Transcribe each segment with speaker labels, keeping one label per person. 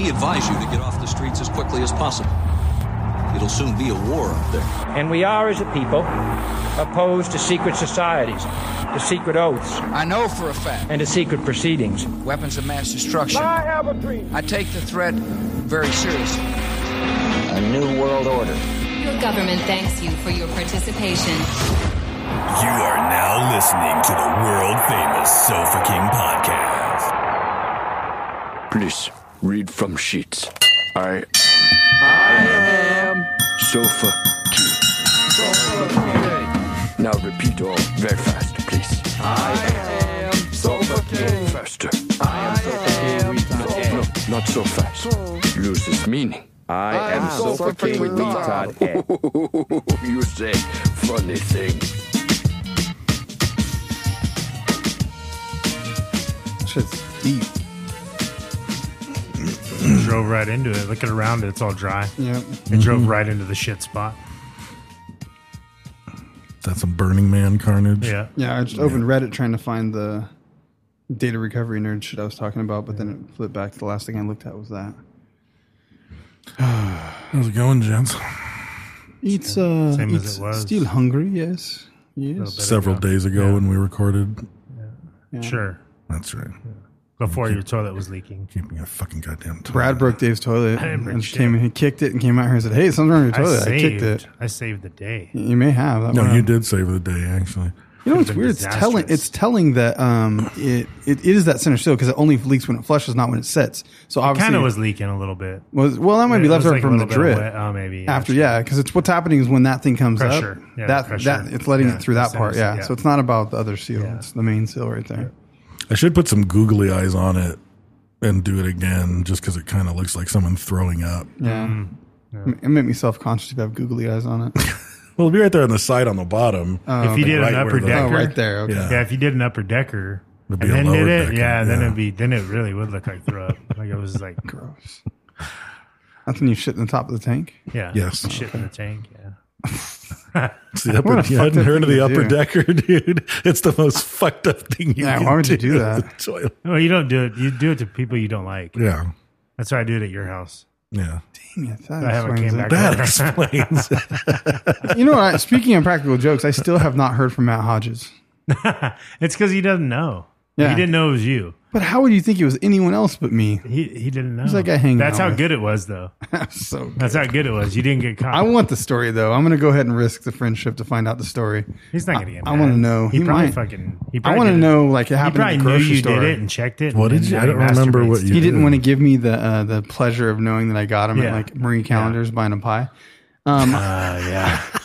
Speaker 1: advise you to get off the streets as quickly as possible. It'll soon be a war up there.
Speaker 2: And we are, as a people, opposed to secret societies, to secret oaths,
Speaker 3: I know for a fact
Speaker 2: and to secret proceedings.
Speaker 3: weapons of mass destruction.
Speaker 4: I have a dream.
Speaker 3: I take the threat very seriously.
Speaker 5: A new world order.
Speaker 6: Your government thanks you for your participation.
Speaker 7: You are now listening to the world famous Sofa King podcast.
Speaker 8: Please read from sheets. I am. I am. Sofa King. Now repeat all very fast, please. I am. Sofa King. Faster. I am Sofa King. No, no, not so fast. Loses meaning.
Speaker 9: I am Sofa King Retard Ed.
Speaker 8: you say funny things.
Speaker 10: Shit's deep.
Speaker 11: drove right into it. Looking around, it's all dry.
Speaker 10: Yep.
Speaker 11: It drove right into the shit spot.
Speaker 9: That's a Burning Man carnage.
Speaker 11: Yeah.
Speaker 10: Yeah, I just opened Reddit trying to find the data recovery nerd shit I was talking about, but then it flipped back. The last thing I looked at was that.
Speaker 9: How's it going, gents?
Speaker 10: It's uh,
Speaker 11: Same as
Speaker 10: it's
Speaker 11: it was.
Speaker 10: still hungry. Yes,
Speaker 11: Little bit
Speaker 10: yes.
Speaker 9: Several
Speaker 11: ago.
Speaker 9: days ago
Speaker 11: Yeah.
Speaker 9: when we recorded.
Speaker 11: Sure.
Speaker 9: That's right.
Speaker 11: Before your toilet was leaking.
Speaker 9: Keeping a fucking goddamn time.
Speaker 10: Brad broke Dave's toilet
Speaker 11: I didn't break
Speaker 10: and
Speaker 11: shit.
Speaker 10: came in, he kicked it and came out here and said, "Hey, something's wrong with your
Speaker 11: I
Speaker 10: toilet." I, kicked
Speaker 11: saved.
Speaker 10: it.
Speaker 11: I saved the day.
Speaker 10: You may have. That
Speaker 9: No,
Speaker 10: one-
Speaker 9: you did save the day, actually.
Speaker 10: You know what's
Speaker 11: been
Speaker 10: weird? It's telling.
Speaker 11: disastrous.
Speaker 10: It's telling that um, it, it it is that center seal because it only leaks when it flushes, not when it sets. So obviously,
Speaker 11: Kind of was leaking a little bit.
Speaker 10: was- well, that might
Speaker 11: It
Speaker 10: be
Speaker 11: was
Speaker 10: left over
Speaker 11: like a
Speaker 10: from the
Speaker 11: little bit of
Speaker 10: drip.
Speaker 11: wet- Oh, maybe.
Speaker 10: after
Speaker 11: sure.
Speaker 10: yeah because it's what's happening is when that thing comes
Speaker 11: Pressure.
Speaker 10: up
Speaker 11: Yeah,
Speaker 10: that,
Speaker 11: the pressure.
Speaker 10: that it's letting
Speaker 11: Yeah,
Speaker 10: it through that
Speaker 11: the
Speaker 10: part
Speaker 11: sensor,
Speaker 10: yeah.
Speaker 11: yeah.
Speaker 10: so it's not about the other seal
Speaker 11: Yeah.
Speaker 10: it's the main seal right there
Speaker 9: I should put some googly eyes on it and do it again just because it kind of looks like someone throwing up.
Speaker 10: yeah,
Speaker 11: Mm-hmm.
Speaker 10: M- it made me self-conscious if i have googly eyes on it
Speaker 9: Well, it'll be right there on the side on the bottom.
Speaker 11: If you did
Speaker 9: Right
Speaker 11: an
Speaker 9: where
Speaker 11: upper
Speaker 9: the-
Speaker 11: decker,
Speaker 10: oh right there okay
Speaker 9: yeah.
Speaker 11: Yeah. if you did an upper decker
Speaker 9: It'd
Speaker 11: and
Speaker 9: be a
Speaker 11: then
Speaker 9: lower
Speaker 11: did it,
Speaker 9: decker,
Speaker 11: yeah, then
Speaker 9: yeah.
Speaker 11: it'd be then it really would look like throw up. like it was like
Speaker 10: gross that's when you shit in the top of the tank
Speaker 11: yeah,
Speaker 9: Yes.
Speaker 11: shit in the tank. Yeah,
Speaker 9: It's the upper,
Speaker 10: What a
Speaker 9: you
Speaker 10: fucked
Speaker 9: hadn't
Speaker 10: up
Speaker 9: heard of
Speaker 10: thing
Speaker 9: the
Speaker 10: to
Speaker 9: upper
Speaker 10: do.
Speaker 9: decker, dude. It's the most fucked up thing you
Speaker 10: Yeah,
Speaker 9: can
Speaker 10: why would you do
Speaker 9: with
Speaker 10: that?
Speaker 9: the toilet.
Speaker 11: well, you don't do it. You do it to people you don't like.
Speaker 9: Yeah.
Speaker 11: That's why I do it at your house.
Speaker 9: Yeah.
Speaker 10: Dang it, that
Speaker 11: I haven't
Speaker 10: explains
Speaker 11: came
Speaker 10: it.
Speaker 11: back.
Speaker 9: That explains it.
Speaker 10: you know what speaking of practical jokes i still have not heard from matt hodges
Speaker 11: It's because he doesn't know.
Speaker 10: Yeah.
Speaker 11: He didn't know it was you.
Speaker 10: but how would you think it was anyone else but me
Speaker 11: He he didn't know.
Speaker 10: like I hang
Speaker 11: That's
Speaker 10: out
Speaker 11: how
Speaker 10: with-
Speaker 11: good it was, though.
Speaker 10: so good.
Speaker 11: That's how good it was. You didn't get caught.
Speaker 10: i want the story though i'm gonna go ahead and risk the friendship to find out the story
Speaker 11: He's not gonna get.
Speaker 10: I- I
Speaker 11: mad.
Speaker 10: wanna know.
Speaker 11: He,
Speaker 10: He
Speaker 11: probably
Speaker 10: might.
Speaker 11: fucking. He
Speaker 10: I
Speaker 11: probably
Speaker 10: want to
Speaker 11: did it.
Speaker 10: know, like it
Speaker 11: He
Speaker 10: happened
Speaker 11: probably
Speaker 10: in the
Speaker 11: knew
Speaker 10: grocery
Speaker 11: you
Speaker 10: store.
Speaker 11: did it and checked it.
Speaker 9: What
Speaker 11: and
Speaker 9: did
Speaker 11: then
Speaker 9: you- I
Speaker 11: now
Speaker 9: don't remember
Speaker 11: masturbates
Speaker 9: what
Speaker 11: to
Speaker 9: you
Speaker 11: it.
Speaker 10: he didn't
Speaker 9: did.
Speaker 10: want to give me the uh, the pleasure of knowing that I got him at
Speaker 11: Yeah.
Speaker 10: like Marie Callender's buying a pie. Um,
Speaker 11: Uh, yeah.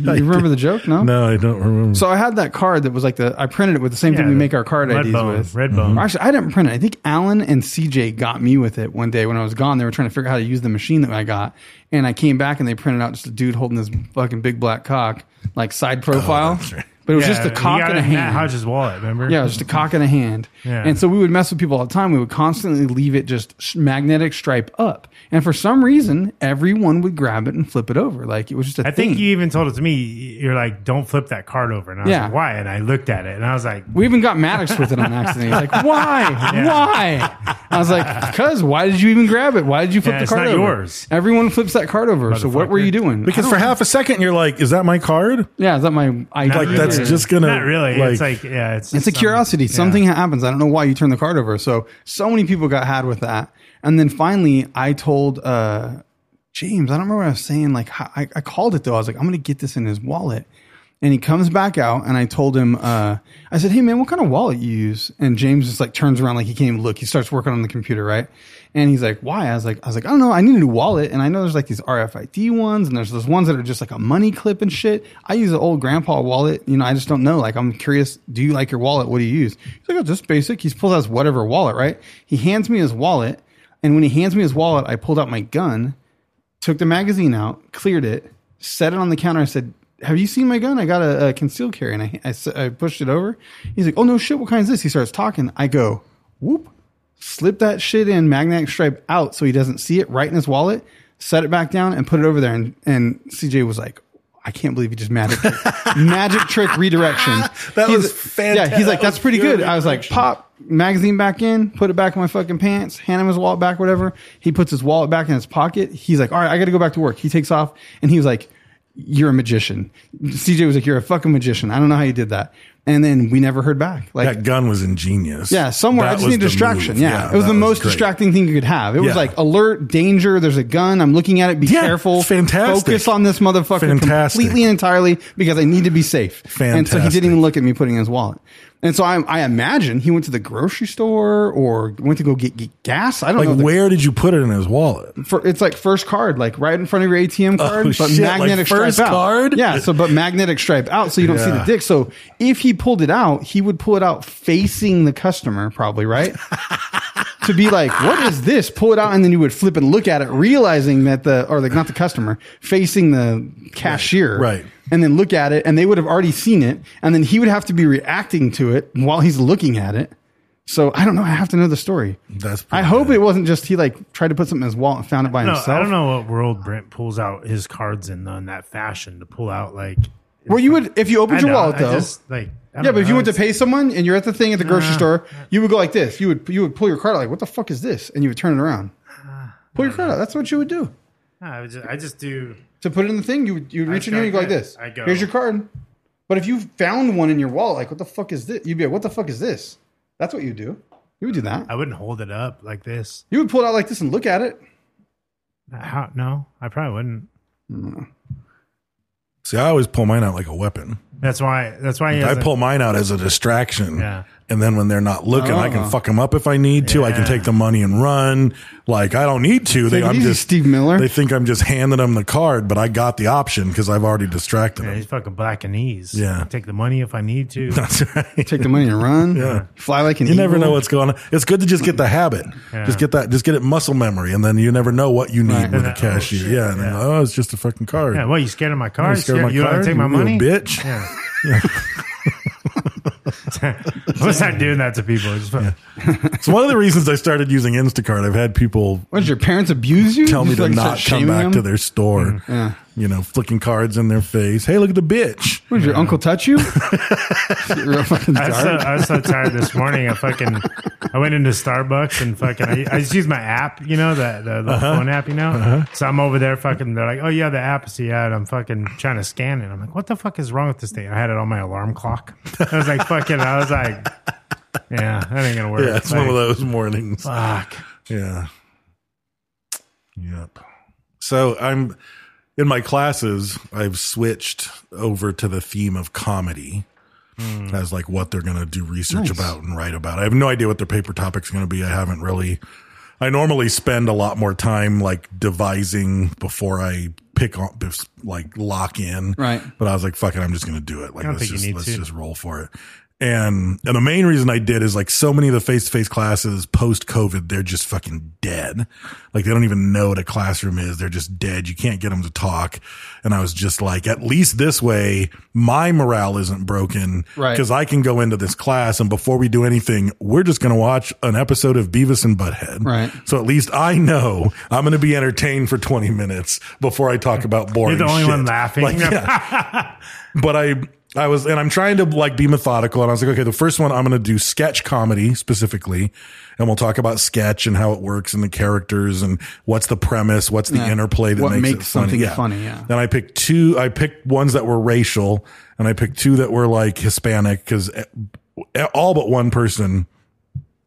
Speaker 10: You remember the joke? No.
Speaker 9: No, I don't remember.
Speaker 10: So I had that card that was like the I printed it with the same thing
Speaker 11: Yeah,
Speaker 10: we
Speaker 11: the
Speaker 10: make our card
Speaker 11: Red
Speaker 10: IDs
Speaker 11: bone,
Speaker 10: with.
Speaker 11: red bone.
Speaker 10: Or Actually, I didn't print it. I think Alan and CJ got me with it one day when I was gone. They were trying to figure out how to use the machine that I got, and I came back and they printed out just a dude holding this fucking big black cock, like side profile.
Speaker 9: that's right.
Speaker 10: But it was
Speaker 11: Oh, Yeah,
Speaker 10: just a
Speaker 11: he
Speaker 10: cock
Speaker 11: got
Speaker 10: and
Speaker 11: it
Speaker 10: a
Speaker 11: in Matt
Speaker 10: hand.
Speaker 11: Hodges' wallet. Remember?
Speaker 10: Yeah, it was just a cock and a hand.
Speaker 11: Yeah.
Speaker 10: And so we would mess with people all the time. We would constantly leave it just sh- magnetic stripe up. And for some reason, everyone would grab it and flip it over. Like it was just a
Speaker 11: I
Speaker 10: thing.
Speaker 11: think you even told it to me. You're like, "Don't flip that card over," and I was
Speaker 10: Yeah.
Speaker 11: like, "Why?" And I looked at it, and I was like,
Speaker 10: we even got Maddox with it on accident. He's like, why? Why? I was like, because why did you even grab it? Why did you flip
Speaker 11: Yeah,
Speaker 10: the
Speaker 11: it's
Speaker 10: card
Speaker 11: not
Speaker 10: over?
Speaker 11: yours.
Speaker 10: Everyone flips that card over. So what were
Speaker 11: Motherfucker.
Speaker 10: you doing?
Speaker 9: because for half a second you're like, "Is that my card?"
Speaker 10: yeah, is that my idea?
Speaker 9: Like that's
Speaker 11: really.
Speaker 9: just gonna
Speaker 11: "Not really."
Speaker 9: Like,
Speaker 11: it's like, yeah, it's
Speaker 10: It's a
Speaker 11: just some-
Speaker 10: curiosity.
Speaker 11: yeah.
Speaker 10: Something happens. I don't know why you turn the card over. So so many people got had with that. And then finally, I told uh, James. I don't remember what I was saying. Like how- I, I called it though. I was like, I'm gonna get this in his wallet. And he comes back out, and I told him, uh, I said, "Hey man, what kind of wallet you use?" And James just like turns around, like he can't even look. He starts working on the computer, right? And he's like, "Why?" I was like, "I was like, I don't know. I need a new wallet, and I know there's like these RFID ones, and there's those ones that are just like a money clip and shit. I use an old grandpa wallet. You know, I just don't know. Like, I'm curious. Do you like your wallet? What do you use?" He's like, "Oh, just basic." He pulls out his whatever wallet, right? He hands me his wallet, and when he hands me his wallet, I pulled out my gun took the magazine out, cleared it, set it on the counter. I said, "Have you seen my gun? I got a, a concealed carry." And I, I s- I pushed it over. He's like, "Oh no, shit! What kind is this?" He starts talking. I go, "Whoop!" Slip that shit in, magnetic stripe out, so he doesn't see it, right in his wallet. Set it back down and put it over there. And and CJ was like, I can't believe he just magic trick, magic trick redirection.
Speaker 9: That
Speaker 10: He's-
Speaker 9: was fantastic.
Speaker 10: Yeah, he's like,
Speaker 9: That
Speaker 10: that's
Speaker 9: was
Speaker 10: pretty
Speaker 9: pure
Speaker 10: good. I was like,
Speaker 9: redirection.
Speaker 10: pop magazine back in, put it back in my fucking pants, hand him his wallet back, whatever. He puts his wallet back in his pocket. He's like, all right, I got to go back to work. He takes off and he was like, you're a magician. CJ was like, you're a fucking magician. I don't know how you did that. And then we never heard back. Like,
Speaker 9: that gun was ingenious.
Speaker 10: yeah, somewhere.
Speaker 9: That
Speaker 10: I just
Speaker 9: was
Speaker 10: need
Speaker 9: the
Speaker 10: distraction.
Speaker 9: move.
Speaker 10: Yeah. It was
Speaker 9: that
Speaker 10: the most
Speaker 9: great.
Speaker 10: distracting thing you could have. It was
Speaker 9: Yeah.
Speaker 10: like alert, danger, there's a gun. I'm looking at it. Be
Speaker 9: Yeah,
Speaker 10: careful.
Speaker 9: fantastic.
Speaker 10: Focus on this motherfucker
Speaker 9: Fantastic.
Speaker 10: completely and entirely because I need to be safe. And so he
Speaker 9: Fantastic.
Speaker 10: didn't even look at me putting in his wallet. And so I, I imagine he went to the grocery store or went to go get, get gas. I don't know.
Speaker 9: Like,
Speaker 10: the-
Speaker 9: where did you put it in his wallet?
Speaker 10: for, it's like first card, like right in front of your ATM
Speaker 9: Oh,
Speaker 10: card, but
Speaker 9: shit, like
Speaker 10: magnetic stripe
Speaker 9: first
Speaker 10: out.
Speaker 9: card?
Speaker 10: Yeah, so but magnetic stripe out, so you don't see the
Speaker 9: Yeah.
Speaker 10: dick. So if he pulled it out, he would pull it out facing the customer, probably right. to be like, what is this? Pull it out, and then you would flip and look at it, realizing that the or like not the customer facing the cashier,
Speaker 9: right.
Speaker 10: And then look at it, and they would have already seen it, and then he would have to be reacting to it while he's looking at it. So I don't know. I have to know the story.
Speaker 9: That's
Speaker 10: I
Speaker 9: pretty
Speaker 10: hope
Speaker 9: good.
Speaker 10: it wasn't just he like tried to put something in his wallet and found it by
Speaker 11: I don't, know,
Speaker 10: himself.
Speaker 11: I don't know what world Brent pulls out his cards in though, in that fashion to pull out like.
Speaker 10: Well, you would if you
Speaker 11: I
Speaker 10: opened your
Speaker 11: know,
Speaker 10: wallet
Speaker 11: I
Speaker 10: though.
Speaker 11: just, like, I
Speaker 10: yeah,
Speaker 11: don't
Speaker 10: but if you
Speaker 11: know,
Speaker 10: went to
Speaker 11: it's-
Speaker 10: pay someone and you're at the thing at the grocery
Speaker 11: Nah.
Speaker 10: store, you would go like this. You would you would pull your card out like, what the fuck is this? And you would turn it around. Pull your card out. That's what you would do.
Speaker 11: Nah, I would just, I just do.
Speaker 10: To put it in the thing, you would you would reach in
Speaker 11: go
Speaker 10: here and you go like
Speaker 11: this.
Speaker 10: this.
Speaker 11: I go.
Speaker 10: Here's your card. But if you found one in your wallet, like what the fuck is this? You'd be like, what the fuck is this? That's what you would do. You would do that.
Speaker 11: I wouldn't hold it up like this.
Speaker 10: You would pull it out like this and look at it.
Speaker 11: How, no, I probably wouldn't.
Speaker 9: See, I always pull mine out like a weapon.
Speaker 11: That's why. That's why he
Speaker 9: I
Speaker 11: hasn't-
Speaker 9: pull mine out as a distraction.
Speaker 11: Yeah.
Speaker 9: And then when they're not looking, I
Speaker 10: Oh.
Speaker 9: can fuck them up if I need to. I can
Speaker 11: Yeah.
Speaker 9: take the money and run. Like I don't need to. They,
Speaker 10: Take it
Speaker 9: I'm
Speaker 10: easy,
Speaker 9: just
Speaker 10: Steve Miller.
Speaker 9: They think I'm just handing them the card, but I got the option because I've already distracted
Speaker 11: Yeah,
Speaker 9: them.
Speaker 11: he's fucking black and knees.
Speaker 9: Yeah.
Speaker 11: I take the money if I need to.
Speaker 9: That's right.
Speaker 10: Take the money and run. yeah. Fly like an
Speaker 9: You never
Speaker 10: eagle.
Speaker 9: know what's going on. It's good to just get the habit.
Speaker 11: Yeah.
Speaker 9: Just get that. Just get it muscle memory, and then you never know what you need
Speaker 10: Right.
Speaker 9: with
Speaker 11: Yeah.
Speaker 9: a cashier. yeah. And then, oh, it's just a fucking card.
Speaker 11: yeah, well, you scared of my car?
Speaker 9: You
Speaker 11: You,
Speaker 9: scared of my
Speaker 11: you want
Speaker 9: card?
Speaker 11: to take my
Speaker 9: You little
Speaker 11: money,
Speaker 9: bitch.
Speaker 11: Yeah. What's that doing that to people? It's just-
Speaker 9: It's one of the reasons I started using Instacart. I've had people
Speaker 10: What did your parents abuse you?
Speaker 9: tell me
Speaker 10: Just,
Speaker 9: to
Speaker 10: like, start
Speaker 9: not come
Speaker 10: shaming
Speaker 9: back
Speaker 10: them?
Speaker 9: to their store. You know, flicking cards in their face. Hey, look at the bitch.
Speaker 10: What, did your uncle touch you? Real fucking
Speaker 11: I was, so,
Speaker 10: dark.
Speaker 11: I was so tired this morning. I fucking I went into Starbucks and fucking I, I just used my app, you know, the the, the
Speaker 9: Uh-huh.
Speaker 11: phone app, you know. So I'm over there fucking. They're like, oh yeah, the app is yeah. And I'm fucking trying to scan it. I'm like, what the fuck is wrong with this thing? I had it on my alarm clock. I was like, fucking. I was like, yeah, that ain't gonna work.
Speaker 9: Yeah, it's
Speaker 11: Like,
Speaker 9: one of those mornings.
Speaker 11: Fuck.
Speaker 9: Yeah. Yep. So I'm in my classes, I've switched over to the theme of comedy as like what they're going to do research about and write about. I have no idea what their paper topic's going to be. I haven't really, I normally spend a lot more time like devising before I pick on, bef- like lock in.
Speaker 10: Right.
Speaker 9: But I was like, fuck it, I'm just going to do it. Like,
Speaker 11: I don't
Speaker 9: let's
Speaker 11: think you
Speaker 9: just,
Speaker 11: need
Speaker 9: let's
Speaker 11: to.
Speaker 9: just roll for it. And, and the main reason I did is like so many of the face to face classes post COVID, they're just fucking dead. Like they don't even know what a classroom is. They're just dead. You can't get them to talk. And I was just like, at least this way, my morale isn't broken.
Speaker 10: Right.
Speaker 9: Cause I can go into this class and before we do anything, we're just going to watch an episode of Beavis and Butthead.
Speaker 10: Right.
Speaker 9: So at least I know I'm going to be entertained for 20 minutes before I talk about boring
Speaker 11: You're the only
Speaker 9: shit.
Speaker 11: one laughing.
Speaker 9: Like, yeah but I I was and I'm trying to like be methodical and I was like okay the first one I'm going to do sketch comedy specifically and we'll talk about sketch and how it works and the characters and what's the premise what's the
Speaker 10: Yeah.
Speaker 9: interplay that
Speaker 10: What
Speaker 9: makes,
Speaker 10: makes
Speaker 9: it funny.
Speaker 10: something funny, yeah.
Speaker 9: Then I picked two I picked ones that were racial and I picked two that were like Hispanic cuz all but one person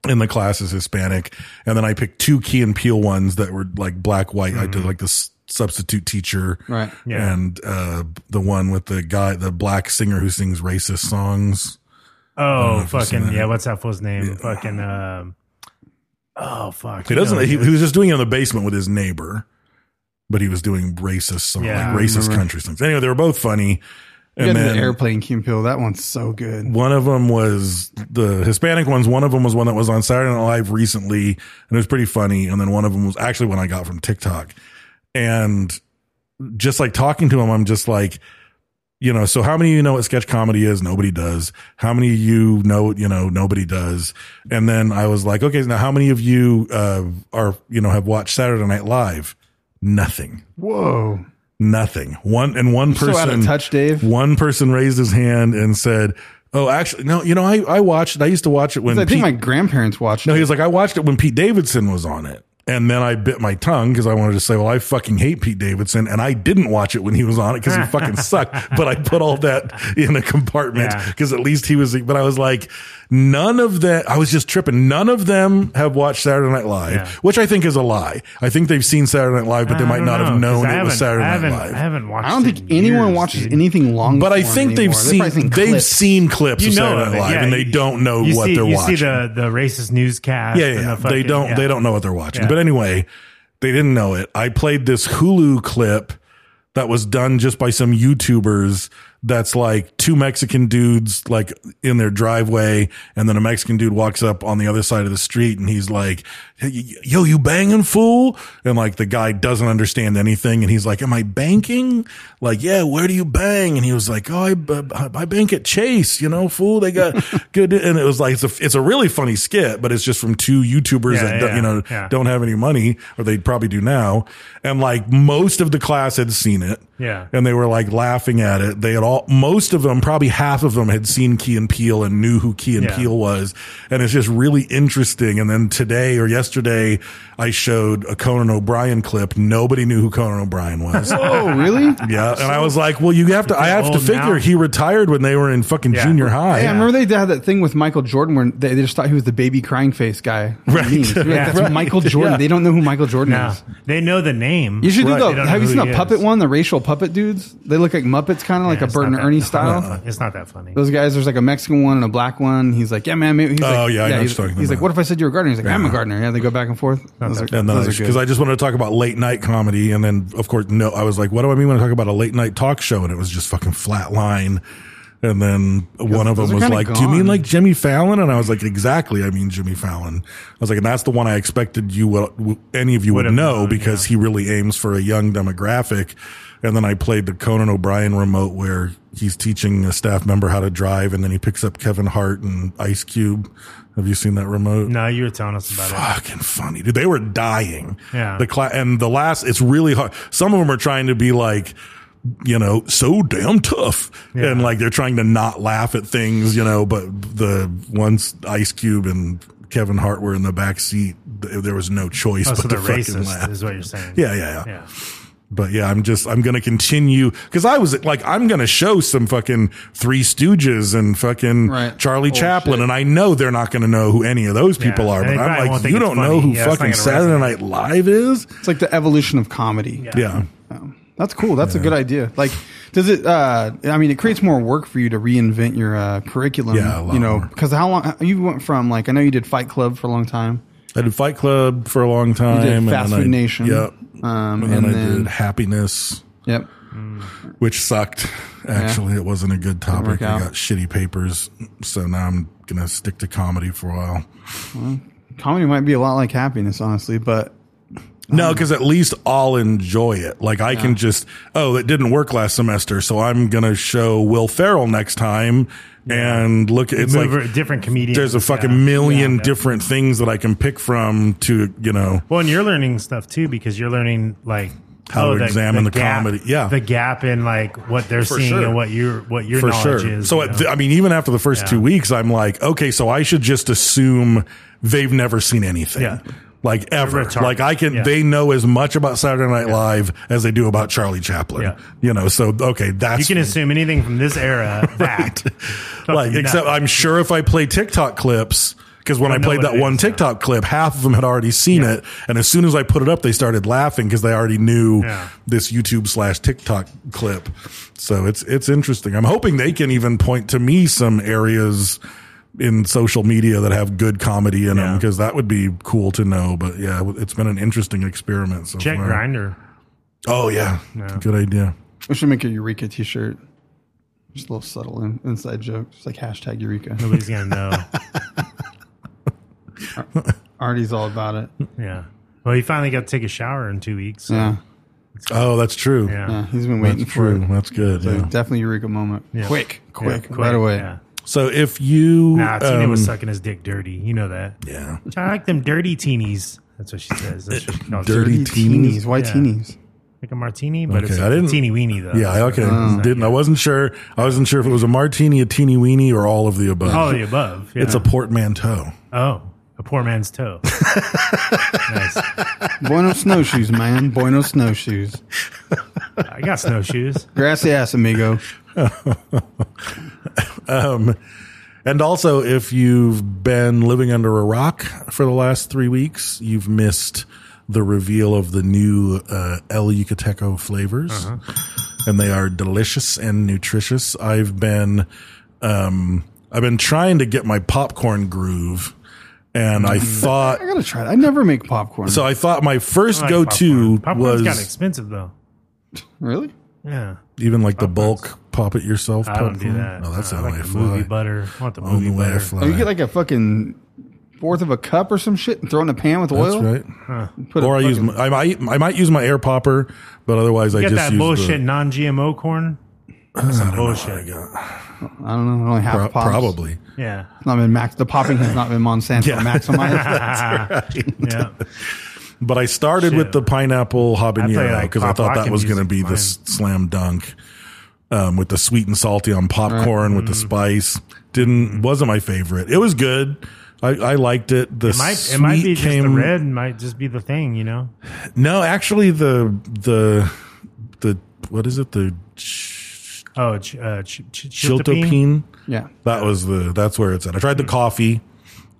Speaker 9: in the class is Hispanic. And then I picked two Key and Peel ones that were like black, white. I did like this substitute teacher.
Speaker 10: Right.
Speaker 11: Yeah.
Speaker 9: And uh, the one with the guy, the black singer who sings racist songs.
Speaker 11: Oh
Speaker 9: you've seen
Speaker 11: fucking
Speaker 9: that.
Speaker 11: yeah. What's that fool's name? Fucking. Um, oh fuck.
Speaker 9: He
Speaker 11: You know
Speaker 9: doesn't,
Speaker 11: what
Speaker 9: he,
Speaker 11: it
Speaker 9: he
Speaker 11: is.
Speaker 9: was just doing it in the basement with his neighbor, but he was doing racist songs,
Speaker 11: Yeah, I
Speaker 9: like racist country songs. Anyway, they were both funny.
Speaker 10: Yeah,
Speaker 9: And
Speaker 10: the
Speaker 9: then
Speaker 10: airplane Kim Pill. That one's so good.
Speaker 9: one of them was the Hispanic ones. One of them was one that was on Saturday Night Live recently, and it was pretty funny. And then one of them was actually one I got from TikTok. And just like talking to him, I'm just like, you know, so how many of you know what sketch comedy is? Nobody does. How many of you know, you know, nobody does. And then I was like, okay, now how many of you uh, are, you know, have watched Saturday Night Live? Nothing.
Speaker 10: Whoa.
Speaker 9: Nothing. One and one
Speaker 10: so
Speaker 9: person
Speaker 10: out of touch, Dave.
Speaker 9: One person raised his hand and said, "Oh, actually, no. You know, I I watched. it. I used to watch it when
Speaker 10: I think
Speaker 9: Pete-
Speaker 10: my grandparents watched
Speaker 9: no,
Speaker 10: it.
Speaker 9: he was like, I watched it when Pete Davidson was on it. And then I bit my tongue because I wanted to say, well, I fucking hate Pete Davidson. And I didn't watch it when he was on it because he fucking sucked. But I put all that in a compartment
Speaker 11: Yeah.
Speaker 9: because at least he was, but I was like, none of that. I was just tripping. None of them have watched Saturday Night Live,
Speaker 11: Yeah.
Speaker 9: which I think is a lie. I think they've seen Saturday Night Live, but they
Speaker 11: I
Speaker 9: might
Speaker 11: don't
Speaker 9: not have
Speaker 11: know, 'cause
Speaker 9: known
Speaker 11: I
Speaker 9: it was
Speaker 11: haven't-
Speaker 9: Saturday
Speaker 11: I haven't,
Speaker 9: Night Live.
Speaker 11: I haven't watched.
Speaker 10: I don't
Speaker 11: it
Speaker 10: think
Speaker 11: in
Speaker 10: anyone
Speaker 11: years,
Speaker 10: watches
Speaker 11: dude.
Speaker 10: anything long.
Speaker 9: But I
Speaker 10: form
Speaker 9: think they've
Speaker 10: anymore. They've
Speaker 9: seen,
Speaker 10: probably seen
Speaker 9: they've
Speaker 10: clips.
Speaker 9: seen clips
Speaker 11: You
Speaker 9: of
Speaker 11: know,
Speaker 9: Saturday Night
Speaker 11: it,
Speaker 9: Live
Speaker 11: yeah.
Speaker 9: and they don't know
Speaker 11: You
Speaker 9: what
Speaker 11: see,
Speaker 9: they're
Speaker 11: you
Speaker 9: watching.
Speaker 11: see the the racist newscast.
Speaker 9: Yeah,
Speaker 11: and
Speaker 9: yeah.
Speaker 11: the
Speaker 9: they
Speaker 11: fucking-
Speaker 9: don't.
Speaker 11: yeah.
Speaker 9: They don't know what they're watching.
Speaker 11: Yeah.
Speaker 9: But anyway, they didn't know it. I played this Hulu clip that was done just by some YouTubers. That's like two Mexican dudes like in their driveway, and then a Mexican dude walks up on the other side of the street, and he's like, "Hey, y- "Yo, you banging fool?" And like the guy doesn't understand anything, and he's like, "Am I banking?" Like, "Yeah, where do you bang?" And he was like, "Oh, I, b- I bank at Chase, you know, fool. They got good." And it was like it's a it's a really funny skit, but it's just from two YouTubers
Speaker 11: Yeah,
Speaker 9: that don't-
Speaker 11: yeah,
Speaker 9: you know
Speaker 11: yeah.
Speaker 9: don't have any money, or they probably do now. And like most of the class had seen it,
Speaker 11: Yeah.
Speaker 9: and they were like laughing at it. They had all most of them, probably half of them, had seen Key and Peele and knew who Key and
Speaker 11: Yeah.
Speaker 9: Peele was, and it's just really interesting. And then today or yesterday, I showed a Conan O'Brien clip. Nobody knew who Conan O'Brien was.
Speaker 10: Oh, really?
Speaker 9: Yeah, and I was like, "Well, you have to. I have to
Speaker 11: old
Speaker 9: figure
Speaker 11: now.
Speaker 9: he retired when they were in fucking
Speaker 11: Yeah.
Speaker 9: junior high."
Speaker 10: Yeah, I remember they did- had that thing with Michael Jordan where they, they just thought he was the baby crying face guy. from
Speaker 9: Right.
Speaker 10: memes. They're like,
Speaker 11: Yeah.
Speaker 10: That's
Speaker 11: Right.
Speaker 10: Michael Jordan.
Speaker 9: Yeah.
Speaker 10: They don't know who Michael Jordan
Speaker 11: No,
Speaker 10: is.
Speaker 11: they know the name.
Speaker 10: You should
Speaker 9: Right.
Speaker 10: do
Speaker 11: They
Speaker 10: the. Have
Speaker 11: don't know
Speaker 10: you
Speaker 11: who
Speaker 10: seen
Speaker 11: he
Speaker 10: the puppet
Speaker 11: is.
Speaker 10: one? The racial puppet dudes. They look like Muppets, kind of like a
Speaker 11: it's not
Speaker 10: Bert and
Speaker 11: that- Uh-huh.
Speaker 10: Ernie
Speaker 11: no,
Speaker 10: style.
Speaker 11: no, no, It's not that funny.
Speaker 10: Those guys, there's like a Mexican one and a black one. He's like, yeah, man. Maybe. He's
Speaker 9: Oh,
Speaker 10: like,
Speaker 9: yeah, I know what
Speaker 10: he's,
Speaker 9: you're talking
Speaker 10: he's like,
Speaker 9: about.
Speaker 10: what if I said you're a gardener? He's like, I'm a gardener. Yeah, they go back and forth. Those are,
Speaker 9: And then
Speaker 10: those are
Speaker 9: because
Speaker 10: good.
Speaker 9: I just wanted to talk about late night comedy, and then of course, no, I was like, "What do I mean when I talk about a late night talk show?" And it was just fucking flat line. And then one of
Speaker 10: those
Speaker 9: them
Speaker 10: are
Speaker 9: was
Speaker 10: kinda
Speaker 9: like, "Do you mean
Speaker 10: gone."
Speaker 9: like Jimmy Fallon?" And I was like, "Exactly, I mean Jimmy Fallon." I was like, "And that's the one I expected you would, w- any of you would,
Speaker 11: Would've
Speaker 9: know
Speaker 11: known,
Speaker 9: because he really aims for a young demographic." And then I played the Conan O'Brien remote where he's teaching a staff member how to drive, and then he picks up Kevin Hart and Ice Cube. Have you seen that remote?
Speaker 11: no, you were telling us about it.
Speaker 9: fucking funny, dude. They were dying.
Speaker 11: Yeah.
Speaker 9: The class and the last, it's really hard. Some of them are trying to be like, you know, so damn tough,
Speaker 11: Yeah.
Speaker 9: and like they're trying to not laugh at things, you know. But the once Ice Cube and Kevin Hart were in the back seat, th- there was no choice
Speaker 11: Oh,
Speaker 9: but
Speaker 11: so they're
Speaker 9: to fucking
Speaker 11: racist,
Speaker 9: laugh.
Speaker 11: is what you're saying.
Speaker 9: Yeah, yeah, yeah.
Speaker 11: yeah.
Speaker 9: But yeah, I'm just I'm gonna continue because I was like I'm gonna show some fucking Three Stooges and fucking
Speaker 10: Right.
Speaker 9: Charlie
Speaker 10: Oh,
Speaker 9: Chaplin,
Speaker 10: shit.
Speaker 9: and I know they're not gonna know who any of those people
Speaker 11: Yeah,
Speaker 9: are.
Speaker 11: and
Speaker 9: But
Speaker 11: they probably
Speaker 9: I'm
Speaker 11: won't
Speaker 9: like,
Speaker 11: think
Speaker 9: you
Speaker 11: it's
Speaker 9: don't
Speaker 11: funny.
Speaker 9: know who
Speaker 11: Yeah, it's not
Speaker 9: fucking
Speaker 11: gonna
Speaker 9: Saturday
Speaker 11: resonate.
Speaker 9: Night Live is.
Speaker 10: It's like the evolution of comedy. Um,
Speaker 9: Yeah,
Speaker 10: That's cool. That's a good idea. Like, does it? Uh, I mean, it creates more work for you to reinvent your uh, curriculum.
Speaker 9: Yeah, a lot
Speaker 10: you know,
Speaker 9: more.
Speaker 10: because how long you went from like I know you did Fight Club for a long time.
Speaker 9: I did Fight Club for a long
Speaker 10: You
Speaker 9: time.
Speaker 10: did
Speaker 9: and
Speaker 10: Fast
Speaker 9: then
Speaker 10: Food
Speaker 9: I-
Speaker 10: Nation.
Speaker 9: Yep.
Speaker 10: Um,
Speaker 9: and, then, I
Speaker 10: then-
Speaker 9: did Happiness,
Speaker 10: Yep.
Speaker 9: which sucked. Actually, it wasn't a good topic.
Speaker 10: work
Speaker 9: I
Speaker 10: out.
Speaker 9: got shitty papers, so now I'm gonna stick to comedy for a while.
Speaker 10: Comedy might be a lot like happiness, honestly, but
Speaker 9: No, because at least I'll enjoy it. Like I can just, oh, it didn't work last semester, so I'm gonna show Will Ferrell next time and look. It's
Speaker 11: Move
Speaker 9: like
Speaker 11: or- different comedians.
Speaker 9: there's a fucking
Speaker 11: yeah.
Speaker 9: million
Speaker 11: Yeah, yeah.
Speaker 9: different things that I can pick from to, you know.
Speaker 11: Well, and you're learning stuff too because you're learning like oh,
Speaker 9: How to examine the
Speaker 11: gap-
Speaker 9: comedy. Yeah.
Speaker 11: the gap in like what they're
Speaker 9: For
Speaker 11: seeing
Speaker 9: sure.
Speaker 11: and what your what your
Speaker 9: for
Speaker 11: knowledge
Speaker 9: sure.
Speaker 11: is.
Speaker 9: so
Speaker 11: you
Speaker 9: at
Speaker 11: know?
Speaker 9: the- I mean, even after the first
Speaker 11: Yeah.
Speaker 9: two weeks, I'm like, okay, so I should just assume they've never seen anything.
Speaker 11: Yeah.
Speaker 9: Like ever,
Speaker 11: retarded.
Speaker 9: like I can,
Speaker 11: Yeah.
Speaker 9: they know as much about Saturday Night Live as they do about Charlie Chaplin.
Speaker 11: Yeah.
Speaker 9: You know, so okay, that's
Speaker 11: you can assume anything from this era that
Speaker 9: like
Speaker 11: Fucking
Speaker 9: except
Speaker 11: nuts.
Speaker 9: I'm sure if I play TikTok clips because when I,
Speaker 11: know
Speaker 9: played
Speaker 11: what
Speaker 9: that
Speaker 11: it
Speaker 9: one
Speaker 11: is, yeah.
Speaker 9: TikTok clip, half of them had already seen it, and as soon as I put it up, they started laughing because they already knew
Speaker 11: Yeah.
Speaker 9: this YouTube slash TikTok clip. So it's it's interesting. I'm hoping they can even point to me some areas in social media that have good comedy in them
Speaker 11: Yeah.
Speaker 9: because that would be cool to know. But yeah, it's been an interesting experiment. So
Speaker 11: check
Speaker 9: far.
Speaker 11: grinder.
Speaker 9: Oh yeah, good idea.
Speaker 10: we should make a Eureka t shirt. Just a little subtle in, inside joke. Just like hashtag Eureka.
Speaker 11: Nobody's gonna know.
Speaker 10: Artie's all about it.
Speaker 11: yeah. Well, he finally got to take a shower in two weeks.
Speaker 9: Mm.
Speaker 11: so-
Speaker 10: Yeah.
Speaker 9: Oh, that's true.
Speaker 11: Yeah.
Speaker 10: Yeah. He's been waiting
Speaker 9: That's
Speaker 10: for
Speaker 9: true.
Speaker 10: it.
Speaker 9: That's good.
Speaker 10: So
Speaker 9: yeah.
Speaker 10: definitely Eureka moment.
Speaker 11: Yeah.
Speaker 10: Quick,
Speaker 11: Yeah,
Speaker 10: quick, right away.
Speaker 11: Yeah.
Speaker 9: So if you
Speaker 11: Nah, Tina was
Speaker 9: um,
Speaker 11: sucking his dick dirty. You know that.
Speaker 9: Yeah.
Speaker 11: I like them dirty teenies. That's what she says. That's what she calls
Speaker 9: Dirty
Speaker 11: it.
Speaker 10: Teenies. Why
Speaker 11: Yeah.
Speaker 10: teenies?
Speaker 11: I like a martini, but it's
Speaker 9: Okay,
Speaker 11: a
Speaker 9: I didn't-
Speaker 11: teeny weeny though.
Speaker 9: Yeah, I- okay.
Speaker 11: Oh.
Speaker 9: Didn't I wasn't sure. I wasn't sure if it was a martini, a teeny weeny, or all of the above.
Speaker 11: All of the above. Oh, yeah.
Speaker 9: It's a portmanteau.
Speaker 11: oh, a poor man's toe. nice.
Speaker 10: Bueno snowshoes, man. Bueno snowshoes.
Speaker 11: I got snowshoes.
Speaker 10: Grassy ass, amigo.
Speaker 9: And also, if you've been living under a rock for the last three weeks, you've missed the reveal of the new uh, El Yucateco flavors,
Speaker 11: Uh-huh.
Speaker 9: and they are delicious and nutritious. I've been, um, I've been trying to get my popcorn groove, and I thought.
Speaker 10: I gotta try that. I never make popcorn.
Speaker 9: So I thought my first
Speaker 11: I like
Speaker 9: go to
Speaker 11: popcorn. Popcorn's
Speaker 9: was
Speaker 11: got expensive though.
Speaker 10: really?
Speaker 11: Yeah,
Speaker 9: even like the bulk pop it yourself.
Speaker 11: I don't do
Speaker 9: popcorn.
Speaker 11: that.
Speaker 9: No, that's
Speaker 11: I
Speaker 9: how
Speaker 11: like
Speaker 9: I
Speaker 11: the
Speaker 9: fly.
Speaker 11: movie butter. I want the
Speaker 9: On
Speaker 11: movie
Speaker 9: the way I
Speaker 11: butter.
Speaker 9: fly.
Speaker 10: Oh, you get like a fucking fourth of a cup or some shit and throw it in a pan with
Speaker 9: That's
Speaker 10: oil.
Speaker 9: right.
Speaker 10: Put a
Speaker 9: or I use
Speaker 10: fucking-
Speaker 9: my, I might I might use my air popper, but otherwise I
Speaker 11: Get
Speaker 9: just
Speaker 11: that
Speaker 9: use
Speaker 11: bullshit
Speaker 9: the,
Speaker 11: non-GMO corn. That's some bullshit.
Speaker 10: I don't know. Only half
Speaker 9: pro-
Speaker 10: pops.
Speaker 9: probably.
Speaker 11: Yeah,
Speaker 10: It's Not been max. The popping has not been Monsanto maximized.
Speaker 11: yeah.
Speaker 9: But I started
Speaker 11: Shit.
Speaker 9: with the pineapple
Speaker 11: I
Speaker 9: habanero
Speaker 11: like
Speaker 9: because I,
Speaker 11: pop
Speaker 9: thought that
Speaker 11: locking
Speaker 9: was going to
Speaker 11: music
Speaker 9: be the
Speaker 11: fine.
Speaker 9: s- slam dunk. Um, with the sweet and salty on popcorn with the
Speaker 11: Mm.
Speaker 9: spice didn't wasn't my favorite. It was good. I, I liked it. The
Speaker 11: It might, it
Speaker 9: sweet
Speaker 11: might be just
Speaker 9: came
Speaker 11: the red. Might just be the thing. You know.
Speaker 9: No, actually, the the the what is it? The ch-
Speaker 11: Oh, ch- uh, ch- ch- chiltepine.
Speaker 9: chiltepine.
Speaker 10: yeah.
Speaker 9: That was the that's where it's at. I tried the
Speaker 11: Hmm.
Speaker 9: coffee,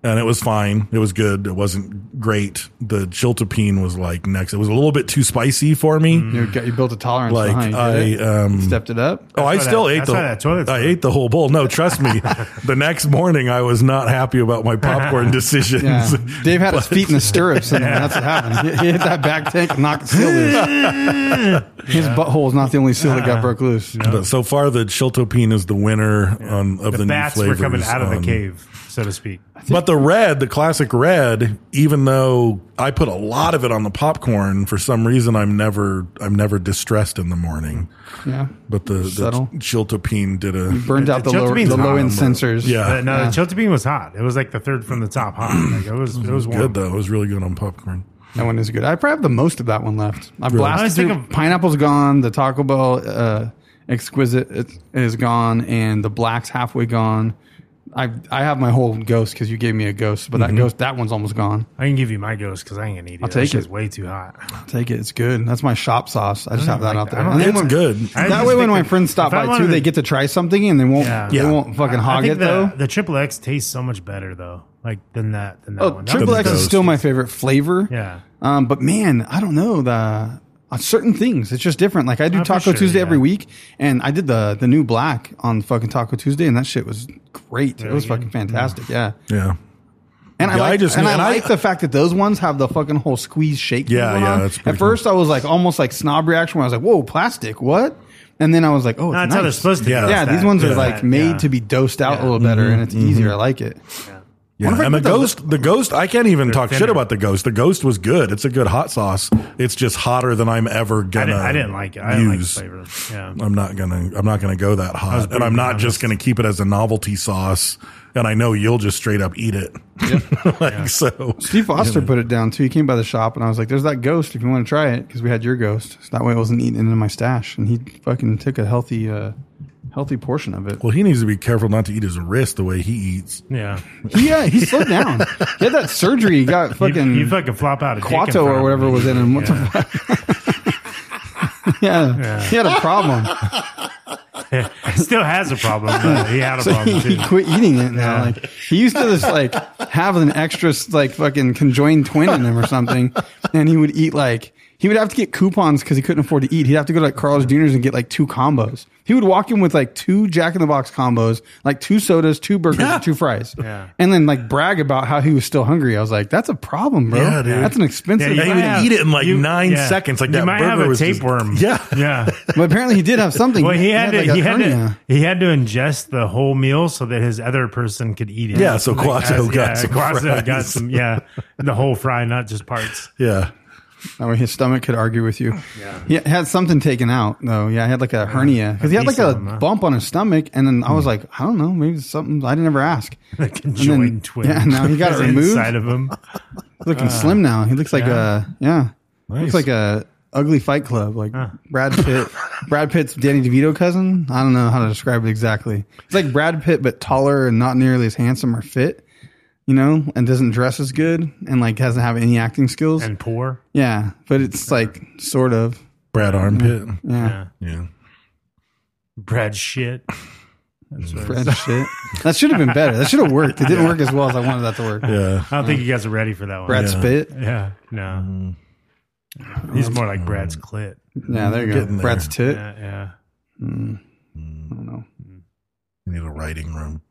Speaker 9: and it was fine. It was good. It wasn't great. The chiltepine was like next. It was a little bit too spicy for me.
Speaker 11: Hmm.
Speaker 9: Oh,
Speaker 10: You, got, you built a tolerance.
Speaker 9: Like,
Speaker 10: behind you,
Speaker 9: I,
Speaker 10: did it?
Speaker 9: um,
Speaker 10: stepped it up.
Speaker 9: Oh, I
Speaker 11: why
Speaker 9: still
Speaker 11: that-
Speaker 9: ate
Speaker 11: that's
Speaker 9: the.
Speaker 11: why that toilet's
Speaker 9: I
Speaker 11: for.
Speaker 9: ate the whole bowl. No, trust me. the next morning, I was not happy about my popcorn decisions.
Speaker 10: Yeah. Dave had his feet in the stirrups, and that's what happened. He, he hit that back tank and knocked the seal loose. His butthole is not the only seal that got broke loose.
Speaker 9: But so far, the chiltepine is the winner on, of the,
Speaker 11: The,
Speaker 9: new um,
Speaker 11: bats
Speaker 9: flavors.
Speaker 11: were coming out of the
Speaker 9: on-
Speaker 11: cave, so to speak.
Speaker 9: But the red, the classic red, even though I put a lot of it on the popcorn, for some reason I'm never I'm never distressed in the morning.
Speaker 10: Yeah.
Speaker 9: But the, the
Speaker 10: Subtle.
Speaker 9: chiltepine did a
Speaker 10: Burned
Speaker 11: The-
Speaker 10: out the,
Speaker 11: the
Speaker 10: lower,
Speaker 11: Chiltepene's
Speaker 10: the low
Speaker 11: hot.
Speaker 10: end sensors.
Speaker 9: Yeah.
Speaker 11: But no, the chiltepine was hot. It was like the third from the top hot. Like it was, it was warm.
Speaker 9: good though. It was really good on popcorn.
Speaker 10: That one is good. I probably have the most of that one left. I
Speaker 11: I was
Speaker 10: blasted through.
Speaker 11: thinking-
Speaker 10: Pineapple's gone. The Taco Bell uh, exquisite is- is gone, and the black's halfway gone. I I have my whole ghost because you gave me a ghost, but
Speaker 9: Mm-hmm.
Speaker 10: that ghost that one's almost gone.
Speaker 11: I can give you my ghost because I ain't gonna eat it.
Speaker 10: I'll take
Speaker 11: That shit's
Speaker 10: it.
Speaker 11: way too hot.
Speaker 10: I'll take it. It's good. That's my shop sauce. I just have that
Speaker 11: Mm, like
Speaker 10: out
Speaker 11: that.
Speaker 10: there.
Speaker 11: I don't
Speaker 10: And then
Speaker 9: It's
Speaker 10: when-
Speaker 9: good.
Speaker 11: I
Speaker 10: That
Speaker 11: just
Speaker 10: way, when
Speaker 11: think
Speaker 10: my
Speaker 11: that-
Speaker 10: friends stop
Speaker 11: if I
Speaker 10: by too,
Speaker 11: wanted
Speaker 10: they
Speaker 11: to-
Speaker 10: get to try something and they won't.
Speaker 11: Yeah.
Speaker 10: They
Speaker 9: Yeah.
Speaker 10: won't fucking
Speaker 11: I
Speaker 10: hog
Speaker 11: think
Speaker 10: it
Speaker 11: the,
Speaker 10: though.
Speaker 11: The triple X tastes so much better though, like than that than that
Speaker 10: Oh,
Speaker 11: one. That
Speaker 10: triple
Speaker 11: was
Speaker 10: X
Speaker 9: the
Speaker 10: is
Speaker 11: dope.
Speaker 10: still my favorite flavor.
Speaker 11: Yeah.
Speaker 10: Um, but man, I don't know the on certain things. It's just different. Like I do
Speaker 11: Oh, for
Speaker 10: Taco
Speaker 11: sure,
Speaker 10: Tuesday
Speaker 11: yeah.
Speaker 10: every week, and I did the the new black on fucking Taco Tuesday, and that shit was great. it was
Speaker 11: good.
Speaker 10: fucking fantastic. Yeah.
Speaker 9: Yeah.
Speaker 10: And I
Speaker 9: Yeah, I
Speaker 10: like
Speaker 9: just-
Speaker 10: and I
Speaker 9: and I-
Speaker 10: like the fact that those ones have the fucking whole squeeze shake.
Speaker 9: Yeah,
Speaker 10: going
Speaker 9: yeah,
Speaker 10: on.
Speaker 9: that's pretty
Speaker 10: At first, I was like almost like snob reaction where I was like, "Whoa, plastic, what?" And then I was like, "Oh, it's
Speaker 11: No, that's how they're
Speaker 10: nice."
Speaker 11: supposed to.
Speaker 9: Yeah.
Speaker 11: be.
Speaker 10: Yeah,
Speaker 11: It's
Speaker 10: these
Speaker 11: that-
Speaker 10: ones are
Speaker 11: it's
Speaker 10: like
Speaker 11: that,
Speaker 10: made
Speaker 11: yeah.
Speaker 10: to be dosed out
Speaker 11: Yeah.
Speaker 10: a little better,
Speaker 9: Mm-hmm,
Speaker 10: and it's easier. I like it.
Speaker 9: Yeah.
Speaker 10: if I
Speaker 9: And the
Speaker 10: put the-
Speaker 9: ghost the ghost I can't even talk shit
Speaker 11: thinner.
Speaker 9: about the ghost. The ghost was good. It's a good hot sauce. It's just hotter than I'm ever
Speaker 11: I
Speaker 9: gonna
Speaker 11: didn't, I didn't like it. I didn't
Speaker 9: use.
Speaker 11: like the flavor. Yeah.
Speaker 9: I'm not gonna I'm not gonna go that
Speaker 11: was
Speaker 9: hot, and
Speaker 11: brutally
Speaker 9: I'm not just
Speaker 11: honest.
Speaker 9: gonna keep it as a novelty sauce. And I know you'll just straight up eat it. like so,
Speaker 10: Steve Foster put it down too. He came by the shop and I was like, "There's that ghost. If you want to try it, because we had your ghost. So that way it wasn't eating into my stash." And he fucking took a healthy, uh, healthy portion of it.
Speaker 9: Well, he needs to be careful not to eat his wrist the way he eats.
Speaker 11: Yeah.
Speaker 10: He, yeah, he slowed down. He had that surgery. He got fucking,
Speaker 11: you, you fucking flop out a dick in
Speaker 10: Quato
Speaker 11: front
Speaker 10: or
Speaker 11: of
Speaker 10: whatever
Speaker 11: me.
Speaker 10: was in him. What
Speaker 11: Yeah.
Speaker 10: the fuck? yeah. he had a problem.
Speaker 11: Still has a problem. But he had a
Speaker 10: So
Speaker 11: problem
Speaker 10: he,
Speaker 11: too.
Speaker 10: he quit eating it now.
Speaker 11: Yeah.
Speaker 10: Like he used to just like have an extra like fucking conjoined twin in him or something, and he would eat like he would have to get coupons because he couldn't afford to eat. He'd have to go to like Carl's Jr.'s and get like two combos. He would walk in with like two Jack in the Box combos, like two sodas, two burgers, and two fries,
Speaker 11: Yeah.
Speaker 10: and then like brag about how he was still hungry. I was like, that's a problem, bro.
Speaker 9: Yeah, dude.
Speaker 10: That's an
Speaker 9: you-
Speaker 10: expensive. thing.
Speaker 9: And he would eat it in, like, nine seconds, like
Speaker 11: you
Speaker 9: that
Speaker 11: might
Speaker 9: burger
Speaker 11: have a
Speaker 9: was just-
Speaker 11: tapeworm.
Speaker 9: Yeah.
Speaker 11: yeah.
Speaker 10: but apparently, he did have something.
Speaker 11: Well, he had, to,
Speaker 10: like, a
Speaker 11: he had
Speaker 10: hernia.
Speaker 11: to he had to ingest the whole meal so that his other person could eat it.
Speaker 9: Yeah, so Quato
Speaker 11: as-
Speaker 9: got
Speaker 11: yeah,
Speaker 9: some
Speaker 11: Quato
Speaker 9: fries.
Speaker 11: got some. Yeah, the whole fry, not just parts.
Speaker 9: Yeah.
Speaker 10: That way his stomach could argue with you. Yeah. He had something taken out though. Yeah, I had like a hernia because he had like a
Speaker 11: decent one, huh?
Speaker 10: bump on his stomach, and then I was like, I don't know, maybe it's something I didn't ever ask.
Speaker 11: The conjoined twin.
Speaker 10: yeah, now he got it
Speaker 11: is
Speaker 10: removed.
Speaker 11: inside of him.
Speaker 10: Uh, He's looking slim now. He looks like
Speaker 11: yeah.
Speaker 10: a yeah. Looks like a Ugly Fight Club, like Brad Pitt. Brad Pitt's Danny DeVito cousin. I don't know how to describe it exactly. It's like Brad Pitt, but taller and not nearly as handsome or fit. You know, and doesn't dress as good, and like doesn't have any acting skills.
Speaker 11: and poor.
Speaker 10: yeah, but it's like sort of.
Speaker 9: Brad Armpit.
Speaker 10: Yeah,
Speaker 9: Yeah.
Speaker 11: Brad shit.
Speaker 10: Brad shit. That should have been better. That should have worked. It didn't work as well as I wanted that to work.
Speaker 9: Yeah.
Speaker 11: I don't think you guys are ready for that one.
Speaker 10: Brad Spit.
Speaker 11: Yeah. No.
Speaker 9: Mm.
Speaker 11: He's more like Brad's
Speaker 10: Mm.
Speaker 11: clit.
Speaker 10: Yeah, there you go.
Speaker 9: Getting there.
Speaker 10: Brad's tit.
Speaker 11: Yeah. yeah.
Speaker 9: We need a writing room.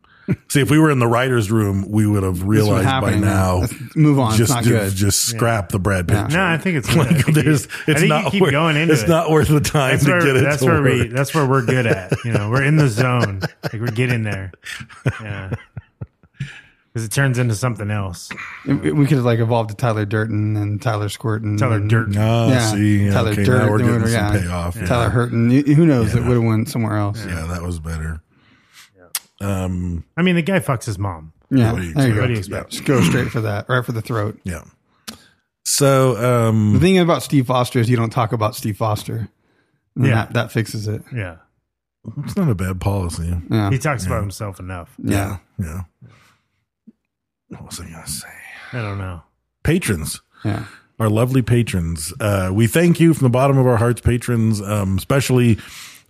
Speaker 9: See, if we were in the writer's room, we would have
Speaker 10: This was
Speaker 9: realized by
Speaker 10: happening.
Speaker 9: now.
Speaker 10: Let's move on.
Speaker 9: Just,
Speaker 10: it's not
Speaker 9: just,
Speaker 10: good.
Speaker 9: just scrap the Brad Pitt.
Speaker 11: No,
Speaker 9: joke.
Speaker 11: I think it's. I
Speaker 9: Like,
Speaker 11: think you-
Speaker 9: there's,
Speaker 11: I
Speaker 9: it's
Speaker 11: think
Speaker 9: not
Speaker 11: you keep
Speaker 9: worth,
Speaker 11: going into
Speaker 9: It's
Speaker 11: it.
Speaker 9: not worth the time
Speaker 11: That's
Speaker 9: to
Speaker 11: where,
Speaker 9: get it.
Speaker 11: that's
Speaker 9: to
Speaker 11: where we.
Speaker 9: work.
Speaker 11: That's where we're good at. You know, we're in the zone. Like we're getting there. Yeah. Because it turns into something else.
Speaker 10: It- we could have like evolved to Tyler Durton and Tyler Squirtin.
Speaker 11: Tyler
Speaker 10: and-
Speaker 11: Dirt.
Speaker 9: Oh, see,
Speaker 10: Tyler
Speaker 9: okay,
Speaker 10: Durden,
Speaker 9: now we're getting
Speaker 10: yeah.
Speaker 9: some payoff. Yeah.
Speaker 10: Tyler Hurton. Y- Who knows? It would have went somewhere else. Yeah,
Speaker 9: Yeah, that was better. Um,
Speaker 11: I mean, the guy fucks his mom.
Speaker 9: What do you
Speaker 10: there you go.
Speaker 11: What do you expect?
Speaker 10: Just go straight for that, right for the throat.
Speaker 9: Yeah. So, um,
Speaker 10: The thing about Steve Foster is you don't talk about Steve Foster. And
Speaker 11: Yeah.
Speaker 10: that, that fixes it.
Speaker 11: Yeah.
Speaker 9: it's not a bad policy.
Speaker 10: Yeah,
Speaker 11: He talks about himself enough.
Speaker 10: yeah.
Speaker 9: Yeah. What was I going to say?
Speaker 11: I don't know.
Speaker 9: Patrons.
Speaker 10: yeah.
Speaker 9: our lovely patrons. Uh, we thank you from the bottom of our hearts, patrons. Um, especially,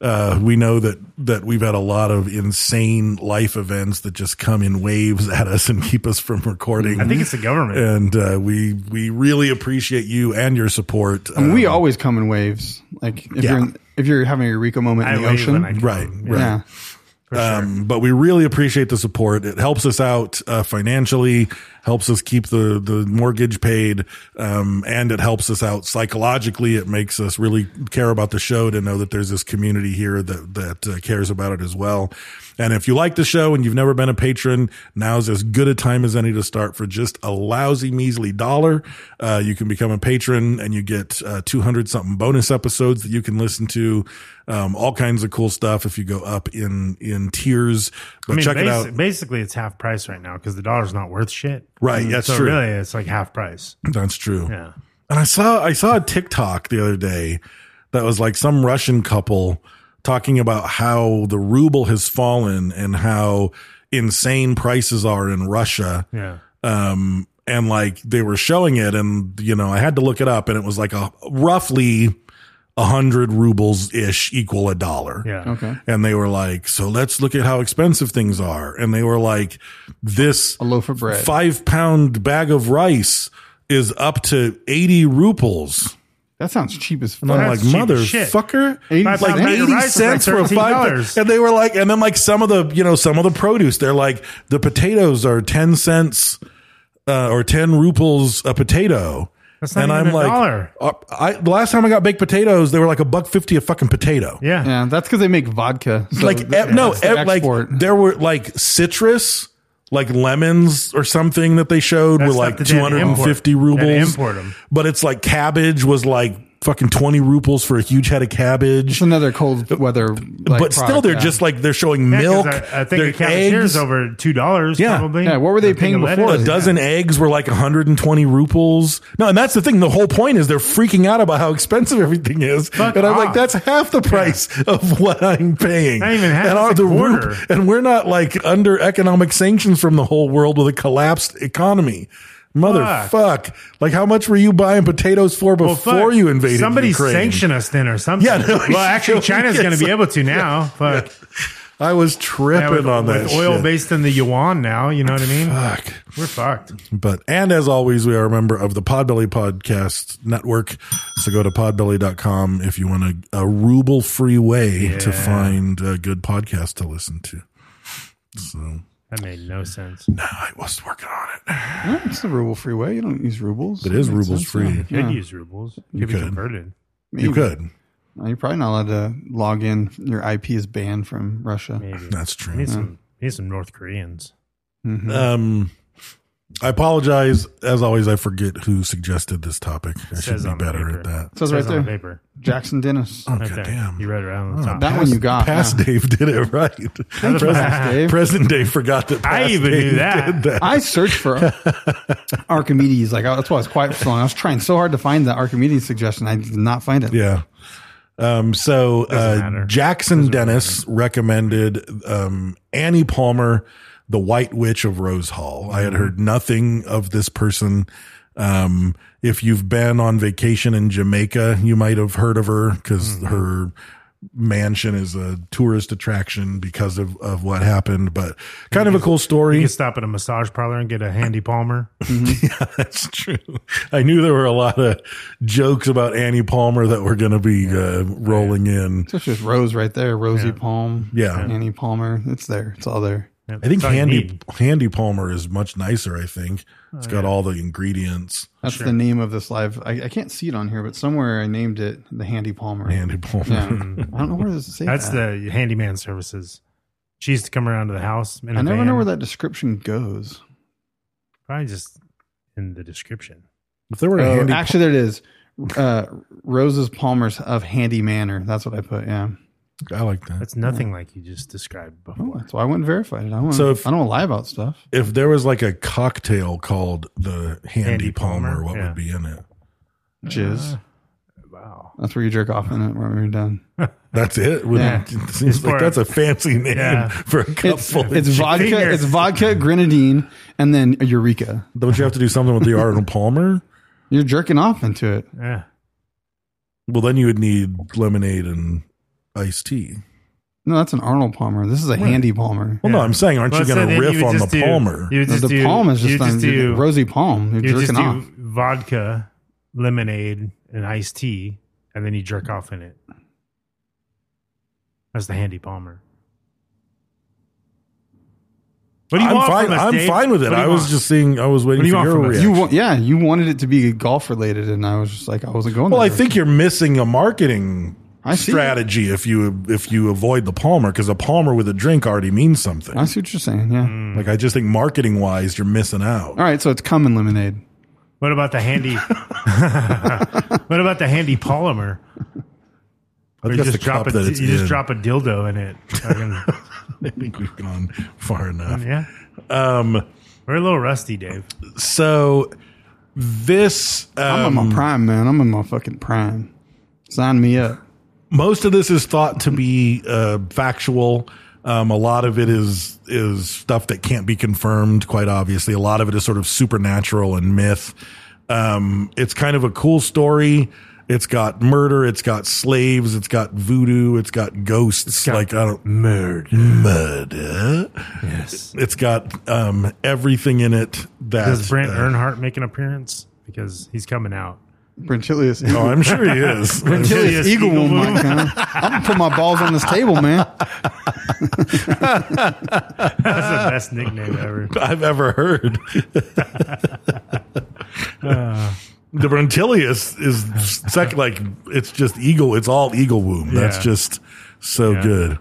Speaker 9: uh, we know that that we've had a lot of insane life events that just come in waves at us and keep us from recording.
Speaker 11: I think it's the government.
Speaker 9: Mm-hmm. and uh, we we really appreciate you and your support.
Speaker 10: And we
Speaker 9: Um,
Speaker 10: always come in waves. Like if
Speaker 9: Yeah.
Speaker 10: you're in, if you're having a eureka moment
Speaker 11: I
Speaker 10: in the
Speaker 11: wave when
Speaker 10: ocean.
Speaker 11: I come.
Speaker 9: right, right.
Speaker 10: yeah.
Speaker 11: For sure.
Speaker 9: Um, but we really appreciate the support. It helps us out uh, financially, helps us keep the the mortgage paid, um, and it helps us out psychologically. It makes us really care about the show to know that there's this community here that that uh, cares about it as well. And if you like the show and you've never been a patron, now's as good a time as any to start for just a lousy, measly dollar. Uh, you can become a patron and you get uh, 200 something bonus episodes that you can listen to. Um, all kinds of cool stuff if you go up in in tiers. But
Speaker 11: I mean,
Speaker 9: check it
Speaker 11: basi-
Speaker 9: out.
Speaker 11: basically, it's half price right now because the dollar's not worth shit.
Speaker 9: Right, that's
Speaker 11: so
Speaker 9: true.
Speaker 11: Really, it's like half price.
Speaker 9: That's true.
Speaker 11: Yeah.
Speaker 9: And I saw I saw a TikTok the other day that was like some Russian couple talking about how the ruble has fallen and how insane prices are in Russia.
Speaker 11: Yeah.
Speaker 9: um and like they were showing it and you know i had to look it up and it was like a roughly a hundred rubles ish equal a dollar
Speaker 11: Yeah.
Speaker 10: Okay.
Speaker 9: and they were like so let's look at how expensive things are and they were like this
Speaker 10: A loaf of bread.
Speaker 9: five pound bag of rice is up to 80 ruples
Speaker 10: That sounds cheap as fuck.
Speaker 9: and I'm
Speaker 11: That's
Speaker 9: like,
Speaker 11: cheap as shit.
Speaker 9: motherfucker,
Speaker 10: Eighty
Speaker 9: like
Speaker 10: cents?
Speaker 9: eighty
Speaker 11: Rice is like
Speaker 9: cents for
Speaker 11: $13.
Speaker 9: five. And they were like, and then like some of the, you know, some of the produce, they're like, the potatoes are ten cents uh, or ten ruples a potato.
Speaker 11: That's not even a dollar.
Speaker 9: uh, I the last time I got baked potatoes, they were like a buck fifty a fucking potato.
Speaker 11: Yeah.
Speaker 10: Yeah, that's because they make vodka. So
Speaker 9: like
Speaker 10: th-
Speaker 9: e- no,
Speaker 10: that's the
Speaker 9: e- like
Speaker 10: export.
Speaker 9: there were like citrus. Like lemons or something that they showed
Speaker 11: That's
Speaker 9: were
Speaker 11: stuff
Speaker 9: like
Speaker 11: that they had to
Speaker 9: 250
Speaker 11: import.
Speaker 9: rubles.
Speaker 11: They had to import 'em.
Speaker 9: But it's like cabbage was like fucking 20 rubles for a huge head of cabbage.
Speaker 10: It's another cold weather. Like,
Speaker 9: but still,
Speaker 10: product,
Speaker 9: they're
Speaker 10: yeah.
Speaker 9: just like they're showing
Speaker 11: Yeah, 'cause
Speaker 9: milk.
Speaker 11: I, I think
Speaker 9: their
Speaker 11: a
Speaker 9: eggs.
Speaker 11: cavitier's over two dollars.
Speaker 9: Yeah.
Speaker 11: Probably.
Speaker 10: Yeah, what were they
Speaker 11: A thing
Speaker 10: paying
Speaker 11: of lettuce.
Speaker 10: before?
Speaker 9: A dozen eggs were like 120 ruples. No, and that's the thing. The whole point is they're freaking out about how expensive everything is.
Speaker 11: Fuck
Speaker 9: and I'm
Speaker 11: off.
Speaker 9: like, that's half the price of what I'm paying.
Speaker 11: Not even half,
Speaker 9: And,
Speaker 11: it's a
Speaker 9: the rup-
Speaker 11: quarter.
Speaker 9: and we're not like under economic sanctions from the whole world with a collapsed economy. Motherfuck. Like, how much were you buying potatoes for
Speaker 11: Well,
Speaker 9: before
Speaker 11: fuck.
Speaker 9: you invaded
Speaker 11: Somebody
Speaker 9: Ukraine?
Speaker 11: sanction us then or something.
Speaker 9: Yeah, no,
Speaker 11: well, actually,
Speaker 9: we
Speaker 11: China's
Speaker 9: get
Speaker 11: going to be
Speaker 9: some-
Speaker 11: able to now. Fuck.
Speaker 9: I was
Speaker 11: Yeah,
Speaker 9: tripping
Speaker 11: with,
Speaker 9: on that
Speaker 11: with oil
Speaker 9: shit.
Speaker 11: based in the yuan now. You know what I mean?
Speaker 9: Fuck.
Speaker 11: We're fucked.
Speaker 9: But and as always, we are a member of the Podbelly Podcast Network. So go to podbelly.com if you want a, a ruble free way to find a good podcast to listen to. So
Speaker 11: That made no sense.
Speaker 9: no, I was working on it.
Speaker 10: No, it's the ruble free way. You don't use rubles.
Speaker 9: It is
Speaker 10: That makes
Speaker 9: rubles
Speaker 10: sense, yeah.
Speaker 9: free.
Speaker 11: You could use rubles. You could be
Speaker 9: could.
Speaker 11: converted.
Speaker 9: You
Speaker 10: Maybe.
Speaker 9: could.
Speaker 10: No, You're probably not allowed to log in. Your IP is banned from Russia.
Speaker 11: Maybe.
Speaker 9: That's
Speaker 11: Need
Speaker 9: true.
Speaker 11: some. Need some North Koreans.
Speaker 9: Um I apologize. As always, I forget who suggested this topic. I should
Speaker 11: Says
Speaker 9: be
Speaker 11: on the
Speaker 9: better
Speaker 11: paper.
Speaker 9: at that.
Speaker 10: says right
Speaker 11: Says on
Speaker 10: there.
Speaker 11: the paper.
Speaker 10: Jackson Dennis.
Speaker 9: Oh,
Speaker 11: Right there.
Speaker 9: goddamn.
Speaker 11: You read it right on the
Speaker 9: Oh,
Speaker 11: top.
Speaker 10: That one you got,
Speaker 9: Past
Speaker 10: yeah.
Speaker 9: Dave did it right.
Speaker 10: Uh-huh. Past Dave.
Speaker 9: Present, present Dave forgot that.
Speaker 11: I
Speaker 9: past
Speaker 11: even knew
Speaker 9: Dave
Speaker 11: that.
Speaker 9: did that.
Speaker 10: I searched for Archimedes. Like that's why I was quiet for so long. I was trying so hard to find that Archimedes suggestion. I did not find it.
Speaker 9: Yeah. Um, so uh,
Speaker 11: matter.
Speaker 9: Jackson Dennis recommended um, Annie Palmer, the White Witch of Rose Hall. I had heard nothing of this person. Um, if you've been on vacation in Jamaica, you might have heard of her because her mansion is a tourist attraction because of, of what happened. But kind of a cool story.
Speaker 11: You can stop at a massage parlor and get a handy Palmer.
Speaker 9: Yeah, that's true. I knew there were a lot of jokes about Annie Palmer that were going to be uh, rolling in.
Speaker 10: It's just Rose right there. Rosie Palm.
Speaker 9: Yeah.
Speaker 10: Annie Palmer. It's there. It's all there.
Speaker 9: I think
Speaker 11: That's all you
Speaker 9: Handy
Speaker 11: need.
Speaker 9: Handy Palmer is much nicer. I think
Speaker 11: Oh,
Speaker 9: it's got all the ingredients.
Speaker 10: That's the name of this live. I, I can't see it on here, but somewhere I named it the Handy Palmer.
Speaker 9: Handy Palmer.
Speaker 10: Yeah. I don't know where does it say
Speaker 11: That's
Speaker 10: that.
Speaker 11: the handyman services. She used to come around to the house. In a
Speaker 10: I never
Speaker 11: van.
Speaker 10: know where that description goes.
Speaker 11: Probably just in the description.
Speaker 9: If there were a
Speaker 10: Oh,
Speaker 9: Handy,
Speaker 10: actually, there it is. Uh, Rose's Palmer's of Handy Manor. That's what I put. Yeah.
Speaker 9: I like that.
Speaker 11: That's nothing like you just described
Speaker 10: Oh,
Speaker 11: before.
Speaker 10: that's why I went and verified it. I, want,
Speaker 9: So if-
Speaker 10: I don't lie about stuff.
Speaker 9: If there was like a cocktail called the Handy,
Speaker 11: Handy
Speaker 9: Palmer,
Speaker 11: Palmer,
Speaker 9: what
Speaker 11: yeah.
Speaker 9: would be in it?
Speaker 10: Jizz.
Speaker 11: Wow.
Speaker 10: That's where you jerk off in it when we're done.
Speaker 9: That's it. Wouldn't-
Speaker 10: Yeah.
Speaker 9: It seems
Speaker 11: It's
Speaker 9: like
Speaker 11: for-
Speaker 9: that's a fancy name
Speaker 11: Yeah.
Speaker 9: for a cup
Speaker 10: It's,
Speaker 9: full. of
Speaker 10: it's
Speaker 9: gin.
Speaker 10: vodka,
Speaker 11: Finger.
Speaker 10: it's vodka, grenadine, and then Eureka.
Speaker 9: Don't you have to do something with the Arnold Palmer?
Speaker 10: You're jerking off into it.
Speaker 11: Yeah.
Speaker 9: Well, then you would need lemonade and iced tea.
Speaker 10: No, that's an Arnold Palmer. This is a Handy Palmer.
Speaker 9: Well, no,
Speaker 11: Yeah.
Speaker 9: I'm saying, aren't
Speaker 11: Well,
Speaker 9: you
Speaker 11: so
Speaker 9: going
Speaker 11: then
Speaker 9: to riff
Speaker 11: would
Speaker 9: on the
Speaker 11: just do-
Speaker 9: Palmer?
Speaker 11: You would
Speaker 10: No,
Speaker 11: just
Speaker 10: the
Speaker 11: do,
Speaker 10: palm is
Speaker 11: you
Speaker 10: just,
Speaker 11: would
Speaker 10: on,
Speaker 11: do,
Speaker 10: rosy palm. You're
Speaker 11: you would
Speaker 10: jerking
Speaker 11: just do
Speaker 10: off.
Speaker 11: vodka, lemonade, and iced tea, and then you jerk off in it. That's the handy Palmer. What do you
Speaker 9: I'm
Speaker 11: want
Speaker 9: fine.
Speaker 11: from us,
Speaker 9: I'm
Speaker 11: Dave?
Speaker 9: fine with it.
Speaker 11: What do you
Speaker 9: I was
Speaker 11: want?
Speaker 9: just seeing. I was waiting
Speaker 11: What
Speaker 9: for
Speaker 11: do you want
Speaker 9: your
Speaker 11: from us?
Speaker 9: reaction.
Speaker 10: You want, yeah, you wanted it to be golf related, and I was just like, I wasn't going.
Speaker 9: well, I
Speaker 10: there.
Speaker 9: think you're missing a marketing
Speaker 10: I see.
Speaker 9: strategy if you if you avoid the Palmer because a Palmer with a drink already means something.
Speaker 10: I see what you're saying. Yeah.
Speaker 9: Like I just think marketing wise, you're missing out.
Speaker 10: All right, so it's common lemonade.
Speaker 11: What about the handy? what about the handy polymer?
Speaker 9: I
Speaker 11: Or
Speaker 9: think that's
Speaker 11: you just
Speaker 9: the cup
Speaker 11: drop a
Speaker 9: that it's
Speaker 11: you just
Speaker 9: in.
Speaker 11: drop a dildo in it. Fucking-
Speaker 9: I think we've gone far enough.
Speaker 11: yeah,
Speaker 9: Um.
Speaker 11: we're a little rusty, Dave.
Speaker 9: So this
Speaker 10: I'm in
Speaker 9: um,
Speaker 10: my prime, man. I'm in my fucking prime. Sign me up.
Speaker 9: most of this is thought to be uh, factual. Um, a lot of it is is stuff that can't be confirmed. Quite obviously, a lot of it is sort of supernatural and myth. Um, it's kind of a cool story. It's got murder. It's got slaves. It's got voodoo. It's got ghosts. like I don't murder. Murder.
Speaker 11: Yes.
Speaker 9: It's got um, everything in it that
Speaker 11: Does Brent
Speaker 9: uh,
Speaker 11: Earnhardt make an appearance because he's coming out?
Speaker 10: Brentilius.
Speaker 9: Oh, I'm sure he is.
Speaker 11: Brentilius
Speaker 10: Eagle,
Speaker 11: Eagle
Speaker 10: woman.
Speaker 11: Woman.
Speaker 10: huh? I'm gonna put my balls on this table, man.
Speaker 11: That's the best nickname ever.
Speaker 9: I've ever heard. the Brontilius is sec- like it's just eagle. It's all eagle womb. That's
Speaker 11: Yeah.
Speaker 9: just so
Speaker 11: Yeah.
Speaker 9: good.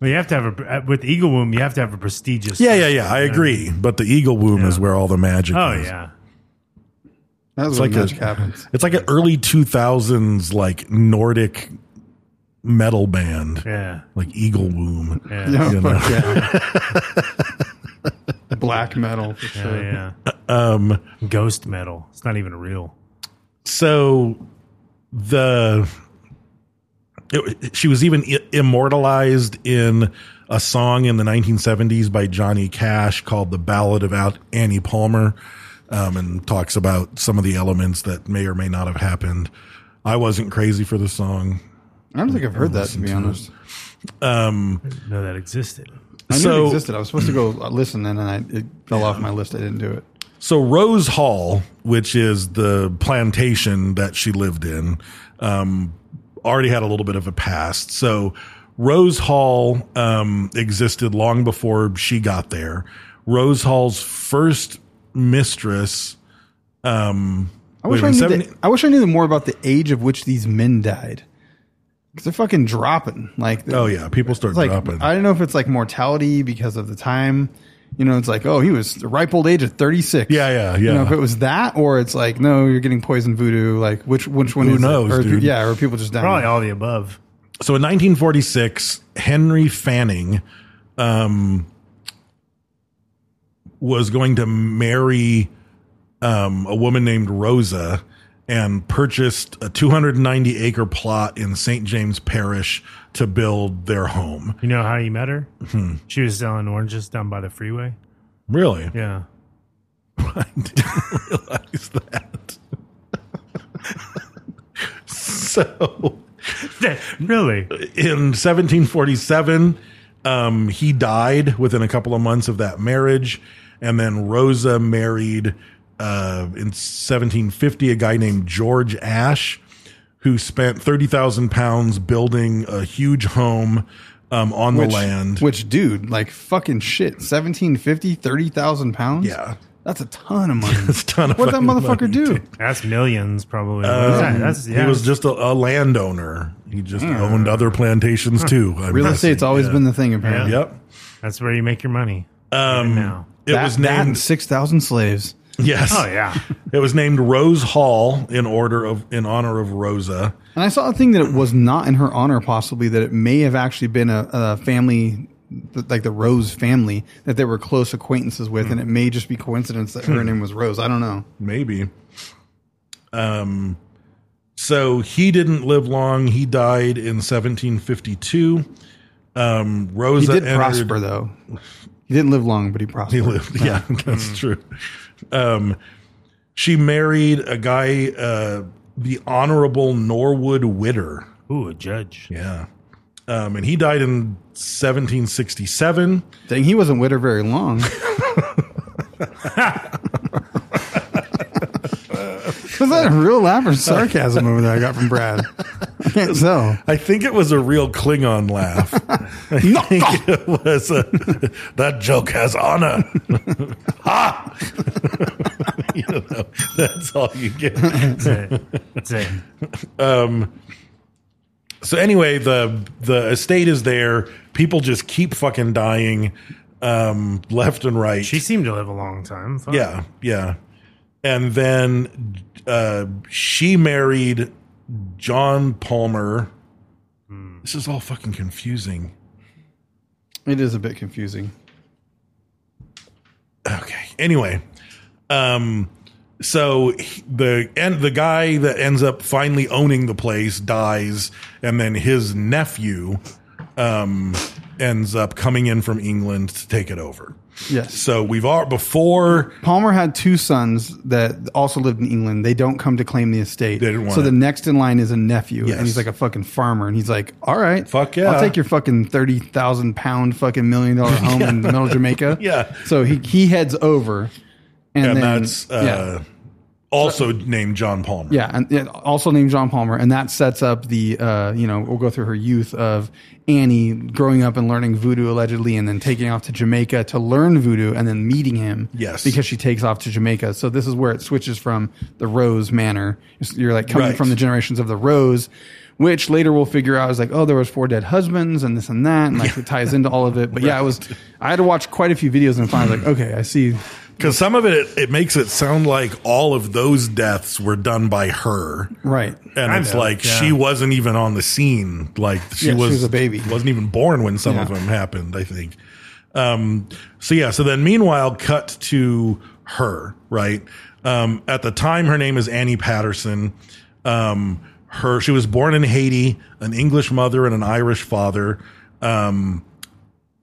Speaker 11: Well, you have to have a with Eagle Womb. You have to have a prestigious.
Speaker 9: Yeah, yeah, yeah. I agree. But the eagle womb is where all the magic.
Speaker 11: Oh
Speaker 9: is.
Speaker 11: yeah.
Speaker 10: That's
Speaker 9: It's
Speaker 10: what
Speaker 9: like
Speaker 10: magic
Speaker 9: a-
Speaker 10: happens.
Speaker 9: It's like an early two thousands like Nordic metal band,
Speaker 11: Yeah.
Speaker 9: like Eagle Womb.
Speaker 11: Yeah.
Speaker 10: Yeah,
Speaker 9: You
Speaker 10: fuck yeah. Black metal for
Speaker 11: Yeah.
Speaker 10: sure.
Speaker 11: yeah. Um, Ghost metal. It's not even real.
Speaker 9: so the it- she was even i- immortalized in a song in the 1970s by Johnny Cash called "The Ballad of Out Annie Palmer," um, and talks about some of the elements that may or may not have happened. I wasn't crazy for the song.
Speaker 10: I don't think I've heard that to be honest.
Speaker 11: Didn't know that existed.
Speaker 10: I knew
Speaker 9: So-
Speaker 10: it existed. I was supposed to go listen, and then I, it fell off my list. I didn't do it.
Speaker 9: So Rose Hall, which is the plantation that she lived in, um, already had a little bit of a past. So Rose Hall um, existed long before she got there. Rose Hall's first mistress. Um,
Speaker 10: I wish
Speaker 9: wait a
Speaker 10: I, knew
Speaker 9: minute,
Speaker 10: the, I wish I knew more about the age of which these men died, because they're fucking dropping. Like,
Speaker 9: oh yeah, people start
Speaker 10: it's like
Speaker 9: dropping.
Speaker 10: I don't know if it's like mortality because of the time. You know, it's like, oh, he was the ripe old age of 36.
Speaker 9: Yeah, yeah,
Speaker 10: You know,
Speaker 9: yeah.
Speaker 10: if it was that, or it's like, no, you're getting poison voodoo. Like, which which one
Speaker 9: Who
Speaker 10: is it?
Speaker 9: knows,
Speaker 10: Or-
Speaker 9: dude?
Speaker 10: Yeah, or people just down.
Speaker 11: Probably all the above.
Speaker 9: So in 1946, Henry Fanning um, was going to marry um, a woman named Rosa and purchased a 290 acre plot in St. James Parish to build their home.
Speaker 11: You know how you met her?
Speaker 9: Hmm.
Speaker 11: She was selling oranges down by the freeway.
Speaker 9: Really?
Speaker 11: Yeah.
Speaker 9: I didn't realize that. so
Speaker 11: really?
Speaker 9: in 1747, um, he died within a couple of months of that marriage. And then Rosa married uh, in 1750 a guy named George Ashe, who spent 30,000 pounds building a huge home um, on
Speaker 10: which,
Speaker 9: the land.
Speaker 10: Which, dude, like, fucking shit. 1750, 30,000 pounds?
Speaker 9: Yeah.
Speaker 10: That's a ton of money.
Speaker 9: That's a ton of
Speaker 10: What'd that
Speaker 9: fucking
Speaker 10: motherfucker
Speaker 9: money,
Speaker 10: do?
Speaker 9: dude.
Speaker 11: That's millions, probably. Yeah, that's, yeah.
Speaker 9: Um,
Speaker 11: Hmm.
Speaker 9: He was just a, a landowner. He just owned other plantations too. I'm
Speaker 10: Real
Speaker 9: guessing.
Speaker 10: estate's always
Speaker 9: Yeah.
Speaker 10: been the thing, apparently.
Speaker 9: Yep.
Speaker 11: that's where you make your money. Um, now.
Speaker 9: It
Speaker 10: That-
Speaker 9: was
Speaker 10: that and
Speaker 9: named
Speaker 10: 6,000 slaves.
Speaker 9: yes.
Speaker 11: Oh, yeah.
Speaker 9: It was named Rose Hall in order of in honor of Rosa.
Speaker 10: And I saw a thing that it was not in her honor, possibly that it may have actually been a, a family, th- like the Rose family, that they were close acquaintances with, and it may just be coincidence that
Speaker 9: Hmm.
Speaker 10: her name was Rose. I don't know.
Speaker 9: Maybe. Um so he didn't live long. He died in 1752. Um
Speaker 10: He
Speaker 9: Rosa
Speaker 10: did
Speaker 9: entered-
Speaker 10: prosper though. He didn't live long, but he prospered.
Speaker 9: He lived. Yeah,
Speaker 10: Mm-hmm.
Speaker 9: that's true. Um, she married a guy, uh, the Honorable Norwood Witter.
Speaker 11: Ooh, a judge.
Speaker 9: Yeah. Um, and he died in 1767.
Speaker 10: Dang, he wasn't with her very long. Was that a real laugh or sarcasm over there I got from Brad? I can't tell.
Speaker 9: I think it was a real Klingon laugh. I think it was a, that joke has honor. ha! you know, that's all you get.
Speaker 11: That's it. That's it.
Speaker 9: So anyway, the the estate is there. People just keep fucking dying, um, left and right.
Speaker 11: She seemed to live a long time. Fuck.
Speaker 9: yeah, yeah. And then uh, she married John Palmer. This is all fucking confusing.
Speaker 10: It is a bit confusing.
Speaker 9: Okay. Anyway, um, so he- the and the guy that ends up finally owning the place dies, and then his nephew um, ends up coming in from England to take it over.
Speaker 10: Yes.
Speaker 9: So we've all before
Speaker 10: Palmer had two sons that also lived in England. They don't come to claim the estate.
Speaker 9: They didn't want
Speaker 10: so
Speaker 9: it.
Speaker 10: the next in line is a nephew,
Speaker 9: Yes.
Speaker 10: and he's like a fucking farmer, and he's like, "All right,
Speaker 9: Fuck yeah.
Speaker 10: I'll take your fucking thirty thousand pound fucking million dollar home in the middle of Jamaica."
Speaker 9: Yeah.
Speaker 10: So he he heads over, and,
Speaker 9: and
Speaker 10: then,
Speaker 9: that's
Speaker 10: yeah.
Speaker 9: uh, also named John Palmer.
Speaker 10: Yeah, and yeah, also named John Palmer, and that sets up the uh, you know we'll go through her youth of Annie growing up and learning voodoo allegedly, and then taking off to Jamaica to learn voodoo, and then meeting him.
Speaker 9: Yes.
Speaker 10: because she takes off to Jamaica. So this is where it switches from the Rose Manor. You're like coming
Speaker 9: Right.
Speaker 10: from the generations of the Rose, which later we'll figure out is like oh there was four dead husbands and this and that, and like it ties into all of it. But yeah, it was I had to watch quite a few videos and find like okay I see
Speaker 9: Because some of it, it, it makes it sound like all of those deaths were done by her.
Speaker 10: right.
Speaker 9: And
Speaker 11: Kind
Speaker 9: it's
Speaker 11: of,
Speaker 9: like
Speaker 11: yeah.
Speaker 9: she wasn't even on the scene. Like she,
Speaker 10: Yeah, she
Speaker 9: was,
Speaker 10: was a baby.
Speaker 9: wasn't even born when some of
Speaker 10: Yeah.
Speaker 9: them happened. I think. Um, so yeah. So then, meanwhile, cut to her. Right. Um, at the time, her name is Annie Patterson. Um, her she was born in Haiti, an English mother and an Irish father. Um,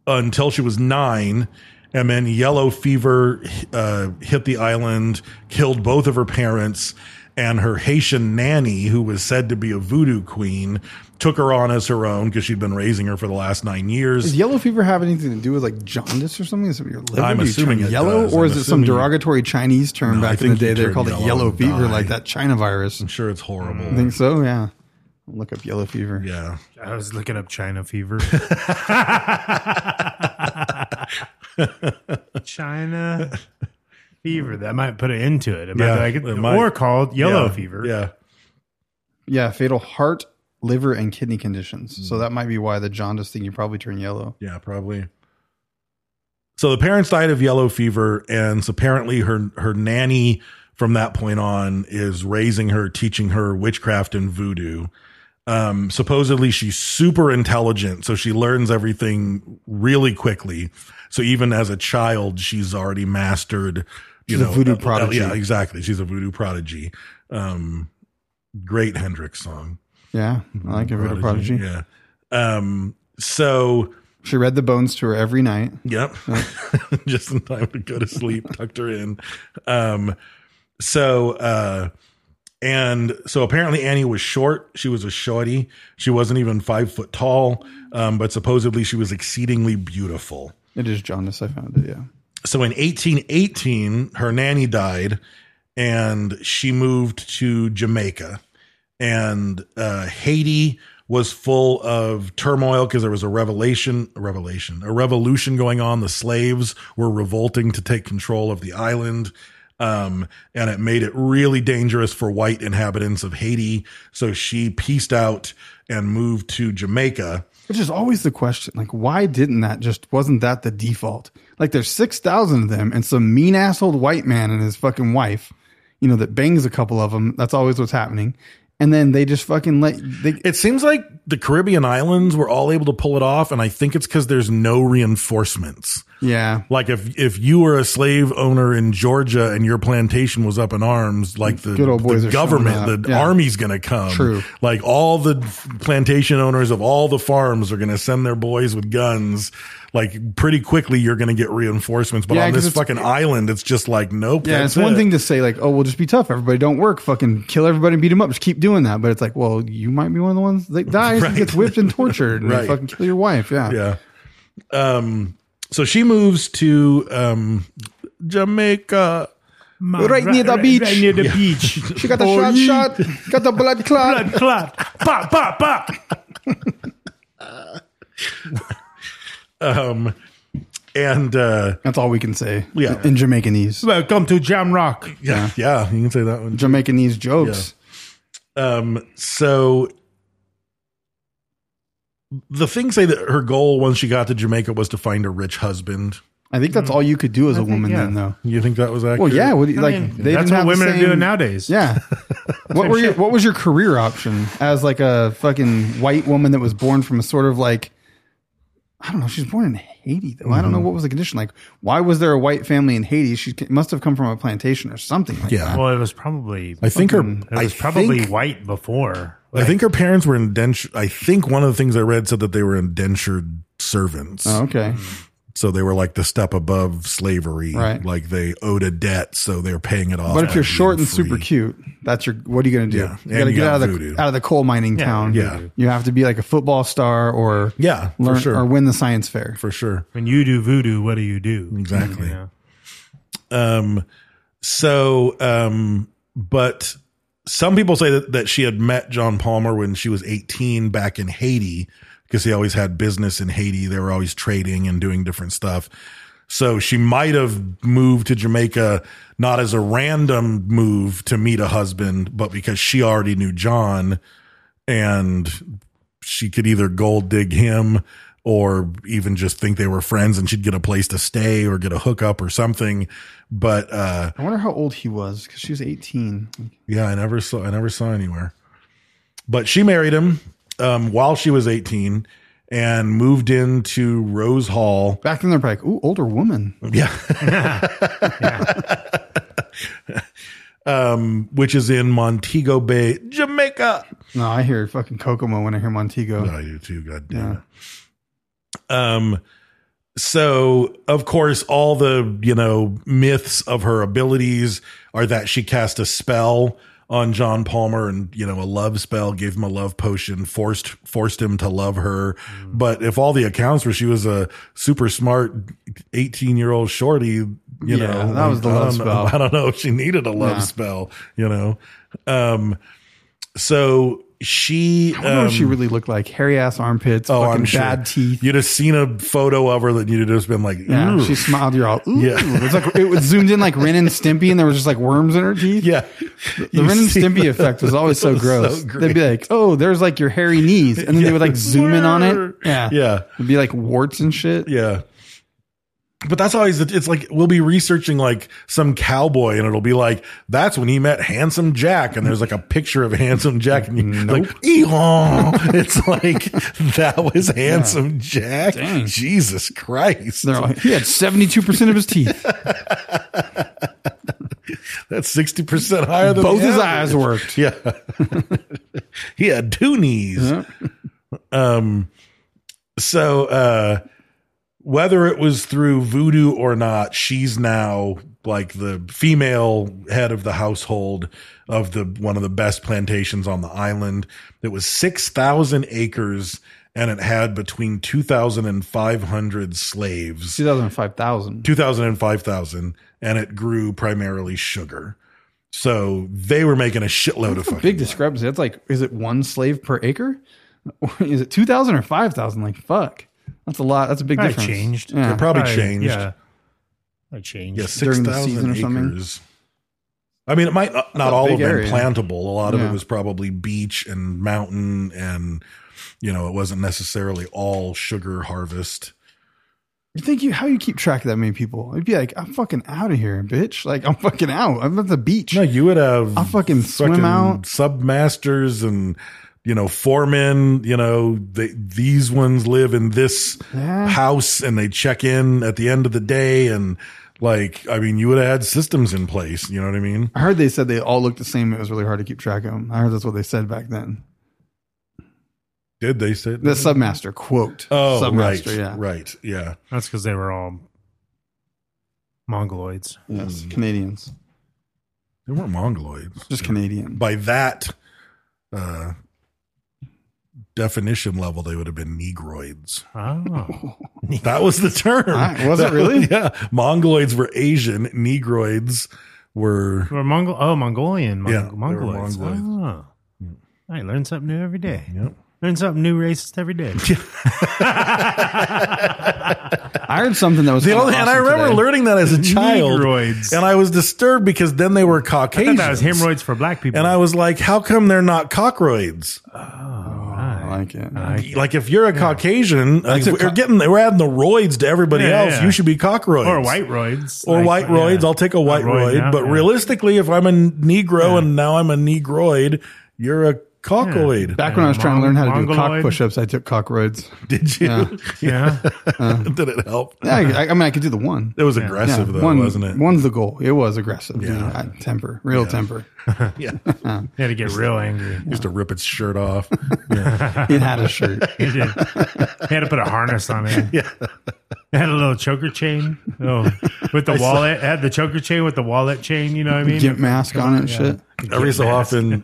Speaker 9: until she was nine. And then yellow fever uh, hit the island, killed both of her parents, and her Haitian nanny, who was said to be a voodoo queen, took her on as her own because she'd been raising her for the last nine years.
Speaker 10: Does yellow fever have anything to do with like jaundice or something? Is it your liver?
Speaker 9: I'm
Speaker 10: Do you
Speaker 9: assuming
Speaker 10: turn
Speaker 9: it
Speaker 10: yellow,
Speaker 9: does.
Speaker 10: or
Speaker 9: I'm
Speaker 10: is it some
Speaker 9: assuming-
Speaker 10: derogatory Chinese term
Speaker 9: No, I
Speaker 10: back in the
Speaker 9: think you
Speaker 10: day? They
Speaker 9: turn
Speaker 10: called it
Speaker 9: yellow
Speaker 10: yellow
Speaker 9: and
Speaker 10: fever,
Speaker 9: die. Mm.
Speaker 10: like that China virus.
Speaker 9: I'm sure it's horrible.
Speaker 10: I think so. Yeah, look up yellow fever.
Speaker 9: yeah.
Speaker 11: I was looking up China fever. China fever. That might put it into it. It might
Speaker 9: Yeah,
Speaker 11: be
Speaker 9: it
Speaker 11: like,
Speaker 9: might.
Speaker 11: or called yellow
Speaker 9: Yeah.
Speaker 11: fever.
Speaker 9: Yeah.
Speaker 10: yeah, fatal heart, liver, and kidney
Speaker 9: Mm.
Speaker 10: conditions. So that might be why the jaundice thing you probably turn yellow.
Speaker 9: Yeah, probably. So the parents died of yellow fever, and so apparently her her nanny from that point on is raising her, teaching her witchcraft and voodoo. Um, supposedly she's super intelligent, so she learns everything really quickly. So even as a child, she's already mastered. You
Speaker 10: She's a
Speaker 9: know,
Speaker 10: voodoo
Speaker 9: uh,
Speaker 10: prodigy.
Speaker 9: Yeah, exactly. She's a voodoo prodigy. Um, great Hendrix song.
Speaker 10: Yeah, I like a voodoo prodigy.
Speaker 9: Mm, Yeah. Um, so
Speaker 10: She read the bones to her every night.
Speaker 9: Yep. Just in time to go to sleep, tucked her in. Um, so, uh, and so apparently Annie was short. She was a shorty. She wasn't even five foot tall, um, but supposedly she was exceedingly beautiful.
Speaker 10: It is jaundice. I found it. Yeah.
Speaker 9: So in 1818, her nanny died and she moved to Jamaica. And uh, Haiti was full of turmoil because there was a revelation, a revelation, a revolution going on. The slaves were revolting to take control of the island. Um, and it made it really dangerous for white inhabitants of Haiti. So she pieced out and moved to Jamaica.
Speaker 10: Which is always the question. Like, why didn't that just wasn't that the default? Like, there's 6,000 of them, and some mean ass old white man and his fucking wife, you know, that bangs a couple of them. That's always what's happening. And then they just fucking let, they,
Speaker 9: It seems like the Caribbean islands were all able to pull it off, and I think it's because there's no reinforcements.
Speaker 10: yeah.
Speaker 9: Like if if you were a slave owner in Georgia and your plantation was up in arms, like the,
Speaker 10: Good old boys
Speaker 9: the
Speaker 10: are showing
Speaker 9: government,
Speaker 10: up.
Speaker 9: the
Speaker 10: Yeah.
Speaker 9: army's going to come.
Speaker 10: True.
Speaker 9: Like all the plantation owners of all the farms are going to send their boys with guns. Like pretty quickly, you're going to get reinforcements. But
Speaker 10: Yeah,
Speaker 9: on
Speaker 10: 'cause
Speaker 9: this
Speaker 10: it's-
Speaker 9: fucking island, it's just like nope.
Speaker 10: Yeah,
Speaker 9: that's
Speaker 10: it's one
Speaker 9: it.
Speaker 10: thing to say like, "Oh, we'll just be tough. Everybody don't work. Fucking kill everybody and beat them up. Just keep doing that." But it's like, well, you might be one of the ones that dies
Speaker 9: Right.
Speaker 10: and gets whipped and tortured and
Speaker 9: Right.
Speaker 10: fucking kill your wife. Yeah,
Speaker 9: Yeah. Um. So she moves to um Jamaica.
Speaker 10: Right near the beach.
Speaker 11: Right near the beach.
Speaker 10: she got
Speaker 9: Oh,
Speaker 10: the shot, shot, got the blood clot.
Speaker 11: Blood clot. Pop, pop, pop.
Speaker 9: Um. And uh,
Speaker 10: That's all we can say.
Speaker 9: Yeah.
Speaker 10: in Jamaicanese,
Speaker 11: Welcome to Jam Rock.
Speaker 9: yeah, yeah, you can say that one.
Speaker 10: Jamaicanese jokes.
Speaker 9: Um, so the thing say that her goal once she got to Jamaica was to find a rich husband.
Speaker 10: I think that's all you could do as a
Speaker 11: think,
Speaker 10: woman
Speaker 11: yeah.
Speaker 10: then, though.
Speaker 9: You think that was accurate?
Speaker 10: Well, yeah, what, do you- like
Speaker 11: mean,
Speaker 10: they
Speaker 11: that's
Speaker 10: didn't have
Speaker 11: what
Speaker 10: the
Speaker 11: women are
Speaker 10: same-
Speaker 11: doing nowadays.
Speaker 10: Yeah. What were your, what was your career option as like a fucking white woman that was born from a sort of like I don't know. She was born in Haiti though. I
Speaker 9: Mm-hmm.
Speaker 10: don't know what was the condition like. Why was there a white family in Haiti? She ca- must have come from a plantation or something. Like
Speaker 9: Yeah.
Speaker 10: that.
Speaker 11: Well, it was probably
Speaker 9: I think her.
Speaker 11: it
Speaker 9: I
Speaker 11: was probably
Speaker 9: think-
Speaker 11: white before.
Speaker 9: I think her parents were indentured. I think one of the things I read said that they were indentured servants,
Speaker 10: Oh, okay.
Speaker 9: so they were like the step above slavery.
Speaker 10: Right.
Speaker 9: Like they owed a debt, so they're paying it off.
Speaker 10: But if
Speaker 9: by
Speaker 10: you're
Speaker 9: being
Speaker 10: short and super
Speaker 9: free.
Speaker 10: cute, that's your. What are you going to do?
Speaker 9: Yeah. And
Speaker 10: You got to
Speaker 9: you
Speaker 10: get
Speaker 9: got
Speaker 10: out of the
Speaker 9: voodoo.
Speaker 10: out of the coal mining
Speaker 11: Yeah,
Speaker 10: town.
Speaker 9: yeah.
Speaker 10: You have to be like a football star or
Speaker 9: Yeah, for
Speaker 10: learn
Speaker 9: sure.
Speaker 10: or win the science fair.
Speaker 9: for sure.
Speaker 11: when you do voodoo, what do you do?
Speaker 9: Exactly.
Speaker 11: You know?
Speaker 9: Um, so, um, but some people say that, that she had met John Palmer when she was 18 back in Haiti because he always had business in Haiti. They were always trading and doing different stuff. So she might have moved to Jamaica not as a random move to meet a husband, but because she already knew John and she could either gold dig him or even just think they were friends and she'd get a place to stay or get a hookup or something. But, uh,
Speaker 10: I wonder how old he was because she was 18.
Speaker 9: yeah, I never saw I never saw anywhere. But she married him um, while she was 18 and moved into Rose Hall.
Speaker 10: Back then they're probably like, ooh, older woman.
Speaker 9: Yeah. um, which is in Montego Bay, Jamaica.
Speaker 10: No, I hear fucking Kokomo when I hear Montego.
Speaker 9: I do too, god damn it. Um so of course all the, you know, myths of her abilities are that she cast a spell on John Palmer and, you know, a love spell, gave him a love potion, forced forced him to love her.
Speaker 10: Mm.
Speaker 9: But if all the accounts were she was a super smart 18-year-old shorty, you
Speaker 10: Yeah,
Speaker 9: know,
Speaker 10: that was the
Speaker 9: I
Speaker 10: love
Speaker 9: don't know-
Speaker 10: spell.
Speaker 9: I don't know if she needed a love
Speaker 10: Nah.
Speaker 9: spell, you know. Um so she
Speaker 10: I wonder what she
Speaker 9: um,
Speaker 10: really looked like. Hairy ass armpits,
Speaker 9: Oh,
Speaker 10: fucking
Speaker 9: I'm sure.
Speaker 10: bad teeth.
Speaker 9: You'd have seen a photo of her that you'd have just been like,
Speaker 10: yeah,
Speaker 9: "Ooh."
Speaker 10: she smiled. You're all ooh.
Speaker 9: Yeah.
Speaker 10: It's like it was zoomed in like Ren and Stimpy, and there was just like worms in her teeth.
Speaker 9: yeah.
Speaker 10: the Ren and Stimpy effect was always so gross. They'd be like, "Oh, there's like your hairy knees," and then they would like zoom in on it. Yeah,
Speaker 9: Yeah.
Speaker 10: It'd be like warts and shit.
Speaker 9: Yeah. but that's always it's like we'll be researching like some cowboy and it'll be like that's when he met handsome jack and there's like a picture of handsome jack and you're like "Eehaw." it's like that was handsome jack jesus christ
Speaker 10: They're like, he had seventy two percent of his teeth.
Speaker 9: that's 60% higher than
Speaker 10: Both
Speaker 9: the
Speaker 10: his
Speaker 9: average.
Speaker 10: eyes worked.
Speaker 9: yeah he had two knees um so uh whether it was through voodoo or not she's now like the female head of the household of the one of the best plantations on the island it was 6000 acres and it had between 2000 and 500 slaves
Speaker 10: Two thousand five thousand.
Speaker 9: 2000 and 5000 and it grew primarily sugar so they were making a shitload of fucking
Speaker 10: Big discrepancy. That's like, is it one slave per acre? Or is it two thousand or five thousand? Like, fuck. That's a lot. That's a big
Speaker 11: Probably
Speaker 10: difference.
Speaker 11: changed.
Speaker 10: Yeah.
Speaker 9: It probably changed.
Speaker 11: Yeah. I changed.
Speaker 9: Yeah,
Speaker 10: during
Speaker 9: six
Speaker 10: the season
Speaker 9: thousand
Speaker 10: or something?
Speaker 9: acres. I mean, it might not, not
Speaker 10: a
Speaker 9: all
Speaker 10: big
Speaker 9: have been
Speaker 10: area.
Speaker 9: plantable. A lot of
Speaker 10: Yeah.
Speaker 9: it was probably beach and mountain, and you know, it wasn't necessarily all sugar harvest.
Speaker 10: You think you how you keep track of that many people? It'd be like, I'm fucking out of here, bitch. Like I'm fucking out. I'm at the beach.
Speaker 9: No, you would have.
Speaker 10: I'll fucking swim out.
Speaker 9: Submasters and you know foremen. You know they, these ones live in this
Speaker 10: Yeah.
Speaker 9: house, and they check in at the end of the day. And like, I mean, you would have had systems in place. You know what I mean?
Speaker 10: I heard they said they all looked the same. It was really hard to keep track of them. I heard that's what they said back then.
Speaker 9: Did they say
Speaker 10: The submaster quote.
Speaker 9: Mm-hmm. Oh, right,
Speaker 10: submaster, yeah.
Speaker 9: right, yeah.
Speaker 11: That's because they were all mongoloids.
Speaker 10: Yes,
Speaker 9: Mm-hmm.
Speaker 10: Canadians.
Speaker 9: They weren't Mongoloids.
Speaker 10: Just Canadian.
Speaker 9: By that uh, definition level, they would have been Negroids.
Speaker 11: Oh,
Speaker 9: That was the term.
Speaker 10: Ah, was it
Speaker 9: That
Speaker 10: really?
Speaker 9: yeah. Mongoloids were Asian. Negroids were.
Speaker 11: were Mongol? Oh, Mongolian. Mong-
Speaker 9: Yeah, they were
Speaker 11: Mongoloids.
Speaker 9: Mongoloids.
Speaker 11: Oh. I learn something new every day.
Speaker 9: Yep.
Speaker 11: Learn something new racist every day.
Speaker 10: I heard something that was
Speaker 9: The
Speaker 10: kinda
Speaker 9: only, and I
Speaker 10: awesome
Speaker 9: remember
Speaker 10: today.
Speaker 9: learning that as a child,
Speaker 11: Negroids.
Speaker 9: and I was disturbed because then they were
Speaker 11: I
Speaker 9: Caucasian.
Speaker 11: thought that was hemorrhoids for black people.
Speaker 9: and I was like, "How come they're not cockroids?
Speaker 10: I
Speaker 11: Oh,
Speaker 10: like it.
Speaker 9: Like, if you're a Caucasian, like,
Speaker 10: a
Speaker 9: we're
Speaker 10: co-
Speaker 9: getting we're adding the roids to everybody
Speaker 11: Yeah,
Speaker 9: else.
Speaker 11: yeah.
Speaker 9: You should be cockroids
Speaker 11: or white roids.
Speaker 9: or
Speaker 11: Like,
Speaker 9: white
Speaker 11: yeah.
Speaker 9: roids. I'll take a white
Speaker 11: roid,
Speaker 9: roid.
Speaker 11: yeah,
Speaker 9: but
Speaker 11: yeah.
Speaker 9: realistically, if I'm a Negro and now I'm a Negroid, you're a cockoid.
Speaker 10: Back when I was trying to learn how to do cock
Speaker 11: Mongoloid.
Speaker 10: push-ups, I took cockroids.
Speaker 9: Did you?
Speaker 11: Yeah.
Speaker 9: Did it help?
Speaker 10: Yeah, I, I mean, I could do the one.
Speaker 9: It was aggressive, though,
Speaker 10: one,
Speaker 9: wasn't it?
Speaker 10: One's the goal. It was aggressive.
Speaker 9: Yeah.
Speaker 10: Yeah, I- temper, real temper.
Speaker 9: yeah.
Speaker 11: You had to get real angry.
Speaker 9: Used to rip its shirt off.
Speaker 10: It had a shirt.
Speaker 11: You did. You had to put a harness on it. Yeah. It had a little choker chain. Oh, with the wallet. It had the choker chain with the wallet chain. You know what I mean?
Speaker 10: Gimp mask on it and shit.
Speaker 9: Every so often,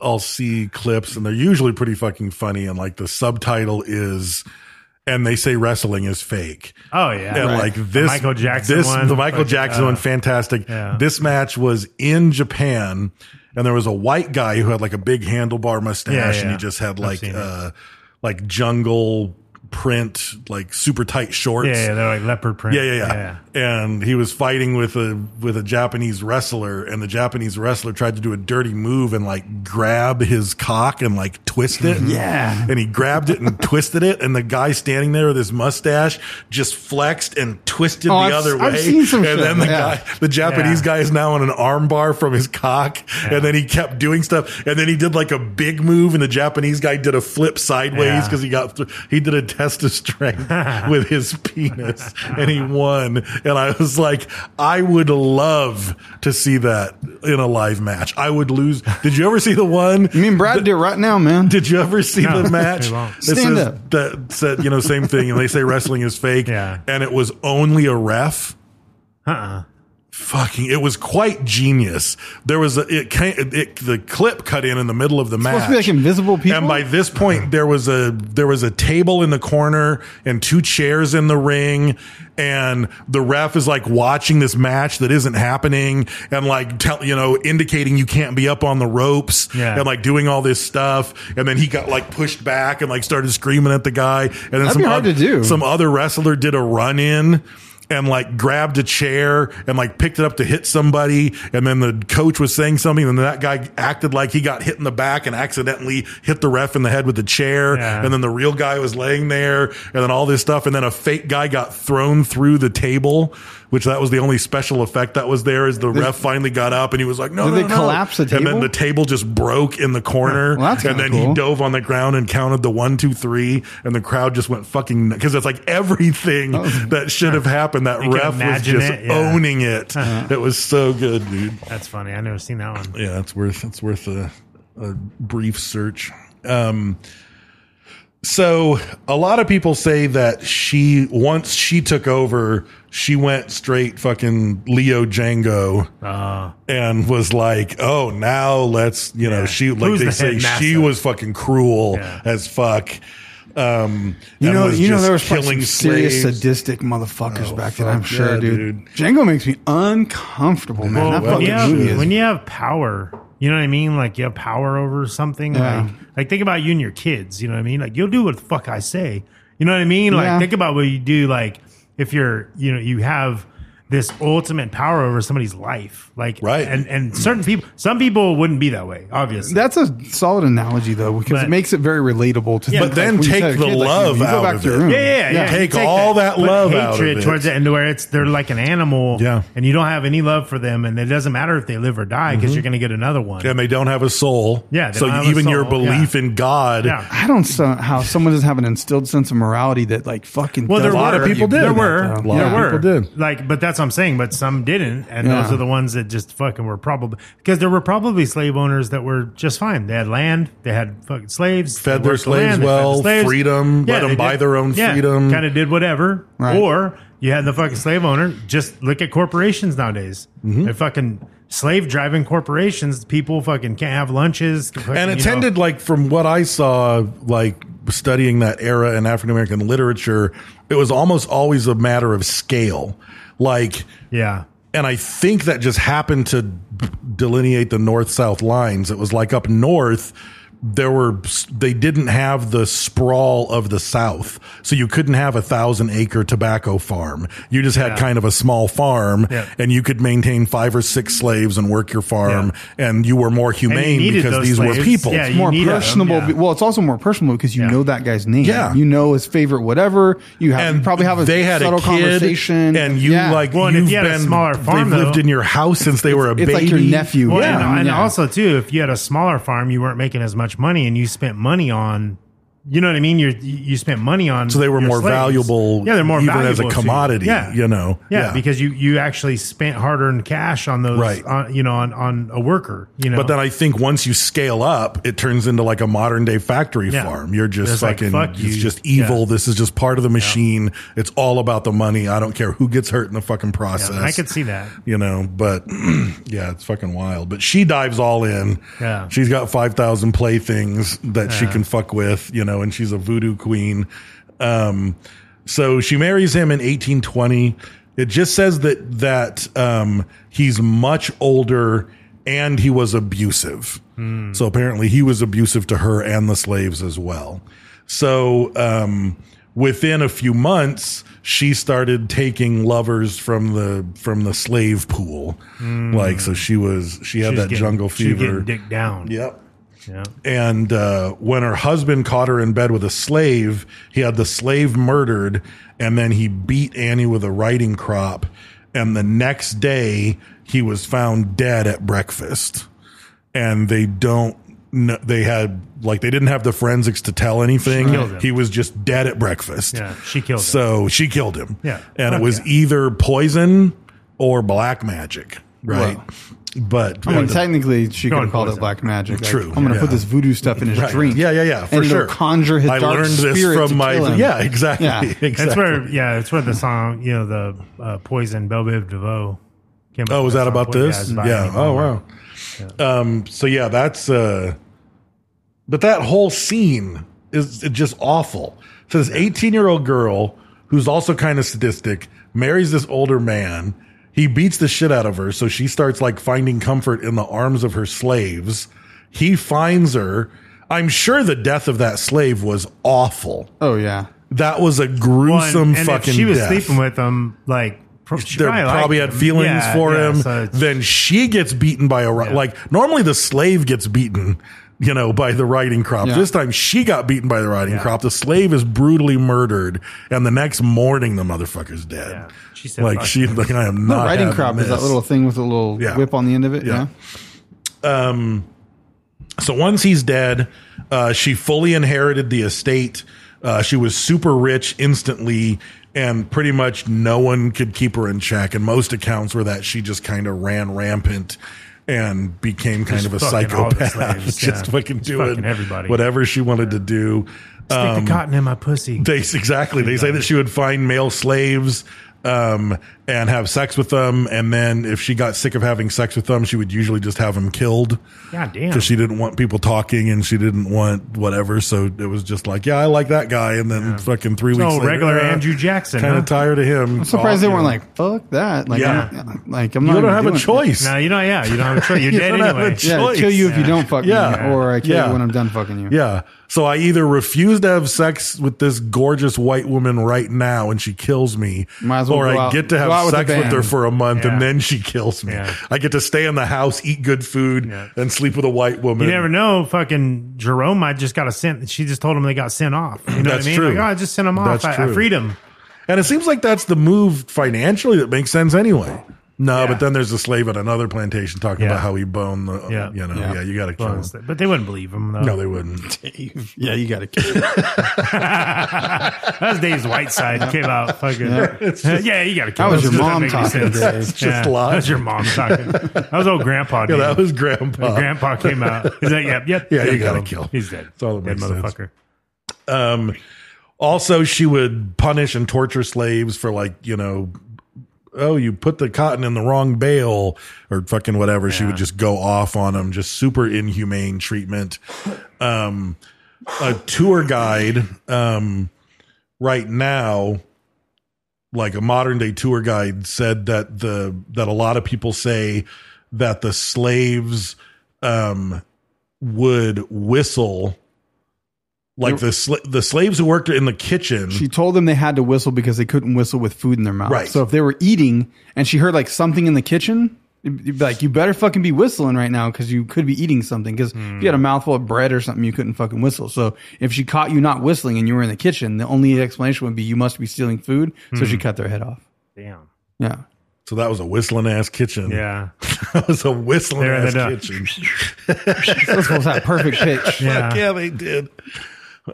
Speaker 9: I'll see clips, and they're usually pretty fucking funny. And like the subtitle is, and they say wrestling is fake.
Speaker 11: Oh yeah.
Speaker 9: and
Speaker 11: Right.
Speaker 9: like
Speaker 11: The
Speaker 9: this
Speaker 11: Michael Jackson
Speaker 9: this,
Speaker 11: one.
Speaker 9: the Michael
Speaker 11: Fucking,
Speaker 9: Jackson
Speaker 11: uh,
Speaker 9: one, fantastic.
Speaker 11: yeah.
Speaker 9: This match was in Japan, and there was a white guy who had like a big handlebar mustache,
Speaker 11: Yeah, yeah,
Speaker 9: and he
Speaker 11: yeah.
Speaker 9: just had
Speaker 11: I've
Speaker 9: like
Speaker 11: seen it.
Speaker 9: uh, like jungle print, like super tight shorts.
Speaker 11: Yeah, yeah, they're like leopard print.
Speaker 9: Yeah, yeah, yeah, And he was fighting with a with a Japanese wrestler, and the Japanese wrestler tried to do a dirty move and like grab his cock and like twist it.
Speaker 10: Mm-hmm. Yeah.
Speaker 9: And he grabbed it and twisted it, and the guy standing there with his mustache just flexed and twisted
Speaker 10: Oh,
Speaker 9: the
Speaker 10: I've-
Speaker 9: other way.
Speaker 10: I've seen some
Speaker 9: and
Speaker 10: shit,
Speaker 9: then the
Speaker 10: yeah.
Speaker 9: guy, the Japanese
Speaker 11: Yeah.
Speaker 9: guy, is now on an armbar from his cock, and then he kept doing stuff, and then he did like a big move, and the Japanese guy did a flip sideways
Speaker 11: Yeah.
Speaker 9: because he got th- he did a test of strength with his penis and he won and i was like i would love to see that in a live match i would lose did you ever see the one
Speaker 10: Me and Brad do it right now, man.
Speaker 9: did you ever see
Speaker 11: No,
Speaker 9: the match
Speaker 11: we won't.
Speaker 9: that says-
Speaker 10: Stand up.
Speaker 9: that said you know same thing and they say wrestling is fake
Speaker 11: Yeah.
Speaker 9: and it was only a ref
Speaker 11: Uh
Speaker 10: Uh-uh.
Speaker 11: uh
Speaker 9: fucking it was quite genius there was a it came it the clip cut in in the middle of the match
Speaker 10: supposed to be like invisible people?
Speaker 9: and by this point there was a there was a table in the corner and two chairs in the ring and the ref is like watching this match that isn't happening and like tell you know indicating you can't be up on the ropes
Speaker 11: Yeah.
Speaker 9: and like doing all this stuff and then he got like pushed back and like started screaming at the guy and then
Speaker 10: That'd
Speaker 9: some
Speaker 10: be hard
Speaker 9: oth-
Speaker 10: to do.
Speaker 9: some other wrestler did a run in and like grabbed a chair and like picked it up to hit somebody. And then the coach was saying something. And then that guy acted like he got hit in the back and accidentally hit the ref in the head with the chair.
Speaker 11: Yeah.
Speaker 9: And then the real guy was laying there and then all this stuff. And then a fake guy got thrown through the table, which that was the only special effect that was there is the ref finally got up and he was like, no,
Speaker 10: Did
Speaker 9: no,
Speaker 10: they
Speaker 9: no, no."
Speaker 10: collapse the
Speaker 9: And then
Speaker 10: table?
Speaker 9: the table just broke in the corner.
Speaker 10: Well, that's
Speaker 9: and
Speaker 10: kinda
Speaker 9: then he
Speaker 10: cool.
Speaker 9: dove on the ground and counted the one, two, three, and the crowd just went fucking because it's like everything that should have happened. That
Speaker 11: You can
Speaker 9: ref was
Speaker 11: imagine
Speaker 9: just
Speaker 11: it, yeah.
Speaker 9: owning it. It was so good, dude.
Speaker 11: That's funny. I never seen that one.
Speaker 9: Yeah, that's worth that's worth a, a brief search. Um, so a lot of people say that she once she took over, she went straight fucking Leo Django
Speaker 11: Uh,
Speaker 9: and was like, "Oh, now let's you know
Speaker 11: Yeah.
Speaker 9: she like
Speaker 11: Who's
Speaker 9: they
Speaker 11: the
Speaker 9: say
Speaker 11: headmaster?
Speaker 9: she was fucking cruel
Speaker 11: Yeah.
Speaker 9: as fuck." Um,
Speaker 10: You
Speaker 9: and
Speaker 10: know, you know,
Speaker 9: just
Speaker 10: there was probably
Speaker 9: killing
Speaker 10: some serious
Speaker 9: slaves.
Speaker 10: sadistic motherfuckers
Speaker 9: Oh,
Speaker 10: back then. I'm
Speaker 9: fuck
Speaker 10: sure,
Speaker 9: yeah,
Speaker 10: dude.
Speaker 9: dude.
Speaker 10: Django makes me uncomfortable, man.
Speaker 11: well,
Speaker 10: that
Speaker 11: when
Speaker 10: fucking
Speaker 11: you, have,
Speaker 10: movie is.
Speaker 11: when you have power, you know what I mean? Like you have power over something.
Speaker 10: Yeah.
Speaker 11: Like, like think about you and your kids. You know what I mean? Like you'll do what the fuck I say. You know what I mean? Like
Speaker 10: Yeah.
Speaker 11: think about what you do. Like if you're, you know, you have this ultimate power over somebody's life. Like
Speaker 9: Right.
Speaker 11: And and certain people, some people wouldn't be that way. Obviously,
Speaker 10: That's a solid analogy, though, because it
Speaker 11: But-
Speaker 10: makes it very relatable to.
Speaker 11: Yeah,
Speaker 10: things
Speaker 11: but
Speaker 9: then
Speaker 10: when you
Speaker 9: take
Speaker 10: said a
Speaker 9: the
Speaker 10: kid, like,
Speaker 9: love
Speaker 10: you go
Speaker 9: out
Speaker 10: back
Speaker 9: of
Speaker 10: to your
Speaker 9: it.
Speaker 10: room.
Speaker 11: Yeah, yeah, yeah.
Speaker 9: Take
Speaker 11: You
Speaker 9: all that
Speaker 11: but
Speaker 9: love out of
Speaker 11: hatred
Speaker 9: it.
Speaker 11: towards the end, where it's they're like an animal,
Speaker 9: Yeah.
Speaker 11: and you don't have any love for them, and it doesn't matter if they live or die
Speaker 9: Mm-hmm.
Speaker 11: because you're going to get another one.
Speaker 9: and they don't have a soul.
Speaker 11: Yeah, they
Speaker 9: so
Speaker 11: don't have a
Speaker 9: even your
Speaker 11: soul, yeah.
Speaker 9: belief in God,
Speaker 11: yeah.
Speaker 10: I don't know how someone doesn't have an instilled sense of morality that like fucking.
Speaker 11: Well, there
Speaker 10: does
Speaker 11: were
Speaker 9: lot
Speaker 10: that
Speaker 9: of
Speaker 10: you
Speaker 9: people
Speaker 10: do
Speaker 9: did.
Speaker 11: There
Speaker 10: that,
Speaker 11: were.
Speaker 9: A
Speaker 10: though.
Speaker 9: lot
Speaker 11: there
Speaker 9: of
Speaker 11: were.
Speaker 9: people did.
Speaker 11: Like, but that's what I'm saying. But some didn't, and
Speaker 10: Yeah.
Speaker 11: those are the ones that just fucking were probably because there were probably slave owners that were just fine. They had land. They had fucking slaves. they
Speaker 9: Fed their
Speaker 11: worked the
Speaker 9: slaves
Speaker 11: land, they fed the
Speaker 9: well, freedom, let 'em
Speaker 11: they
Speaker 9: buy
Speaker 11: did-
Speaker 9: their own
Speaker 11: yeah,
Speaker 9: freedom.
Speaker 11: Kind of did whatever.
Speaker 10: Right.
Speaker 11: Or you had the fucking slave owner. Just look at corporations nowadays.
Speaker 9: Mm-hmm.
Speaker 11: They're fucking. Slave driving corporations, people fucking can't have lunches. fucking,
Speaker 9: and
Speaker 11: you
Speaker 9: it
Speaker 11: know.
Speaker 9: tended like from what I saw, like studying that era in African American literature, it was almost always a matter of scale, like.
Speaker 11: yeah,
Speaker 9: and I think that just happened to b- delineate the north south lines. It was like up north, there were they didn't have the sprawl of the south, so you couldn't have a thousand acre tobacco farm. You just had
Speaker 11: Yeah.
Speaker 9: kind of a small farm,
Speaker 11: Yeah.
Speaker 9: and you could maintain five or six slaves and work your farm, and you were more humane
Speaker 11: needed
Speaker 9: because
Speaker 11: those
Speaker 9: these were
Speaker 11: slaves.
Speaker 9: people.
Speaker 11: Yeah,
Speaker 10: more
Speaker 11: You need 'em,
Speaker 10: personable.
Speaker 11: yeah.
Speaker 10: Well, it's also more personal because you
Speaker 11: Yeah.
Speaker 10: know that guy's name.
Speaker 9: Yeah.
Speaker 10: you know his favorite whatever. You have
Speaker 9: and
Speaker 10: you probably have a
Speaker 9: they had
Speaker 10: subtle
Speaker 9: a kid,
Speaker 10: conversation,
Speaker 9: and you
Speaker 10: Yeah.
Speaker 9: like
Speaker 11: Well, and if
Speaker 9: you've
Speaker 11: you had a
Speaker 9: been
Speaker 11: smaller farm,
Speaker 9: they've lived
Speaker 11: though,
Speaker 9: in your house since they were a
Speaker 10: it's
Speaker 9: baby.
Speaker 10: like your nephew.
Speaker 11: Well,
Speaker 10: yeah,
Speaker 11: and, and
Speaker 10: yeah.
Speaker 11: also too, if you had a smaller farm, you weren't making as much money, and you spent money on, you know what I mean. You you spent money on,
Speaker 9: So they were
Speaker 11: your
Speaker 9: more
Speaker 11: slaves.
Speaker 9: valuable
Speaker 11: Yeah, they're more
Speaker 9: even as a
Speaker 11: valuable to you.
Speaker 9: commodity,
Speaker 11: Yeah,
Speaker 9: you know.
Speaker 11: Yeah,
Speaker 9: Yeah.
Speaker 11: because you you actually spent hard earned cash on those,
Speaker 9: Right.
Speaker 11: On, you know, on on a worker. You know,
Speaker 9: But then I think once you scale up, it turns into like a modern day factory
Speaker 11: Yeah.
Speaker 9: farm. You're just
Speaker 11: It's like,
Speaker 9: fucking,
Speaker 11: fuck
Speaker 9: it's
Speaker 11: you.
Speaker 9: just evil.
Speaker 11: Yeah.
Speaker 9: This is just part of the machine. It's all about the money. I don't care who gets hurt in the fucking process.
Speaker 11: I could see that.
Speaker 9: You know, but yeah, it's fucking wild. But she dives all in.
Speaker 11: Yeah.
Speaker 9: She's got 5,000 playthings that she
Speaker 11: Yeah.
Speaker 9: can fuck with, you know, and she's a voodoo queen. Um, so she marries him in 1820. It just says that, that, um, he's much older and he was abusive.
Speaker 11: Hmm.
Speaker 9: So apparently he was abusive to her and the slaves as well. So, um, within a few months, she started taking lovers from the from the slave pool, like so. She was she had
Speaker 11: Hmm. She's
Speaker 9: that
Speaker 11: getting-
Speaker 9: jungle
Speaker 11: she's
Speaker 9: fever.
Speaker 11: getting dick down.
Speaker 9: Yep.
Speaker 11: Yeah.
Speaker 9: And uh, when her husband caught her in bed with a slave, he had the slave murdered, and then he beat Annie with a riding crop. And the next day, he was found dead at breakfast. And they don't. kn- They had like they didn't have the forensics to tell
Speaker 11: killed
Speaker 9: anything.
Speaker 11: him.
Speaker 9: He was just dead at breakfast.
Speaker 11: Yeah, she killed him.
Speaker 9: So she killed him.
Speaker 11: Yeah.
Speaker 9: and it
Speaker 11: Fuck
Speaker 9: was
Speaker 11: yeah.
Speaker 9: either poison or black magic, right?
Speaker 10: Wow.
Speaker 9: But
Speaker 10: I mean, technically, she could
Speaker 11: Going
Speaker 10: have called it
Speaker 11: poison.
Speaker 10: black magic. Like,
Speaker 9: True,
Speaker 10: I'm going to
Speaker 9: yeah.
Speaker 10: put this voodoo stuff in his
Speaker 9: Right.
Speaker 10: drink.
Speaker 9: Yeah, yeah, yeah, for
Speaker 10: and it'll
Speaker 9: sure.
Speaker 10: Conjure his
Speaker 9: I
Speaker 10: dark
Speaker 9: learned this
Speaker 10: spirit
Speaker 9: from
Speaker 10: to
Speaker 9: my-
Speaker 10: kill him.
Speaker 9: yeah, exactly.
Speaker 10: Yeah.
Speaker 11: That's where,
Speaker 9: Exactly.
Speaker 11: yeah, that's where the song, you know, the uh, Poison Belle Biv DeVoe came up
Speaker 9: Oh,
Speaker 11: with uh,
Speaker 9: was that
Speaker 11: song.
Speaker 9: about
Speaker 11: Well,
Speaker 9: this?
Speaker 11: it's about
Speaker 9: Yeah.
Speaker 11: Annie
Speaker 9: Oh,
Speaker 11: Palmer.
Speaker 9: wow. Um, so yeah, that's uh but that whole scene is just awful. So this 18-year-old girl who's also kind of sadistic marries this older man. He beats the shit out of her, so she starts like finding comfort in the arms of her slaves. He finds her. I'm sure the death of that slave was awful.
Speaker 10: Oh yeah.
Speaker 9: That was a
Speaker 11: Well, and-
Speaker 9: gruesome
Speaker 11: and
Speaker 9: fucking.
Speaker 11: If she was
Speaker 9: death.
Speaker 11: sleeping with him, like pro- she
Speaker 9: They probably, had
Speaker 11: liked him.
Speaker 9: feelings
Speaker 11: Yeah,
Speaker 9: for
Speaker 11: yeah,
Speaker 9: him.
Speaker 11: so it's-
Speaker 9: then she gets beaten by a ri-
Speaker 11: Yeah.
Speaker 9: like normally the slave gets beaten, you know, by the riding crop.
Speaker 10: Yeah.
Speaker 9: This time she got beaten by the riding
Speaker 11: Yeah.
Speaker 9: crop. The slave is brutally murdered, and the next morning the motherfucker's dead.
Speaker 11: Yeah. She said,
Speaker 9: like
Speaker 11: "Fuck
Speaker 9: she
Speaker 11: this."
Speaker 9: like I am
Speaker 10: The
Speaker 9: not
Speaker 10: riding
Speaker 9: having
Speaker 10: crop is that
Speaker 9: this."
Speaker 10: little thing with a little
Speaker 9: Yeah.
Speaker 10: whip on the end of it.
Speaker 9: Yeah.
Speaker 10: Yeah.
Speaker 9: So once he's dead, uh, she fully inherited the estate. Uh, she was super rich instantly, and pretty much no one could keep her in check. And most accounts were that she just kind of ran rampant and became kind of
Speaker 11: Just
Speaker 9: a
Speaker 11: fucking all the
Speaker 9: psychopath,
Speaker 11: slaves,
Speaker 9: just
Speaker 11: yeah.
Speaker 9: fucking
Speaker 11: Just
Speaker 9: doing
Speaker 11: fucking everybody.
Speaker 9: whatever she wanted to do. Uh,
Speaker 11: Stick the cotton in my pussy.
Speaker 9: um, They exactly. They say that she would find male slaves um, and have sex with them, and then if she got sick of having sex with them, she would usually just have them killed
Speaker 11: God damn.
Speaker 9: because she didn't want people talking and she didn't want whatever. So it was just like, yeah, I like that guy, and then fucking three
Speaker 11: So
Speaker 9: weeks later,
Speaker 11: regular Andrew Jackson,
Speaker 9: kind of
Speaker 11: huh?
Speaker 9: tired of him.
Speaker 10: I'm surprised they weren't like fuck that. Like,
Speaker 9: Yeah.
Speaker 10: I'm- like I'm
Speaker 9: you
Speaker 10: not.
Speaker 9: don't
Speaker 10: even
Speaker 9: have
Speaker 10: doing
Speaker 9: a
Speaker 10: it.
Speaker 9: choice.
Speaker 11: no, you don't. Yeah, you don't have a choice. You're
Speaker 9: You
Speaker 11: dead
Speaker 9: don't have a
Speaker 11: anyway.
Speaker 9: choice.
Speaker 10: Yeah, I kill you if you
Speaker 11: Yeah.
Speaker 10: don't fuck
Speaker 9: Yeah.
Speaker 10: me, or I kill
Speaker 9: Yeah.
Speaker 10: you when I'm done fucking you.
Speaker 9: Yeah. So I either refuse to have sex with this gorgeous white woman right now and she kills me,
Speaker 10: Might as well
Speaker 9: or
Speaker 10: go
Speaker 9: I
Speaker 10: out-
Speaker 9: get to
Speaker 10: go out
Speaker 9: have
Speaker 10: with a
Speaker 9: sex with
Speaker 10: bang.
Speaker 9: her for a month
Speaker 11: Yeah.
Speaker 9: and then she kills me.
Speaker 11: Yeah.
Speaker 9: I get to stay in the house, eat good food,
Speaker 11: Yeah.
Speaker 9: and sleep with a white woman.
Speaker 11: You never know. Fucking Jerome, I just got a sent. She just told him they got sent off. You know
Speaker 9: That's
Speaker 11: what I mean?
Speaker 9: true.
Speaker 11: Like, oh, I just sent him off.
Speaker 9: That's
Speaker 11: I, I
Speaker 9: true.
Speaker 11: freed him.
Speaker 9: And it seems like that's the move financially that makes sense anyway. No,
Speaker 11: Yeah.
Speaker 9: but then there's a slave at another plantation talking
Speaker 11: Yeah.
Speaker 9: about how he boned the,
Speaker 11: Yeah.
Speaker 9: you know, yeah,
Speaker 10: Yeah.
Speaker 9: you got to kill him.
Speaker 11: But they wouldn't believe him though.
Speaker 9: No, they wouldn't.
Speaker 10: Yeah, you got to kill. it.
Speaker 11: That's Dave's white side came out. Fucking yeah, you got to.
Speaker 10: That was your mom talking, Dave.
Speaker 11: That's
Speaker 10: It's
Speaker 9: just lies.
Speaker 11: That was your mom talking. That was old grandpa.
Speaker 9: Yeah,
Speaker 11: Dave.
Speaker 9: that was grandpa.
Speaker 11: grandpa came out. He's like, yep, yep.
Speaker 9: Yeah, you
Speaker 11: yep,
Speaker 9: gotta
Speaker 11: him.
Speaker 9: kill him.
Speaker 11: He's dead.
Speaker 9: That's all that
Speaker 11: dead
Speaker 9: makes sense.
Speaker 11: motherfucker.
Speaker 9: also, she would punish and torture slaves for like, you know, oh, you put the cotton in the wrong bale or fucking whatever. She would just go off on them, just super inhumane treatment. Um, a tour guide, um, right now, like a modern day tour guide said that the that a lot of people say that the slaves um would whistle like the sl- the slaves who worked in the kitchen
Speaker 10: She told them they had to whistle because they couldn't whistle with food in their mouth.
Speaker 9: Right.
Speaker 10: So if they were eating and she heard like something in the kitchen, it'd be like you better fucking be whistling right now because you could be eating something. Because if you had a mouthful of bread or something, you couldn't fucking whistle. So if she caught you not whistling and you were in the kitchen, the only explanation would be you must be stealing food.
Speaker 9: Hmm.
Speaker 10: So she cut their head off.
Speaker 11: Damn.
Speaker 10: Yeah.
Speaker 9: so that was a whistling ass kitchen
Speaker 11: Yeah.
Speaker 9: that was a whistling
Speaker 11: There
Speaker 9: ass
Speaker 11: they do.
Speaker 9: kitchen
Speaker 10: This was that perfect pitch.
Speaker 11: Yeah.
Speaker 9: yeah they did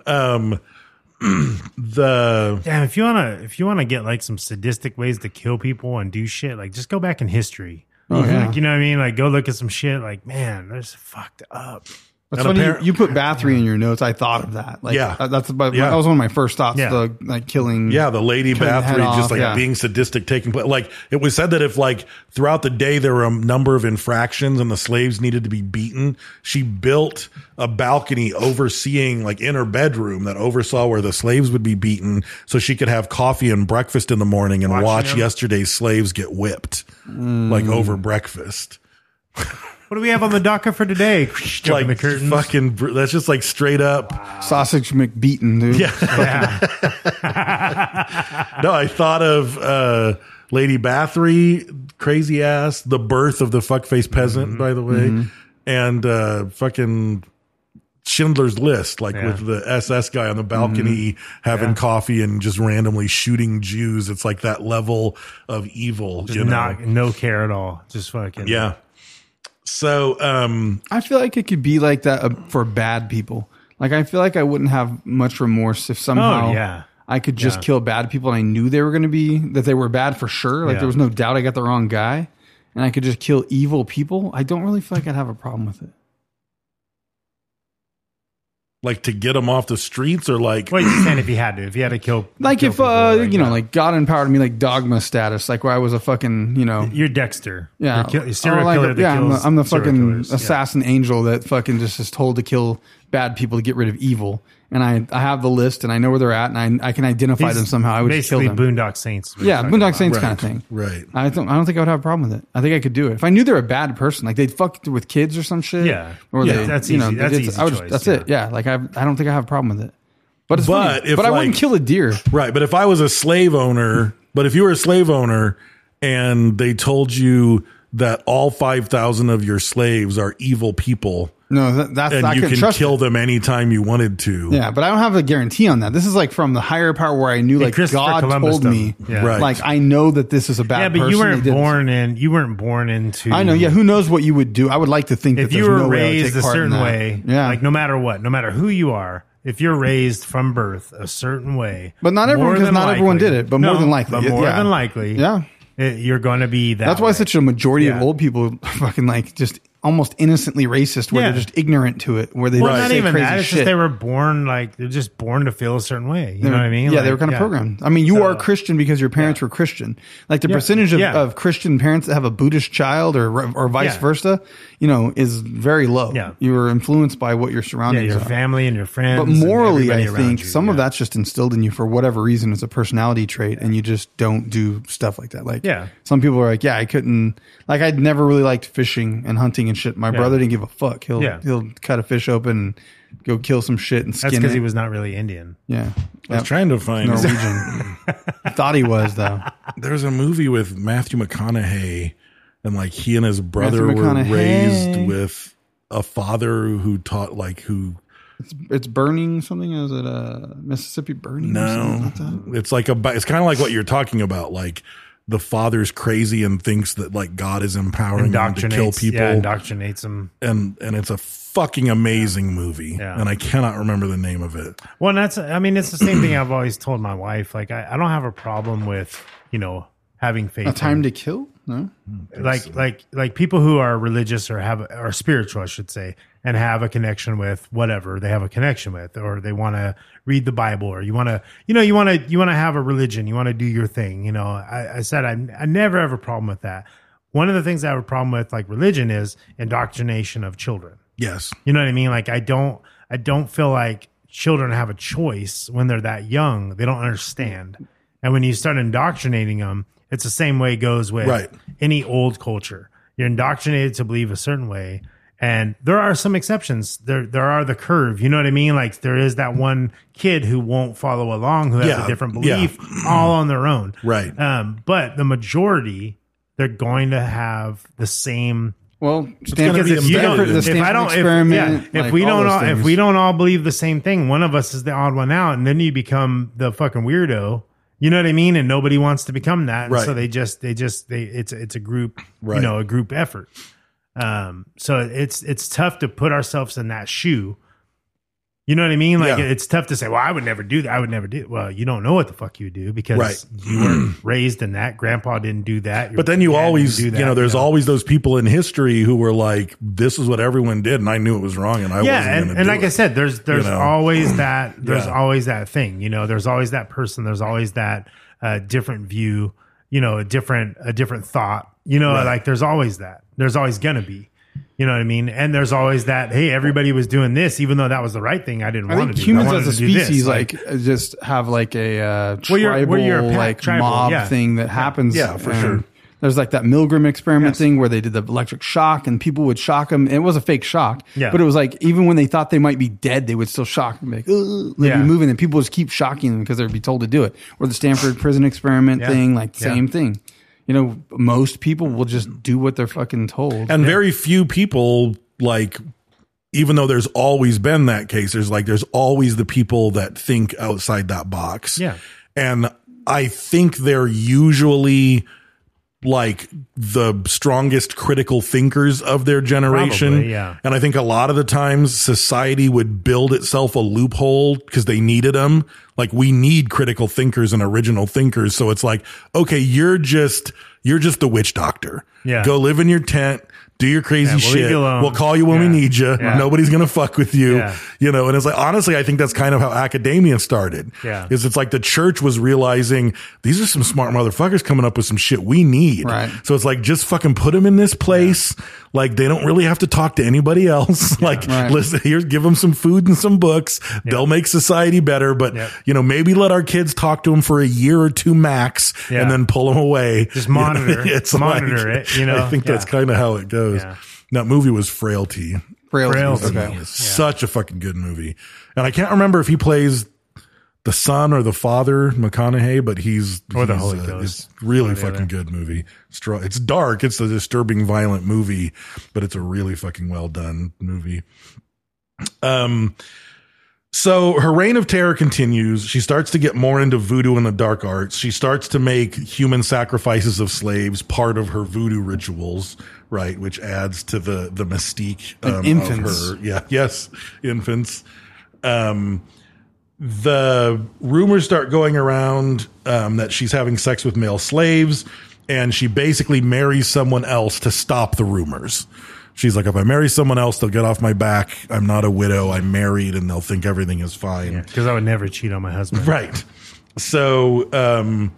Speaker 9: um the
Speaker 11: Damn, if you wanna if you wanna get like some sadistic ways to kill people and do shit, like just go back in history.
Speaker 10: Oh, yeah.
Speaker 11: Like you know what I mean? Like go look at some shit. Like man, that's fucked up.
Speaker 10: That's
Speaker 9: And
Speaker 10: funny.
Speaker 9: appar-
Speaker 10: you, you put Bathory in your notes. I thought of that. Like,
Speaker 9: Yeah.
Speaker 10: that- that's about,
Speaker 9: Yeah.
Speaker 10: that was one of my first thoughts.
Speaker 11: Yeah.
Speaker 10: The like killing.
Speaker 9: Yeah, the lady
Speaker 10: Cutting the head
Speaker 9: Bathory just
Speaker 10: off,
Speaker 9: like
Speaker 10: yeah.
Speaker 9: being sadistic, taking place. Like it was said that if like throughout the day there were a number of infractions and the slaves needed to be beaten, she built a balcony overseeing like in her bedroom that oversaw where the slaves would be beaten, so she could have coffee and breakfast in the morning and
Speaker 11: Watching
Speaker 9: watch
Speaker 11: them.
Speaker 9: yesterday's slaves get whipped like over breakfast.
Speaker 11: What do we have on the docket for today?
Speaker 9: Like
Speaker 11: Jumping the curtains.
Speaker 9: fucking, br- that's just like straight up.
Speaker 10: Sausage McBeaten, dude. Yeah.
Speaker 11: Yeah.
Speaker 9: No, I thought of uh, Lady Bathory, crazy ass, the birth of the fuckface peasant,
Speaker 11: Mm-hmm.
Speaker 9: by the way, and uh, fucking Schindler's List, like
Speaker 11: Yeah. Mm-hmm.
Speaker 9: with the SS guy on the balcony having coffee and just randomly shooting Jews. It's like that level of evil,
Speaker 11: Just
Speaker 9: you know?
Speaker 11: not no care at all. Just fucking
Speaker 9: yeah. So, um,
Speaker 10: I feel like it could be like that uh, for bad people. Like I feel like I wouldn't have much remorse if somehow
Speaker 11: Oh, yeah.
Speaker 10: I could just
Speaker 11: Yeah.
Speaker 10: kill bad people and I knew they were going to be that they were bad for sure. Like
Speaker 11: Yeah.
Speaker 10: there was no doubt I got the wrong guy, and I could just kill evil people. I don't really feel like I'd have a problem with it.
Speaker 9: like to get them off the streets or like,
Speaker 11: Well, you saying if you had to, if you had to kill,
Speaker 10: Like
Speaker 11: kill
Speaker 10: if
Speaker 11: people,
Speaker 10: uh you know
Speaker 11: yeah.
Speaker 10: like God empowered me like dogma status, like where I was a fucking you know
Speaker 11: you're Dexter,
Speaker 10: yeah
Speaker 11: you're, kill, you're serial
Speaker 10: Or like-
Speaker 11: killer. That
Speaker 10: yeah I'm the,
Speaker 11: kills
Speaker 10: I'm the
Speaker 11: serial
Speaker 10: fucking
Speaker 11: killers. Yeah.
Speaker 10: assassin angel that fucking just is told to kill bad people to get rid of evil. And I, I have the list and I know where they're at and I, I can identify
Speaker 11: He's
Speaker 10: them somehow. I would just kill
Speaker 11: basically
Speaker 10: them.
Speaker 11: Boondock Saints. is what
Speaker 10: Yeah,
Speaker 11: you're talking
Speaker 10: Boondock
Speaker 11: about.
Speaker 10: Saints
Speaker 9: Right,
Speaker 10: kind of thing.
Speaker 9: right.
Speaker 10: I don't. I don't think I would have a problem with it. I think I could do it if I knew they're a bad person. Like they'd fuck with kids or some shit.
Speaker 11: Yeah.
Speaker 10: or
Speaker 11: Yeah,
Speaker 10: they,
Speaker 11: that's
Speaker 10: you know,
Speaker 11: easy.
Speaker 10: they
Speaker 11: That's
Speaker 10: did-
Speaker 11: easy
Speaker 10: I would just-
Speaker 11: choice,
Speaker 10: that's
Speaker 11: yeah.
Speaker 10: it. Yeah, like I. I don't think I have a problem with it. But it's
Speaker 9: But
Speaker 10: funny.
Speaker 9: if,
Speaker 10: but I
Speaker 9: like-
Speaker 10: wouldn't kill a deer.
Speaker 9: Right. But if I was a slave owner, but if you were a slave owner and they told you that all 5,000 of your slaves are evil people
Speaker 10: No, that, that's
Speaker 9: and
Speaker 10: I
Speaker 9: you
Speaker 10: can,
Speaker 9: can
Speaker 10: trust
Speaker 9: kill
Speaker 10: it.
Speaker 9: them anytime you wanted to.
Speaker 10: Yeah, but I don't have a guarantee on that. This is like from the higher power where I knew, like
Speaker 11: Christopher
Speaker 10: God
Speaker 11: Columbus
Speaker 10: told
Speaker 11: done-
Speaker 10: me,
Speaker 11: yeah.
Speaker 9: Right.
Speaker 10: like I know that this is a bad.
Speaker 11: yeah, but
Speaker 10: person,
Speaker 11: you
Speaker 10: they
Speaker 11: weren't
Speaker 10: did this.
Speaker 11: born in. You weren't born into.
Speaker 10: I know. Yeah, who knows what you would do? I would like to think
Speaker 11: if
Speaker 10: that
Speaker 11: you
Speaker 10: there's
Speaker 11: were
Speaker 10: no way I would
Speaker 11: raised
Speaker 10: take
Speaker 11: a
Speaker 10: part in
Speaker 11: certain
Speaker 10: that.
Speaker 11: way,
Speaker 10: yeah,
Speaker 11: like no matter what, no matter who you are, if you're raised from birth a certain way,
Speaker 10: But not everyone-
Speaker 11: more
Speaker 10: 'cause
Speaker 11: than
Speaker 10: not everyone did it, but more than likely,
Speaker 11: but more
Speaker 10: yeah.
Speaker 11: than likely,
Speaker 10: Yeah.
Speaker 11: it- you're going to be that.
Speaker 10: That's why
Speaker 11: way.
Speaker 10: such a majority of
Speaker 11: Yeah.
Speaker 10: old people are fucking like just almost innocently racist, where
Speaker 11: Yeah.
Speaker 10: they're just ignorant to it, where they
Speaker 11: Well,
Speaker 10: just
Speaker 11: not
Speaker 10: say
Speaker 11: even
Speaker 10: crazy
Speaker 11: that. It's
Speaker 10: shit.
Speaker 11: just they were born like they're just born to feel a certain way. You
Speaker 10: They
Speaker 11: know
Speaker 10: were-
Speaker 11: what I mean?
Speaker 10: Yeah,
Speaker 11: Like,
Speaker 10: they were kind of
Speaker 11: yeah.
Speaker 10: programmed. I mean, you
Speaker 11: So-
Speaker 10: are Christian because your parents were Christian. Like the
Speaker 11: Yeah.
Speaker 10: percentage of,
Speaker 11: Yeah.
Speaker 10: of Christian parents that have a Buddhist child or or vice
Speaker 11: Yeah.
Speaker 10: versa, you know, is very low.
Speaker 11: Yeah.
Speaker 10: You were influenced by what your
Speaker 11: Yeah,
Speaker 10: surroundings
Speaker 11: your
Speaker 10: are.
Speaker 11: family and your friends.
Speaker 10: But
Speaker 11: and
Speaker 10: morally, I
Speaker 11: everybody around
Speaker 10: think
Speaker 11: you,
Speaker 10: some of
Speaker 11: yeah.
Speaker 10: that's just instilled in you for whatever reason. It's a personality trait, and you just don't do stuff like that. Like,
Speaker 11: Yeah.
Speaker 10: some people are like, yeah, I couldn't. Like, I'd never really liked fishing and hunting and shit. My brother didn't give a fuck. He'll
Speaker 11: Yeah.
Speaker 10: he'll cut a fish open, and go kill some shit and skin
Speaker 11: That's because
Speaker 10: it.
Speaker 11: he was not really Indian.
Speaker 10: yeah.
Speaker 9: I was trying to find.
Speaker 10: Norwegian. Thought he was though.
Speaker 9: There's a movie with Matthew McConaughey, and like he and his brother
Speaker 10: Matthew
Speaker 9: were
Speaker 10: McConaughey.
Speaker 9: raised with a father who taught like who
Speaker 10: It's burning something. Is it uh, Mississippi burning? or something
Speaker 9: no,
Speaker 10: like that?
Speaker 9: it's like a it's kind of like what you're talking about, like. The father's crazy and thinks that like God is empowering him to
Speaker 11: Indoctrinates
Speaker 9: kill people,
Speaker 11: Yeah, indoctrinates them.
Speaker 9: and and it's a fucking amazing movie,
Speaker 11: Yeah.
Speaker 9: and I cannot remember the name of it.
Speaker 11: Well, and that's, I mean, it's the same thing I've always told my wife. Like, I, I don't have a problem with, you know, having faith.
Speaker 10: A time
Speaker 11: in-
Speaker 10: to kill? No.
Speaker 11: like, like, like people who are religious or have, or spiritual, I should say, and have a connection with whatever they have a connection with, or they want to read the Bible, or you want to, you know, you want to, you want to have a religion, you want to do your thing. You know, I, I said I, I never have a problem with that. One of the things I have a problem with, like religion, is indoctrination of children.
Speaker 9: Yes,
Speaker 11: You know what I mean? Like I don't I don't feel like children have a choice when they're that young. They don't understand. And when you start indoctrinating them, it's the same way it goes with
Speaker 9: Right.
Speaker 11: any old culture. You're indoctrinated to believe a certain way. And there are some exceptions. There there are the curve. You know what I mean? Like there is that one kid who won't follow along, who has
Speaker 9: Yeah,
Speaker 11: a different
Speaker 9: yeah.
Speaker 11: belief all on their own.
Speaker 9: Right.
Speaker 11: Um, but the majority, they're going to have the same
Speaker 10: Well,
Speaker 9: gonna
Speaker 10: Stanford,
Speaker 9: be
Speaker 10: the
Speaker 9: embedded.
Speaker 10: Stanford, the
Speaker 9: If I
Speaker 10: Stanford
Speaker 11: if-
Speaker 10: experiment.
Speaker 11: yeah, if
Speaker 10: like,
Speaker 11: we
Speaker 10: all
Speaker 11: don't,
Speaker 10: those
Speaker 11: all, if
Speaker 10: things.
Speaker 11: we don't all believe the same thing, one of us is the odd one out, and then you become the fucking weirdo. You know what I mean? And nobody wants to become that, and
Speaker 9: Right.
Speaker 11: so they just, they just, they it's it's a group,
Speaker 9: Right.
Speaker 11: you know, a group effort. Um, so it's it's tough to put ourselves in that shoe. You know what I mean? Like
Speaker 9: Yeah.
Speaker 11: it's tough to say, well, I would never do that. I would never do. Well, you don't know what the fuck you do because
Speaker 9: Right.
Speaker 11: you weren't raised in that. Grandpa didn't do that. Your
Speaker 9: But then you
Speaker 11: dad didn't
Speaker 9: always,
Speaker 11: do that,
Speaker 9: you know, there's always those people in history who were like, "This is what everyone did," and I knew it was wrong, and I wasn't
Speaker 11: yeah, and,
Speaker 9: gonna
Speaker 11: and
Speaker 9: do
Speaker 11: like
Speaker 9: it.
Speaker 11: I said, there's there's
Speaker 9: know?
Speaker 11: always that there's
Speaker 9: Yeah.
Speaker 11: always that thing, you know. There's always that person. There's always that uh, different view, you know, a different a different thought, you know. Like there's always that. There's always gonna be, you know what I mean. And there's always that. Hey, everybody was doing this, even though that was the right thing. I didn't
Speaker 10: I
Speaker 11: want
Speaker 10: think
Speaker 11: to. do.
Speaker 10: humans
Speaker 11: I
Speaker 10: as
Speaker 11: wanted
Speaker 10: a
Speaker 11: to do this.
Speaker 10: species, like, just have like a uh,
Speaker 11: Well, you're-
Speaker 10: tribal,
Speaker 11: well, you're a pack
Speaker 10: like
Speaker 11: tribal,
Speaker 10: mob
Speaker 11: yeah.
Speaker 10: thing that happens.
Speaker 9: Yeah, for
Speaker 10: And
Speaker 9: sure.
Speaker 10: There's like that Milgram experiment
Speaker 11: Yes.
Speaker 10: thing where they did the electric shock and people would shock them. It was a fake shock,
Speaker 11: Yeah.
Speaker 10: but it was like even when they thought they might be dead, they would still shock them. Like, "Ugh," they'd
Speaker 11: Yeah.
Speaker 10: be moving, and people just keep shocking them because they'd be told to do it. Or the Stanford prison experiment
Speaker 11: Yeah.
Speaker 10: thing, like
Speaker 11: Yeah.
Speaker 10: same thing. You know, most people will just do what they're fucking told.
Speaker 9: and very few people like, even though there's always been that case, there's like there's always the people that think outside that box.
Speaker 11: Yeah.
Speaker 9: and I think they're usually like the strongest critical thinkers of their generation.
Speaker 11: Probably, yeah.
Speaker 9: And I think a lot of the times society would build itself a loophole because they needed them. Like we need critical thinkers and original thinkers. So it's like, okay, you're just, you're just the witch doctor.
Speaker 11: Yeah.
Speaker 9: Go live in your tent. Do your crazy
Speaker 11: Yeah, we'll leave
Speaker 9: shit.
Speaker 11: you alone.
Speaker 9: We'll call you when we
Speaker 11: Yeah.
Speaker 9: need you.
Speaker 11: Yeah.
Speaker 9: Nobody's going to fuck with you.
Speaker 11: Yeah.
Speaker 9: You know, and it's like, honestly, I think that's kind of how academia started.
Speaker 11: Yeah.
Speaker 9: Is it's like the church was realizing these are some smart motherfuckers coming up with some shit we need.
Speaker 10: Right.
Speaker 9: So it's like, just fucking put them in this place. Like they don't really have to talk to anybody else. like,
Speaker 10: Right.
Speaker 9: listen, here, give them some food and some books. They'll make society better. But,
Speaker 11: Yep.
Speaker 9: you know, maybe let our kids talk to them for a year or two max
Speaker 11: Yeah.
Speaker 9: and then pull them away.
Speaker 11: Just
Speaker 9: You know,
Speaker 11: monitor. Monitor it, you know?
Speaker 9: I think
Speaker 11: Yeah.
Speaker 9: that's kind of how it goes.
Speaker 11: Yeah.
Speaker 9: That movie was Frailty.
Speaker 10: Frailty.
Speaker 11: Frailty.
Speaker 10: Okay.
Speaker 9: It's Such a fucking good movie. And I can't remember if he plays the son or the father McConaughey, but he's
Speaker 11: Or the
Speaker 9: he's,
Speaker 11: Holy
Speaker 9: uh,
Speaker 11: Ghost.
Speaker 9: It's really
Speaker 11: Or the
Speaker 9: fucking
Speaker 11: other.
Speaker 9: good movie. It's, dr- it's dark. It's a disturbing, violent movie, but it's a really fucking well done movie. Um, so her reign of terror continues. She starts to get more into voodoo and the dark arts. She starts to make human sacrifices of slaves part of her voodoo rituals, right? Which adds to the the mystique um, of
Speaker 10: infants.
Speaker 9: her. Yeah, yes, infants. Um, the rumors start going around um, that she's having sex with male slaves, and she basically marries someone else to stop the rumors. She's like, if I marry someone else, they'll get off my back. I'm not a widow. I'm married, and they'll think everything is fine.
Speaker 11: Because I would never cheat on my husband.
Speaker 9: Right. So um,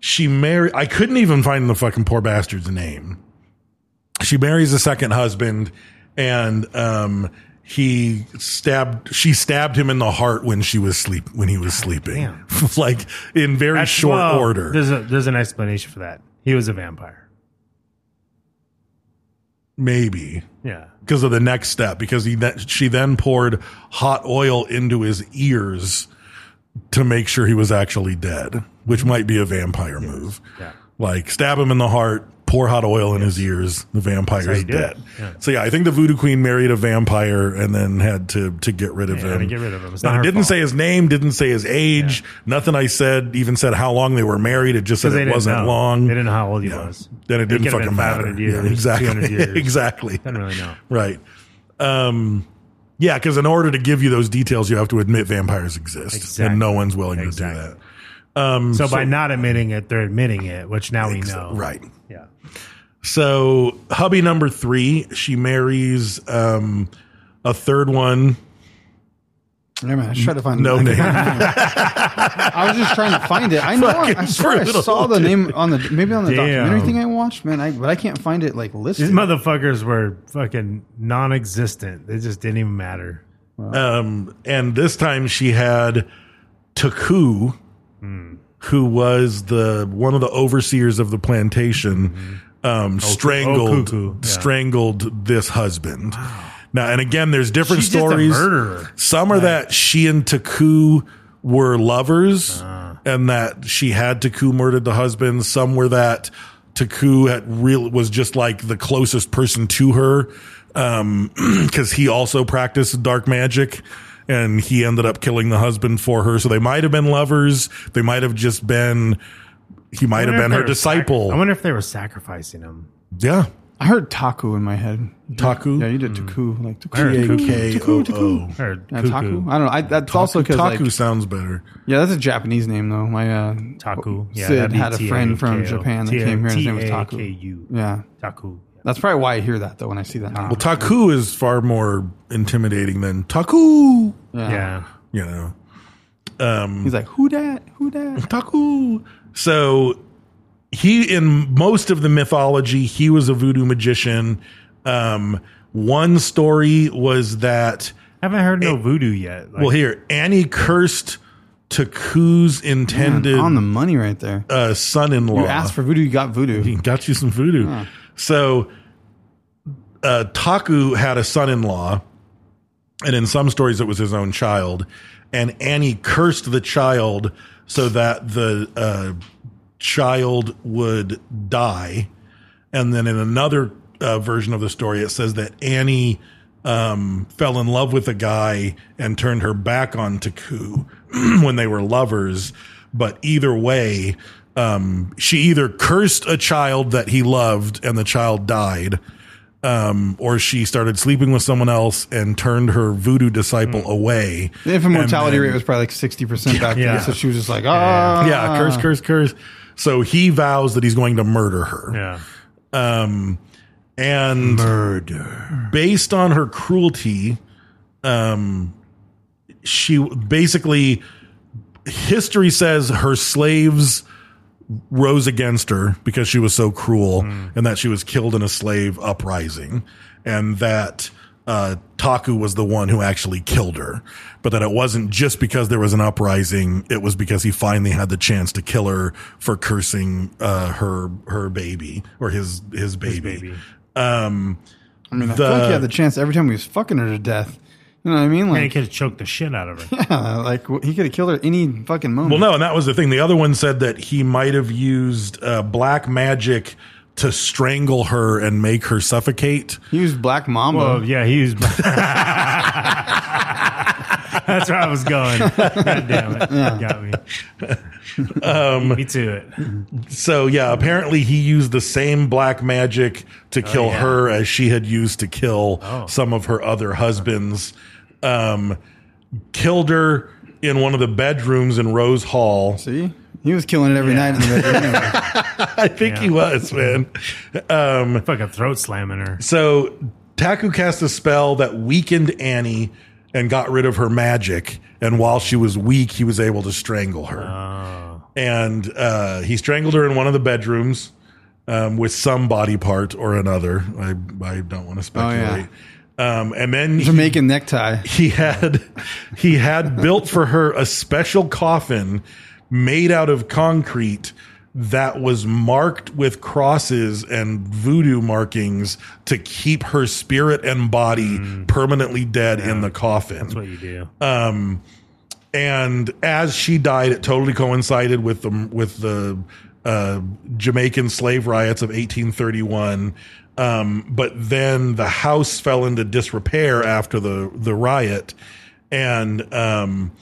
Speaker 9: she married. I couldn't even find the fucking poor bastard's name. She marries a second husband, and um, he stabbed. She stabbed him in the heart when she was sleep when he was sleeping,
Speaker 11: damn.
Speaker 9: like in very
Speaker 11: That's-
Speaker 9: short
Speaker 11: well,
Speaker 9: order.
Speaker 11: There's a, there's an explanation for that. He was a vampire.
Speaker 9: maybe
Speaker 11: Yeah.
Speaker 9: because of the next step because he then, she then poured hot oil into his ears to make sure he was actually dead which might be a vampire move
Speaker 11: Yeah.
Speaker 9: like stab him in the heart pour hot oil in his ears the vampire
Speaker 11: how
Speaker 9: is
Speaker 11: you do it.
Speaker 9: dead
Speaker 11: Yeah.
Speaker 9: so yeah i think the voodoo queen married a vampire and then had to to get rid of
Speaker 11: Yeah,
Speaker 9: him
Speaker 11: to get rid of him. It's
Speaker 9: Now,
Speaker 11: not
Speaker 9: it
Speaker 11: her
Speaker 9: didn't
Speaker 11: fault.
Speaker 9: say his name didn't say his age nothing i said even said how long they were married it just said
Speaker 11: Because they
Speaker 9: it
Speaker 11: didn't
Speaker 9: wasn't
Speaker 11: know.
Speaker 9: long
Speaker 11: They didn't know how old he
Speaker 9: Yeah.
Speaker 11: was.
Speaker 9: then it
Speaker 11: He
Speaker 9: didn't
Speaker 11: could've been
Speaker 9: fucking matter
Speaker 11: 500 Years,
Speaker 9: yeah, exactly
Speaker 11: 200 years.
Speaker 9: exactly
Speaker 11: I don't really know.
Speaker 9: Right. Um, yeah, because in order to give you those details, you have to admit vampires exist,
Speaker 11: Exactly.
Speaker 9: and no one's willing
Speaker 11: Exactly.
Speaker 9: to do that. Um,
Speaker 11: So, by not admitting it, they're admitting it, which now we
Speaker 9: ex-
Speaker 11: know.
Speaker 9: right.
Speaker 11: Yeah.
Speaker 9: So hubby number three, she marries um, a third one,
Speaker 10: Wait a minute, I tried to find
Speaker 9: no
Speaker 10: I-
Speaker 9: name.
Speaker 10: I was just trying to find it. I know. I, I
Speaker 9: Fucking
Speaker 10: swear I
Speaker 9: brutal,
Speaker 10: saw the
Speaker 9: dude.
Speaker 10: name on the maybe on the
Speaker 11: Damn.
Speaker 10: documentary thing I watched, man. I, but I can't find it like listed.
Speaker 11: These motherfuckers were fucking non existent. They just didn't even matter.
Speaker 9: um, and this time she had Taku,
Speaker 11: Hmm.
Speaker 9: who was the one of the overseers of the plantation, um, strangled
Speaker 11: Mm-hmm. Okuku, yeah.
Speaker 9: strangled this husband. Now and again, there's different
Speaker 11: She's just a
Speaker 9: stories.
Speaker 11: murderer.
Speaker 9: Some are that she and Taku were lovers,
Speaker 11: Uh.
Speaker 9: and that she had Taku murdered the husband. Some were that Taku had real was just like the closest person to her, um, because he also practiced dark magic. And he ended up killing the husband for her. So they might have been lovers. They might have just been, he might have
Speaker 11: I wonder if
Speaker 9: been
Speaker 11: they
Speaker 9: her
Speaker 11: were
Speaker 9: disciple.
Speaker 11: sac- I wonder if they were sacrificing him.
Speaker 9: yeah.
Speaker 10: I heard Taku in my head.
Speaker 9: Taku?
Speaker 10: Yeah, you did Taku like
Speaker 11: I heard
Speaker 10: Taku.
Speaker 9: K O O.
Speaker 10: Yeah,
Speaker 11: Or cuckoo.
Speaker 10: Uh, Taku. I don't know. I, that's also
Speaker 9: Taku
Speaker 10: because like,
Speaker 9: sounds better.
Speaker 10: yeah, that's a Japanese name though. My uh,
Speaker 11: Taku. Yeah,
Speaker 10: Sid
Speaker 11: that'd be
Speaker 10: had a friend from
Speaker 11: T-A-K-O.
Speaker 10: Japan that came here. and His name was Taku.
Speaker 11: T-A-K-U.
Speaker 10: Yeah,
Speaker 11: Taku.
Speaker 10: that's probably why I hear that though when I see that.
Speaker 9: Well, Taku is far more intimidating than Taku.
Speaker 11: Yeah.
Speaker 9: You know,
Speaker 10: He's like, who dat? Who dat?
Speaker 9: Taku. So he, in most of the mythology, he was a voodoo magician. Um, one story was that,
Speaker 11: Haven't heard no voodoo yet. Like,
Speaker 9: well, here, Annie cursed Taku's
Speaker 10: Man,
Speaker 9: intended
Speaker 10: on the money right there.
Speaker 9: uh, son in law.
Speaker 10: You asked for voodoo, you got voodoo.
Speaker 9: got you some voodoo. So uh, Taku had a son in law, and in some stories it was his own child, and Annie cursed the child so that the uh, child would die. And then in another uh, version of the story, it says that Annie um, fell in love with a guy and turned her back on Taku when they were lovers. But either way, um, she either cursed a child that he loved and the child died, um, or she started sleeping with someone else and turned her voodoo disciple away.
Speaker 10: The infant mortality
Speaker 9: And then-
Speaker 10: rate was probably like sixty percent back
Speaker 11: Yeah.
Speaker 10: then, so she was just like, ah,
Speaker 9: yeah, curse, curse, curse. So he vows that he's going to murder her.
Speaker 11: Yeah.
Speaker 9: um, and murder based on her cruelty. Um, she basically history says her slaves rose against her because she was so cruel and that she was killed in a slave uprising and that uh, Taku was the one who actually killed her, but that it wasn't just because there was an uprising. It was because he finally had the chance to kill her for cursing uh, her her baby or his his baby.
Speaker 11: baby.
Speaker 9: Um,
Speaker 10: I mean, I
Speaker 9: The-
Speaker 10: feel like you had the chance every time he was fucking her to death. You know what I mean?
Speaker 11: Man, he
Speaker 10: Like,
Speaker 11: could have choked the shit out of her.
Speaker 10: yeah, like w- he could have killed her any fucking moment.
Speaker 9: Well, no, and that was the thing. The other one said that he might have used uh, black magic to strangle her and make her suffocate.
Speaker 10: He used Black Mamba.
Speaker 11: Well, yeah, he was. That's where I was going. God damn it. Got me.
Speaker 9: Um,
Speaker 11: Beat me to it.
Speaker 9: So, yeah, apparently he used the same black magic to kill
Speaker 11: Oh, yeah. Oh.
Speaker 9: her as she had used to kill some of her other husbands. Um, killed her in one of the bedrooms in Rose Hall.
Speaker 10: See, he was killing it every
Speaker 11: Yeah.
Speaker 10: night in the bedroom. anyway.
Speaker 9: I think he
Speaker 11: Yeah.
Speaker 9: was, man. Um,
Speaker 11: Fucking throat slamming her.
Speaker 9: So Taku cast a spell that weakened Annie and got rid of her magic. And while she was weak, he was able to strangle her. And uh, he strangled her in one of the bedrooms um, with some body part or another. I, I don't want to speculate. um, and then he-
Speaker 10: Jamaican necktie.
Speaker 9: he had he had built for her a special coffin made out of concrete that was marked with crosses and voodoo markings to keep her spirit and body permanently dead in the coffin
Speaker 11: Mm. That's what you do.
Speaker 9: Uh, and as she died, it totally coincided with the with the uh, Jamaican slave riots of 1831. Um, but then the house fell into disrepair after the the riot, and um,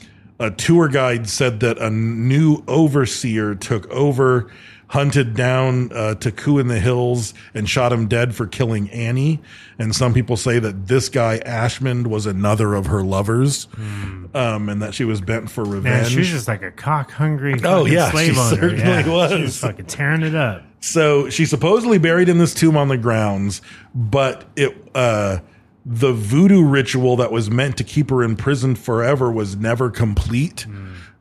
Speaker 9: a tour guide said that a new overseer took over. Hunted down uh, Taku in the hills and shot him dead for killing Annie. And some people say that this guy Ashmond was another of her lovers um, and that she was bent for
Speaker 11: Man,
Speaker 9: revenge.
Speaker 11: she was just like a cock hungry
Speaker 9: Oh, yeah,
Speaker 11: slave
Speaker 9: she
Speaker 11: owner.
Speaker 9: certainly
Speaker 11: yeah. She
Speaker 9: was.
Speaker 11: was fucking tearing it up.
Speaker 9: so she's supposedly buried in this tomb on the grounds, but it uh, the voodoo ritual that was meant to keep her imprisoned forever was never complete.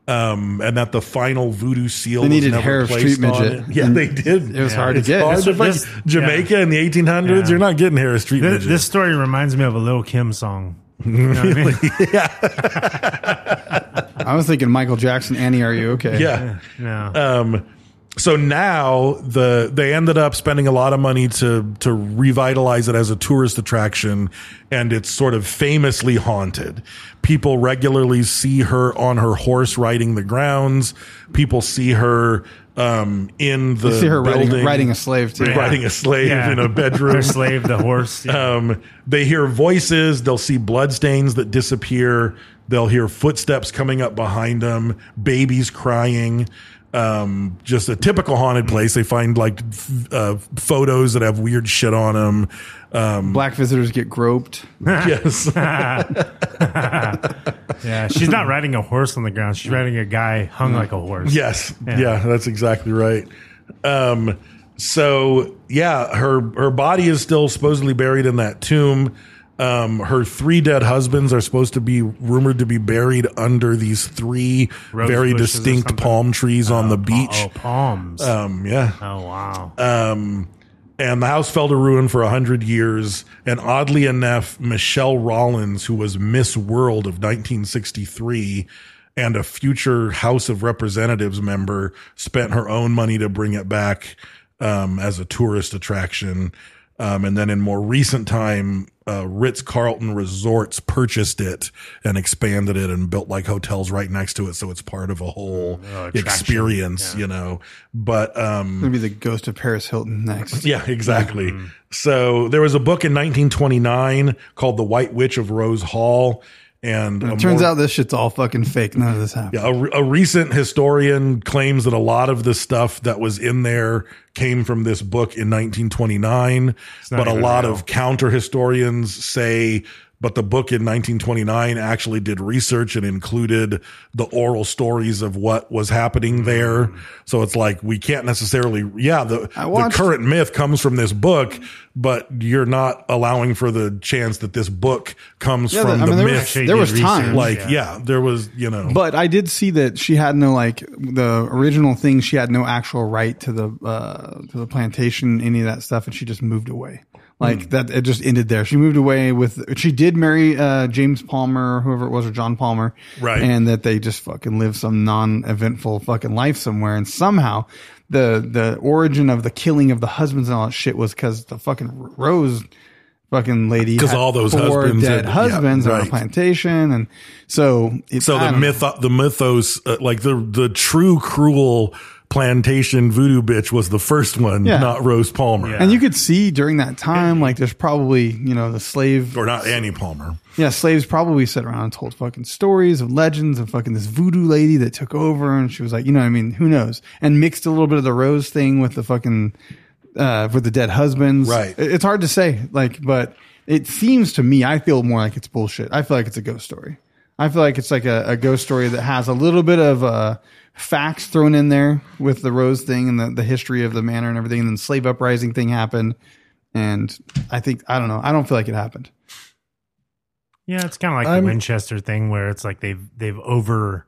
Speaker 9: Um, and that the final voodoo seal
Speaker 10: They needed
Speaker 9: was never
Speaker 10: Harris
Speaker 9: placed
Speaker 10: Street
Speaker 9: on
Speaker 10: Midget.
Speaker 9: it. Yeah, they did.
Speaker 10: It was hard to
Speaker 9: It's
Speaker 10: get.
Speaker 9: hard
Speaker 11: This-
Speaker 9: to find-
Speaker 11: this-
Speaker 9: Jamaica
Speaker 11: yeah.
Speaker 9: in the 1800s,
Speaker 11: Yeah.
Speaker 9: you're not getting Harris Street
Speaker 11: This,
Speaker 9: Midget.
Speaker 11: this story reminds me of a Lil Kim song. You know what I mean?
Speaker 10: I was thinking Michael Jackson. Annie, are you okay?
Speaker 9: yeah.
Speaker 11: No.
Speaker 9: Um, so now the they ended up spending a lot of money to to revitalize it as a tourist attraction, and it's sort of famously haunted. People regularly see her on her horse riding the grounds. People see her um, in the
Speaker 10: You see her
Speaker 9: building,
Speaker 10: riding, riding a slave too.
Speaker 11: Yeah.
Speaker 9: riding a slave
Speaker 11: Yeah.
Speaker 9: in a bedroom.
Speaker 11: Her slave, the horse. Yeah.
Speaker 9: Um, they hear voices. They'll see bloodstains that disappear. They'll hear footsteps coming up behind them. Babies crying. Um, just a typical haunted place. They find like f- uh, photos that have weird shit on them. Um,
Speaker 10: Black visitors get groped.
Speaker 9: yes,
Speaker 11: yeah. She's not riding a horse on the ground. She's riding a guy hung like a horse.
Speaker 9: yes, yeah.
Speaker 11: Yeah.
Speaker 9: that's exactly right. Um, so yeah, her her body is still supposedly buried in that tomb. Um, her three dead husbands are supposed to be rumored to be buried under these three
Speaker 11: Rose
Speaker 9: very
Speaker 11: bushes or
Speaker 9: distinct
Speaker 11: something.
Speaker 9: palm trees on the beach.
Speaker 11: Oh, palms.
Speaker 10: Uh,
Speaker 9: Um, yeah.
Speaker 11: oh, wow.
Speaker 9: Um, and the house fell to ruin for a hundred years. And oddly enough, Michelle Rollins, who was Miss World of 1963 and a future House of Representatives member, spent her own money to bring it back um, as a tourist attraction. Um, and then in more recent time, uh, Ritz Carlton Resorts purchased it and expanded it and built like hotels right next to it. So it's part of a whole
Speaker 11: attraction.
Speaker 9: experience, you know. But um,
Speaker 10: Gonna be the ghost of Paris Hilton next.
Speaker 9: yeah, exactly.
Speaker 10: Mm-hmm.
Speaker 9: So there was a book in 1929 called The White Witch of Rose Hall. And a
Speaker 10: It turns
Speaker 9: more-
Speaker 10: out this shit's all fucking fake. None of this happened.
Speaker 9: yeah, a, re- a recent historian claims that a lot of the stuff that was in there came from this book in 1929,
Speaker 11: not
Speaker 9: but a
Speaker 11: even
Speaker 9: lot
Speaker 11: real.
Speaker 9: of counter historians say. But the book in 1929 actually did research and included the oral stories of what was
Speaker 10: Hmm.
Speaker 9: happening there. So it's like we can't necessarily, yeah, the,
Speaker 10: I
Speaker 9: the
Speaker 10: watched-
Speaker 9: current myth comes from this book, but you're not allowing for the chance that this book comes
Speaker 10: Yeah,
Speaker 9: from the
Speaker 10: I mean, there
Speaker 9: myth.
Speaker 10: was, there was
Speaker 11: Actually did
Speaker 10: time.
Speaker 11: research.
Speaker 9: like,
Speaker 11: Yeah.
Speaker 9: yeah, there was, you know.
Speaker 10: But I did see that she had no like the original thing. She had no actual right to the uh, to the plantation, any of that stuff, and she just moved away. Like
Speaker 9: Hmm.
Speaker 10: that, it just ended there. She moved away with. She did marry uh, James Palmer, whoever it was, or John Palmer,
Speaker 9: Right.
Speaker 10: And that they just fucking live some non-eventful fucking life somewhere, and somehow. The, the origin of the killing of the husbands and all that shit was because the fucking Rose fucking lady
Speaker 9: Uh, 'Cause
Speaker 10: had
Speaker 9: all those
Speaker 10: four
Speaker 9: husbands had-
Speaker 10: dead
Speaker 9: yeah,
Speaker 10: husbands on
Speaker 9: right.
Speaker 10: a plantation, and so it's,
Speaker 9: So
Speaker 10: I
Speaker 9: the
Speaker 10: don't know.
Speaker 9: myth, the mythos, uh, like the the true cruel plantation voodoo bitch was the first one,
Speaker 10: Yeah.
Speaker 9: not Rose Palmer
Speaker 10: and you could see during that time, like there's probably you know the slave
Speaker 9: or not Annie Palmer.
Speaker 10: Yeah, slaves probably sat around and told fucking stories of legends and fucking this voodoo lady that took over and she was like, you know, what I mean, who knows? And mixed a little bit of the rose thing with the fucking uh with the dead husbands.
Speaker 9: Right.
Speaker 10: It- It's hard to say, like, but it seems to me I feel more like it's bullshit. I feel like it's a ghost story. I feel like it's like a, a ghost story that has a little bit of uh facts thrown in there with the rose thing and the, the history of the manor and everything, and then slave uprising thing happened. And I think I don't know. I don't feel like it happened.
Speaker 11: Yeah, it's kind of like
Speaker 9: I'm-
Speaker 11: the Winchester thing where it's like they've they've over,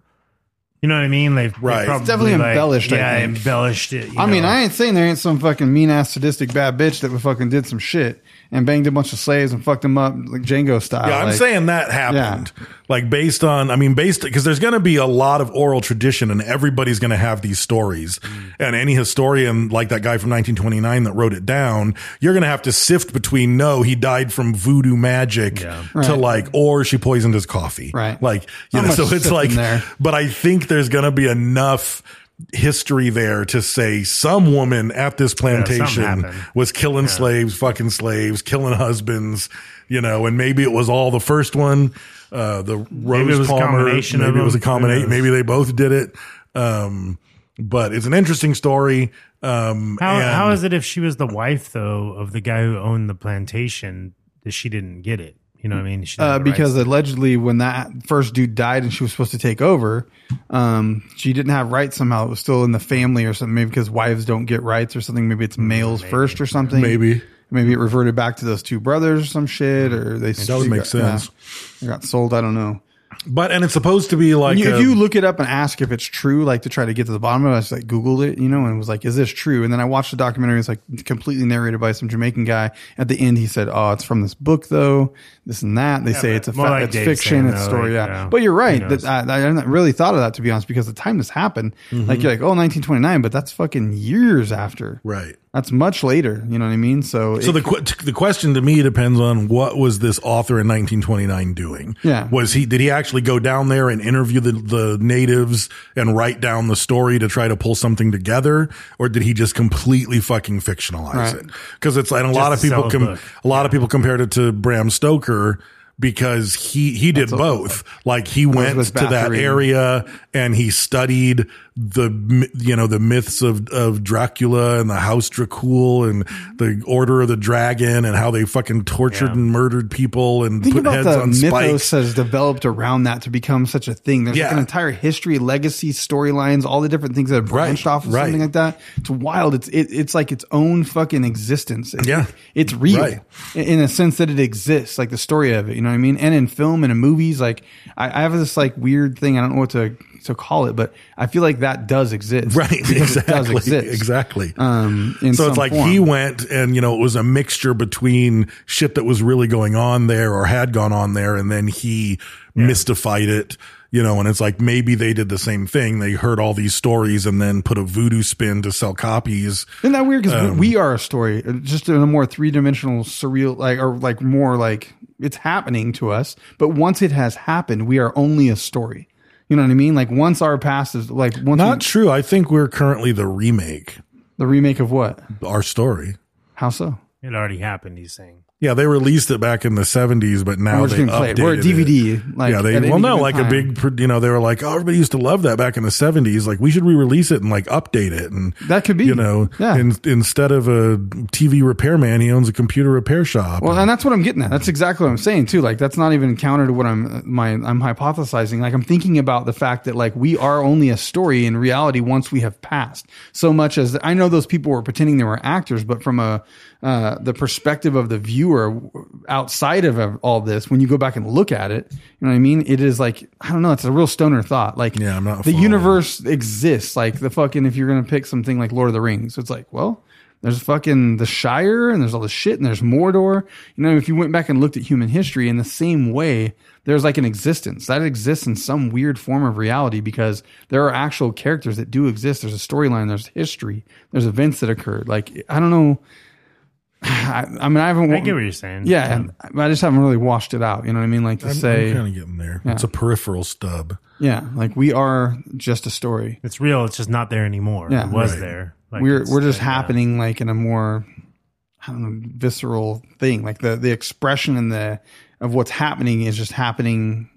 Speaker 11: you know what I mean? They've they've
Speaker 9: Right. It's
Speaker 11: probably
Speaker 10: definitely
Speaker 11: like-
Speaker 10: embellished, I
Speaker 11: Yeah,
Speaker 10: think.
Speaker 11: embellished it. you
Speaker 10: I mean,
Speaker 11: know.
Speaker 10: I ain't saying there ain't some fucking mean ass, sadistic, bad bitch that fucking did some shit and banged a bunch of slaves and fucked them up like Django style.
Speaker 9: Yeah, I'm
Speaker 10: like-
Speaker 9: saying that happened. Like based on, I mean, based because there's going to be a lot of oral tradition, and everybody's going to have these stories.
Speaker 10: Mm.
Speaker 9: And any historian, like that guy from 1929 that wrote it down, you're going to have to sift between no, he died from voodoo magic to
Speaker 10: Right.
Speaker 9: like, or she poisoned his coffee,
Speaker 10: Right.
Speaker 9: Like, you
Speaker 10: Not
Speaker 9: know,
Speaker 10: much
Speaker 9: so it's
Speaker 10: sifting
Speaker 9: like,
Speaker 10: there.
Speaker 9: but I think there's going to be enough history there to say some woman at this
Speaker 11: something
Speaker 9: plantation
Speaker 11: happened.
Speaker 9: was killing slaves, fucking slaves, killing husbands, you know, and maybe it was all the first one, uh, the Rose
Speaker 11: it was a
Speaker 9: Palmer,
Speaker 11: combination of
Speaker 9: maybe it was a
Speaker 11: them. Who
Speaker 9: combination,
Speaker 11: knows?
Speaker 9: maybe they both did it. Um, but it's an interesting story. Um,
Speaker 11: how
Speaker 9: and
Speaker 11: how is it if she was the wife though of the guy who owned the plantation that she didn't get it? You know what I mean? She didn't
Speaker 10: uh,
Speaker 11: have the
Speaker 10: because
Speaker 11: rights.
Speaker 10: allegedly when that first dude died and she was supposed to take over, um, she didn't have rights somehow. It was still in the family or something. Maybe because wives don't get rights or something. Maybe it's males first or something.
Speaker 9: Mm, Maybe.
Speaker 10: Maybe it reverted back to those two brothers or some shit, or they
Speaker 9: That would make sense.
Speaker 10: They got sold. I don't know.
Speaker 9: but, and it's supposed to be like,
Speaker 10: you,
Speaker 9: a-
Speaker 10: if you
Speaker 11: um,
Speaker 10: look it up and ask if it's true, like to try to get to the bottom of it, I just like Googled it, you know, and was like, is this true? And then I watched the documentary. It's like completely narrated by some Jamaican guy. At the end, he said, oh, it's from this book though, this and that. They say it's a
Speaker 11: more
Speaker 10: fa-
Speaker 11: like
Speaker 10: it's
Speaker 11: Dave's
Speaker 10: fiction,
Speaker 11: saying,
Speaker 10: it's
Speaker 11: though,
Speaker 10: story. yeah.
Speaker 11: like, yeah,
Speaker 10: But you're right.
Speaker 11: who
Speaker 10: That, I, I hadn't really thought of that to be honest, because the time this happened,
Speaker 11: Mm-hmm.
Speaker 10: like you're like, oh, 1929, but that's fucking years after.
Speaker 9: right.
Speaker 10: That's much later. You know what I mean? So,
Speaker 9: So
Speaker 10: it-
Speaker 9: the qu- the question to me depends on what was this author in 1929 doing?
Speaker 10: Yeah.
Speaker 9: was he did he actually go down there and interview the the natives and write down the story to try to pull something together, or did he just completely fucking fictionalize
Speaker 10: Right.
Speaker 9: it? Because it's and a lot
Speaker 11: to
Speaker 9: of people
Speaker 11: sell a
Speaker 9: com-
Speaker 11: book.
Speaker 9: a lot of people compared it to Bram Stoker because he he did both. Like he went
Speaker 10: Elizabeth
Speaker 9: to that
Speaker 10: Bathory.
Speaker 9: area and he studied the m- you know the myths of of Dracula and the House Dracul and the Order of the Dragon and how they fucking tortured
Speaker 11: Yeah.
Speaker 9: and murdered people and
Speaker 10: Think
Speaker 9: put
Speaker 10: about
Speaker 9: heads
Speaker 10: the
Speaker 9: on
Speaker 10: mythos
Speaker 9: spikes.
Speaker 10: has developed around that to become such a thing. There's like
Speaker 9: Yeah.
Speaker 10: an entire history, legacy, storylines, all the different things that have
Speaker 9: Right,
Speaker 10: branched off of
Speaker 9: right.
Speaker 10: something like that. It's wild. It's it, it's like its own fucking existence. It-
Speaker 9: Yeah.
Speaker 10: it's real
Speaker 9: Right.
Speaker 10: in- in a sense that it exists, like the story of it. You know what I mean? And in film and in movies, like I, I have this like weird thing. I don't know what to to call it, but I feel like that does exist,
Speaker 9: Right,
Speaker 10: Because
Speaker 9: exactly,
Speaker 10: it does exist,
Speaker 9: exactly.
Speaker 10: Um, in
Speaker 9: so
Speaker 10: some
Speaker 9: it's like
Speaker 10: form.
Speaker 9: he went and you know it was a mixture between shit that was really going on there or had gone on there and then he mystified it you know and it's like maybe they did the same thing they heard all these stories and then put a voodoo spin to sell copies
Speaker 10: Isn't that weird? Because we
Speaker 9: Um,
Speaker 10: are a story, uh, just in a more three dimensional, surreal, like or like more like it's happening to us. But once it has happened, we are only a story. You know what I mean? Like once our past is like once
Speaker 9: not
Speaker 10: we-
Speaker 9: true i think we're currently the remake
Speaker 10: the remake of what?
Speaker 9: our story
Speaker 10: How so?
Speaker 11: it already happened. He's saying
Speaker 9: yeah, they released it back in the seventies, but now
Speaker 10: We're
Speaker 9: they
Speaker 10: just gonna play it.
Speaker 9: updated
Speaker 10: We're a DVD,
Speaker 9: it.
Speaker 10: like,
Speaker 9: yeah, they
Speaker 10: at any
Speaker 9: well, no,
Speaker 10: given
Speaker 9: like a
Speaker 10: time.
Speaker 9: big, pr- you know, they were like, oh, everybody used to love that back in the seventies. Like, we should re-release it and like update it, and
Speaker 10: That could be.
Speaker 9: you know,
Speaker 10: Yeah.
Speaker 9: in, instead of a TV repairman, he owns a computer repair shop.
Speaker 10: Well, and that's what I'm getting at. That's exactly what I'm saying too. Like that's not even counter to what I'm my I'm hypothesizing. Like I'm thinking about the fact that like we are only a story in reality once we have passed. So much as I know those people were pretending they were actors, but from a uh, the perspective of the viewer outside of all this, when you go back and look at it, you know what I mean. It is like I don't know. It's a real stoner thought. Like
Speaker 9: Yeah, I'm not
Speaker 10: the
Speaker 9: following.
Speaker 10: universe exists. Like the fucking if you're gonna pick something like Lord of the Rings, it's like well there's fucking the Shire and there's all this shit and there's Mordor. You know, if you went back and looked at human history in the same way, there's like an existence that exists in some weird form of reality because there are actual characters that do exist. There's a storyline, there's history, there's events that occurred. Like, I don't know. I, I mean, I haven't.
Speaker 11: I get what you're saying.
Speaker 10: Yeah, but I just haven't really washed it out. You know what I mean? Like to say,
Speaker 9: I'm kind of getting there. It's a peripheral stub.
Speaker 10: yeah, like we are just a story.
Speaker 11: It's real. It's just not there anymore.
Speaker 10: Yeah.
Speaker 11: it was
Speaker 9: Right.
Speaker 11: there. Like,
Speaker 10: we're
Speaker 11: it's
Speaker 10: we're just
Speaker 11: like, uh,
Speaker 10: happening like in a more, I don't know, visceral thing. Like the the expression and the of what's happening is just happening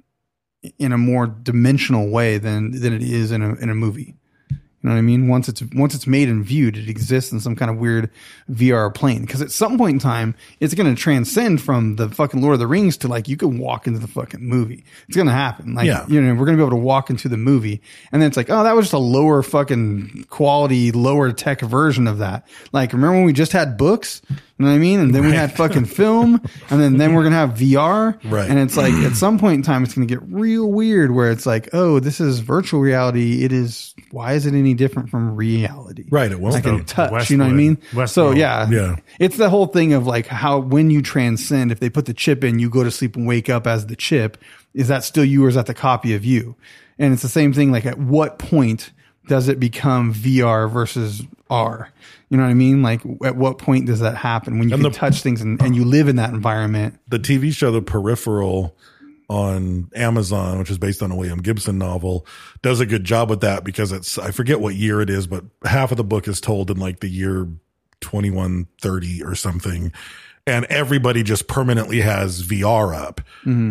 Speaker 10: in a more dimensional way than than it is in a in a movie. You know what I mean? Once it's once it's made and viewed, it exists in some kind of weird VR plane. Because at some point in time, it's going to transcend from the fucking Lord of the Rings to like you can walk into the fucking movie. It's going to happen. Like
Speaker 9: Yeah.
Speaker 10: you know, we're going to be able to walk into the movie, and then it's like, oh, that was just a lower fucking quality, lower tech version of that. Like remember when we just had books? You know what I mean? And then we had fucking film, and then then we're gonna have VR,
Speaker 9: Right.
Speaker 10: And it's like at some point in time, it's gonna get real weird where it's like, oh, this is virtual reality. It is. Why is it any different from reality?
Speaker 9: Right, it won't
Speaker 10: I can
Speaker 9: be.
Speaker 10: touch. You know what I
Speaker 11: Westwood.
Speaker 10: mean? So
Speaker 11: Westworld.
Speaker 10: yeah,
Speaker 9: Yeah.
Speaker 10: It's the whole thing of like how when you transcend, if they put the chip in, you go to sleep and wake up as the chip. Is that still you, or is that the copy of you? And it's the same thing. Like at what point does it become VR versus R? You know what I mean? Like at what point does that happen when you
Speaker 9: And
Speaker 10: can
Speaker 9: the-
Speaker 10: touch things and, and you live in that environment?
Speaker 9: the TV show The Peripheral on Amazon, which is based on a William Gibson novel, does a good job with that because it's I forget what year it is, but half of the book is told in like the year 2130 or something. And everybody just permanently has VR up.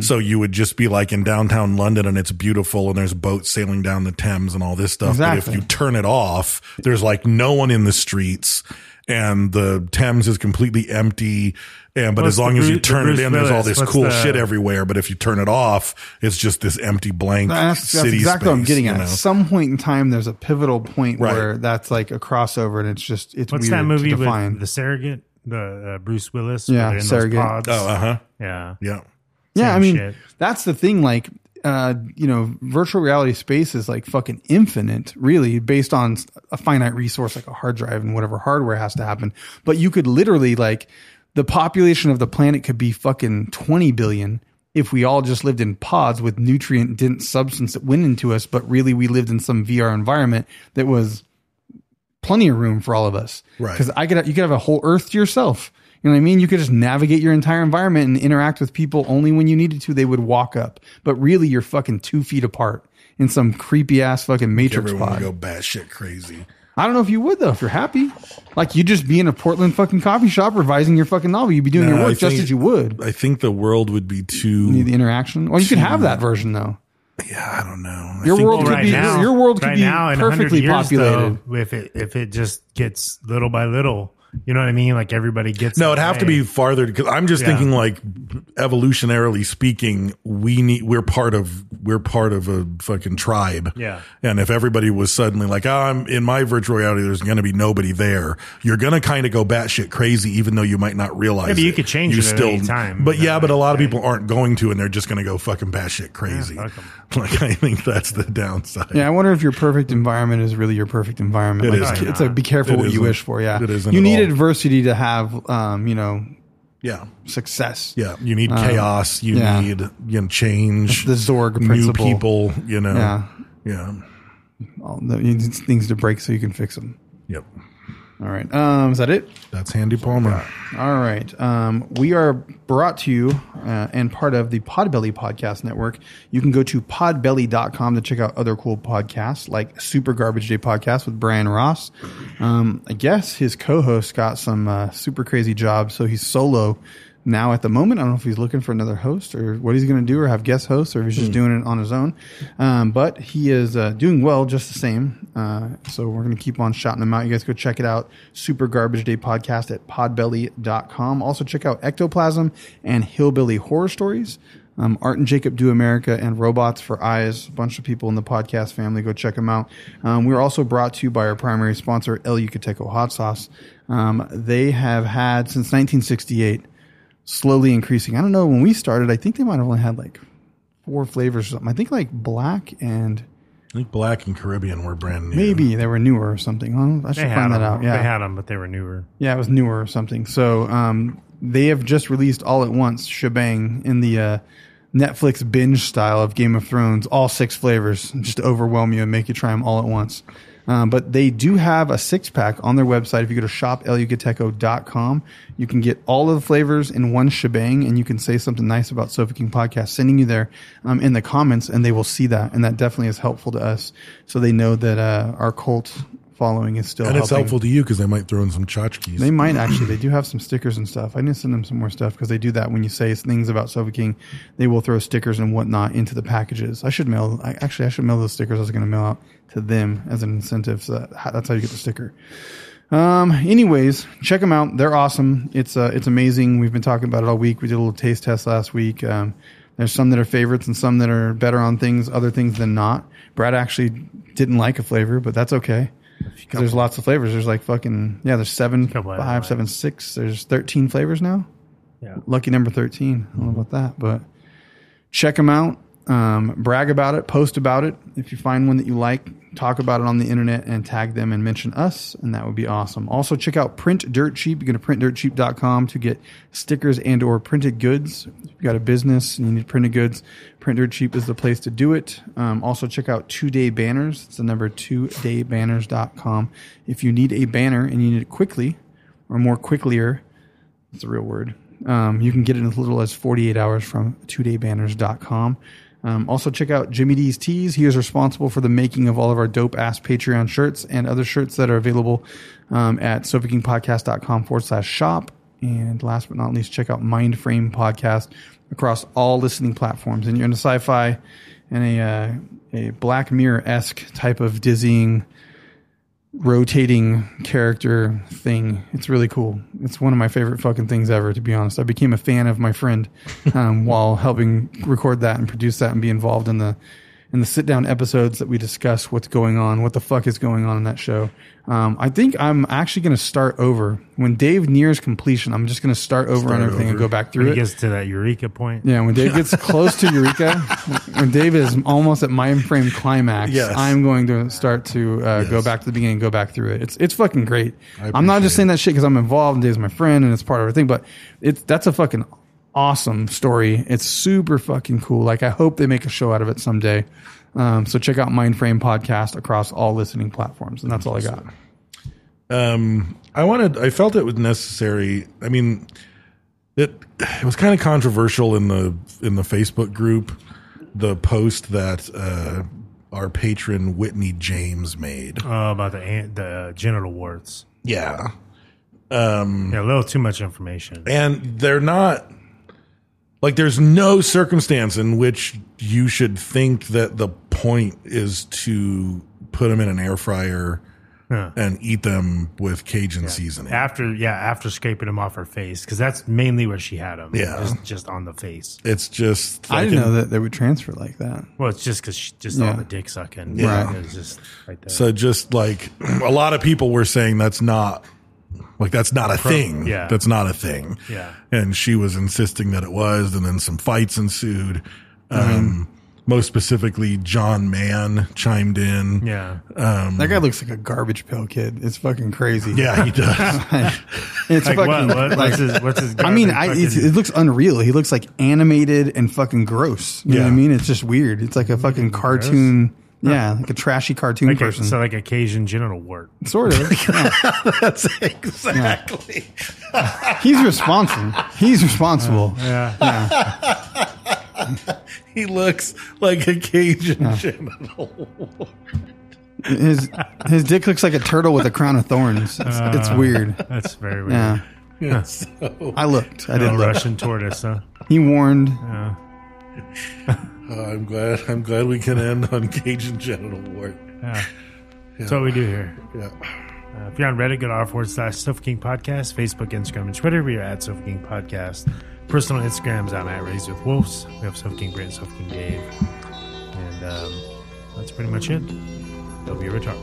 Speaker 9: So you would just be like in downtown London and it's beautiful and there's boats sailing down the Thames and all this stuff. But
Speaker 10: Exactly.
Speaker 9: if you turn it off, there's like no one in the streets and the Thames is completely empty. And but
Speaker 11: What's
Speaker 9: as long
Speaker 11: the
Speaker 9: as you
Speaker 11: Bru- the
Speaker 9: turn it
Speaker 11: Bruce
Speaker 9: in, there's all
Speaker 11: Willis?
Speaker 9: this
Speaker 11: What's
Speaker 9: cool
Speaker 11: the-
Speaker 9: shit everywhere. But if you turn it off, it's just this empty blank
Speaker 10: That's, that's
Speaker 9: city space.
Speaker 10: exactly what I'm getting
Speaker 9: you
Speaker 10: at.
Speaker 9: know?
Speaker 10: At some point in time, there's a pivotal point
Speaker 9: Right.
Speaker 10: where that's like a crossover, and it's just it's
Speaker 11: What's
Speaker 10: weird
Speaker 11: that movie
Speaker 10: to define.
Speaker 11: with the surrogate? The uh, Bruce Willis. where
Speaker 10: Yeah,
Speaker 11: they're in those
Speaker 10: Surrogate.
Speaker 11: pods?
Speaker 9: oh, uh huh.
Speaker 11: yeah.
Speaker 9: Yeah.
Speaker 10: yeah, I
Speaker 11: Same
Speaker 10: mean,
Speaker 11: shit.
Speaker 10: that's the thing. Like, uh, you know, virtual reality space is like fucking infinite, really, based on a finite resource like a hard drive and whatever hardware has to happen. But you could literally, like, the population of the planet could be fucking 20 billion if we all just lived in pods with nutrient dense substance that went into us, but really we lived in some VR environment that was plenty of room for all of us.
Speaker 9: Right.
Speaker 10: Because I could you could have a whole Earth to yourself. You know what I mean? You could just navigate your entire environment and interact with people only when you needed to. They would walk up, but really you're fucking two feet apart in some creepy ass fucking matrix
Speaker 9: Everyone would
Speaker 10: pod.
Speaker 9: go batshit crazy.
Speaker 10: I don't know if you would though. If you're happy, like you just be in a Portland fucking coffee shop revising your fucking novel, you'd be doing
Speaker 9: No,
Speaker 10: your
Speaker 9: Uh, I
Speaker 10: work just
Speaker 9: think-
Speaker 10: as you would.
Speaker 9: I think the world would be
Speaker 10: Need the
Speaker 9: too.
Speaker 10: interaction. Well, you could have that version though.
Speaker 9: I don't know. I
Speaker 10: Your
Speaker 9: think-
Speaker 10: world
Speaker 11: Well,
Speaker 10: could
Speaker 11: right
Speaker 10: be
Speaker 11: now,
Speaker 10: your world could
Speaker 11: right
Speaker 10: be
Speaker 11: now, in 100
Speaker 10: perfectly
Speaker 11: years,
Speaker 10: populated.
Speaker 11: Though, if it if it just gets little by little, you know what I mean? Like everybody gets.
Speaker 9: No,
Speaker 11: their
Speaker 9: it'd have to
Speaker 11: way.
Speaker 9: be farther because I'm just
Speaker 11: Yeah.
Speaker 9: thinking like evolutionarily speaking, we need we're part of we're part of a fucking tribe.
Speaker 11: Yeah.
Speaker 9: And if everybody was suddenly like, oh, I'm in my virtual reality, there's gonna be nobody there, you're gonna kinda go batshit crazy even though you might not realize
Speaker 11: Yeah, but you
Speaker 9: it.
Speaker 11: could change it at any time.
Speaker 9: But yeah,
Speaker 11: Yeah,
Speaker 9: but a lot of
Speaker 11: right.
Speaker 9: people aren't going to and they're just gonna go fucking batshit crazy.
Speaker 11: fuck 'em.
Speaker 9: like I think that's the downside.
Speaker 10: Yeah, I wonder if your perfect environment is really your perfect environment.
Speaker 9: It
Speaker 10: like,
Speaker 9: isn't.
Speaker 10: It's like be careful
Speaker 9: It
Speaker 10: what you
Speaker 9: isn't.
Speaker 10: wish for. Yeah,
Speaker 9: It isn't
Speaker 10: You
Speaker 9: at
Speaker 10: need
Speaker 9: all.
Speaker 10: adversity to have, um, you know,
Speaker 9: Yeah.
Speaker 10: success.
Speaker 9: Yeah. You need chaos, you
Speaker 10: Uh, yeah.
Speaker 9: need you know, change.
Speaker 10: That's the Zorg
Speaker 9: new
Speaker 10: principle.
Speaker 9: people, you know.
Speaker 10: Yeah.
Speaker 9: Yeah.
Speaker 10: All the, you need things to break so you can fix them.
Speaker 9: Yep.
Speaker 10: All right. Um, is that it?
Speaker 9: That's Handy Palmer.
Speaker 10: All right. Um, we are brought to you uh, and part of the Podbelly Podcast Network. You can go to podbelly.com to check out other cool podcasts like Super Garbage Day Podcast with Brian Ross. Um, I guess his co host got some uh, super crazy job, so he's solo now at the moment. I don't know if he's looking for another host or what he's going to do or have guest hosts or if he's just doing it on his own. Um, but he is uh, doing well just the same. Uh, so we're going to keep on shouting him out. You guys go check it out. Super Garbage Day Podcast at podbelly.com. Also check out Ectoplasm and Hillbilly Horror Stories. Um, Art and Jacob Do America and Robots for Eyes. A bunch of people in the podcast family. Go check them out. Um, we're also brought to you by our primary sponsor, El Yucateco Hot Sauce. Um, they have had since 1968 slowly increasing. I don't know when we started. I think they might have only had like four flavors or something. I think like black and
Speaker 9: I think Black and Caribbean were brand new.
Speaker 10: maybe they were newer or something. Huh? I should
Speaker 11: They had
Speaker 10: find that
Speaker 11: them.
Speaker 10: out. Yeah,
Speaker 11: They had them, but they were newer.
Speaker 10: yeah, it was newer or something. So um, they have just released all at once, shebang, in the uh, Netflix binge style of Game of Thrones, all six flavors, just to overwhelm you and make you try them all at once. Um, but they do have a six pack on their website. If you go to E shopelugateco.com, you can get all of the flavors in one shebang and you can say something nice about Sofa King Podcast, sending you there um, in the comments, and they will see that. And that definitely is helpful to us. So they know that uh, our cult following is still
Speaker 9: And it's
Speaker 10: helping.
Speaker 9: helpful to you because they might throw in some tchotchkes.
Speaker 10: They might actually. They do have some stickers and stuff. I need to send them some more stuff because they do that when you say things about Sofa King. They will throw stickers and whatnot into the packages. I should mail. I, actually, I should mail those stickers. I was going to mail out to them as an incentive. So that, that's how you get the sticker. Um. Anyways, check them out. They're awesome. It's uh, it's amazing. We've been talking about it all week. We did a little taste test last week. Um, there's some that are favorites and some that are better on things, other things than not. Brad actually didn't like a flavor, but that's okay. Because there's lots of flavors. There's like fucking yeah. There's seven,
Speaker 11: Couple of
Speaker 10: five,
Speaker 11: them,
Speaker 10: seven, six. There's thirteen flavors now.
Speaker 11: Yeah.
Speaker 10: Lucky number thirteen. I don't know about that, but check them out. Um, brag about it. Post about it. If you find one that you like, talk about it on the internet and tag them and mention us, and that would be awesome. Also, check out Print Dirt Cheap. You go to printdirtcheap.com to get stickers and or printed goods. If you got a business and you need printed goods, Print Dirt Cheap is the place to do it. Um, also, check out Two Day Banners. It's the number two daybanners.com. If you need a banner and you need it quickly or more quicklier, it's a real word. Um, you can get it in as little as 48 hours from twodaybanners.com. Um, also, check out Jimmy D's Tees. He is responsible for the making of all of our dope ass Patreon shirts and other shirts that are available um, at sopakingpodcast.com forward slash shop. And last but not least, check out Mind Frame Podcast across all listening platforms. And you're into sci fi and a, uh, a Black Mirror esque type of dizzying rotating character thing. It's really cool. It's one of my favorite fucking things ever, to be honest. I became a fan of my friend um, while helping record that and produce that and be involved in the in the sit down episodes that we discuss what's going on, what the fuck is going on in that show. Um, I think I'm actually going to start over when Dave nears completion. I'm just going to start over on everything and go back through
Speaker 11: When
Speaker 10: it.
Speaker 11: he gets to that eureka point.
Speaker 10: Yeah, when Dave gets close to Eureka, when Dave is almost at mind frame climax,
Speaker 9: Yes.
Speaker 10: I'm going to start to uh, go
Speaker 9: Yes.
Speaker 10: back to the beginning, go back through it. It's it's fucking great. I'm not
Speaker 9: appreciate
Speaker 10: just saying that shit because I'm involved and Dave's my friend and it's part of everything, but it's that's a fucking awesome story. It's super fucking cool. Like I hope they make a show out of it someday. Um, so check out Mind Frame podcast across all listening platforms, and that's all I got.
Speaker 9: um, I wanted, I felt it was necessary. I mean, it it was kind of controversial in the in the Facebook group. The post that uh, our patron Whitney James made.
Speaker 11: Uh, about the an- the genital warts.
Speaker 9: Yeah,
Speaker 10: Mm.
Speaker 11: Yeah, a little too much information.
Speaker 9: and they're not like there's no circumstance in which you should think that the point is to put them in an air fryer
Speaker 11: Huh.
Speaker 9: and eat them with Cajun seasoning.
Speaker 11: After yeah, after scraping them off her face because that's mainly where she had them.
Speaker 9: Yeah.
Speaker 11: just, just on the face.
Speaker 9: It's just
Speaker 10: I
Speaker 9: like
Speaker 10: didn't
Speaker 9: an-
Speaker 10: know that they would transfer like that.
Speaker 11: Well, it's just because just
Speaker 10: Yeah.
Speaker 11: all the dick sucking.
Speaker 10: Yeah.
Speaker 11: It was just right there.
Speaker 9: So just like a lot of people were saying that's not like that's not a thing.
Speaker 11: yeah.
Speaker 9: That's not a thing.
Speaker 11: Yeah.
Speaker 9: And she was insisting that it was, and then some fights ensued.
Speaker 10: Mm-hmm.
Speaker 9: Um, most specifically, John Mann chimed in.
Speaker 11: yeah,
Speaker 10: That guy looks like a garbage pail kid. It's fucking crazy.
Speaker 9: Yeah, he does.
Speaker 10: it's
Speaker 11: like
Speaker 10: fucking
Speaker 11: what, what?
Speaker 10: like-
Speaker 11: What's his? What's his?
Speaker 10: I mean,
Speaker 11: garbage
Speaker 10: I,
Speaker 11: fucking-
Speaker 10: it's, it looks unreal. He looks like animated and fucking gross. You know what I
Speaker 9: Yeah.
Speaker 10: mean? It's just weird. It's like a fucking cartoon. Yeah, like a trashy cartoon
Speaker 11: like a,
Speaker 10: person.
Speaker 11: so like a Cajun genital wart.
Speaker 10: sort of. Yeah.
Speaker 9: That's exactly.
Speaker 10: He's responsible. He's responsible.
Speaker 11: Yeah,
Speaker 9: He looks like a Cajun genital.
Speaker 10: His his dick looks like a turtle with a crown of thorns. It's, it's
Speaker 11: Uh.
Speaker 10: weird.
Speaker 11: that's very weird.
Speaker 10: Yeah,
Speaker 9: So
Speaker 10: I looked. I did
Speaker 11: Little
Speaker 10: look.
Speaker 11: Russian tortoise, huh?
Speaker 10: He warned.
Speaker 9: uh, I'm glad. I'm glad we can end on Cajun genital wart.
Speaker 11: Yeah. That's what we do here.
Speaker 9: Yeah.
Speaker 11: Uh, if you're on Reddit, go to r forward slash Sofa King Podcast, Facebook, Instagram, and Twitter. We are at Sofa King Podcast. Personal Instagrams, I'm at Raised with Wolves. We have Sofa King Brent, Sofa King Dave. And um, that's pretty much it. Don't be a retard.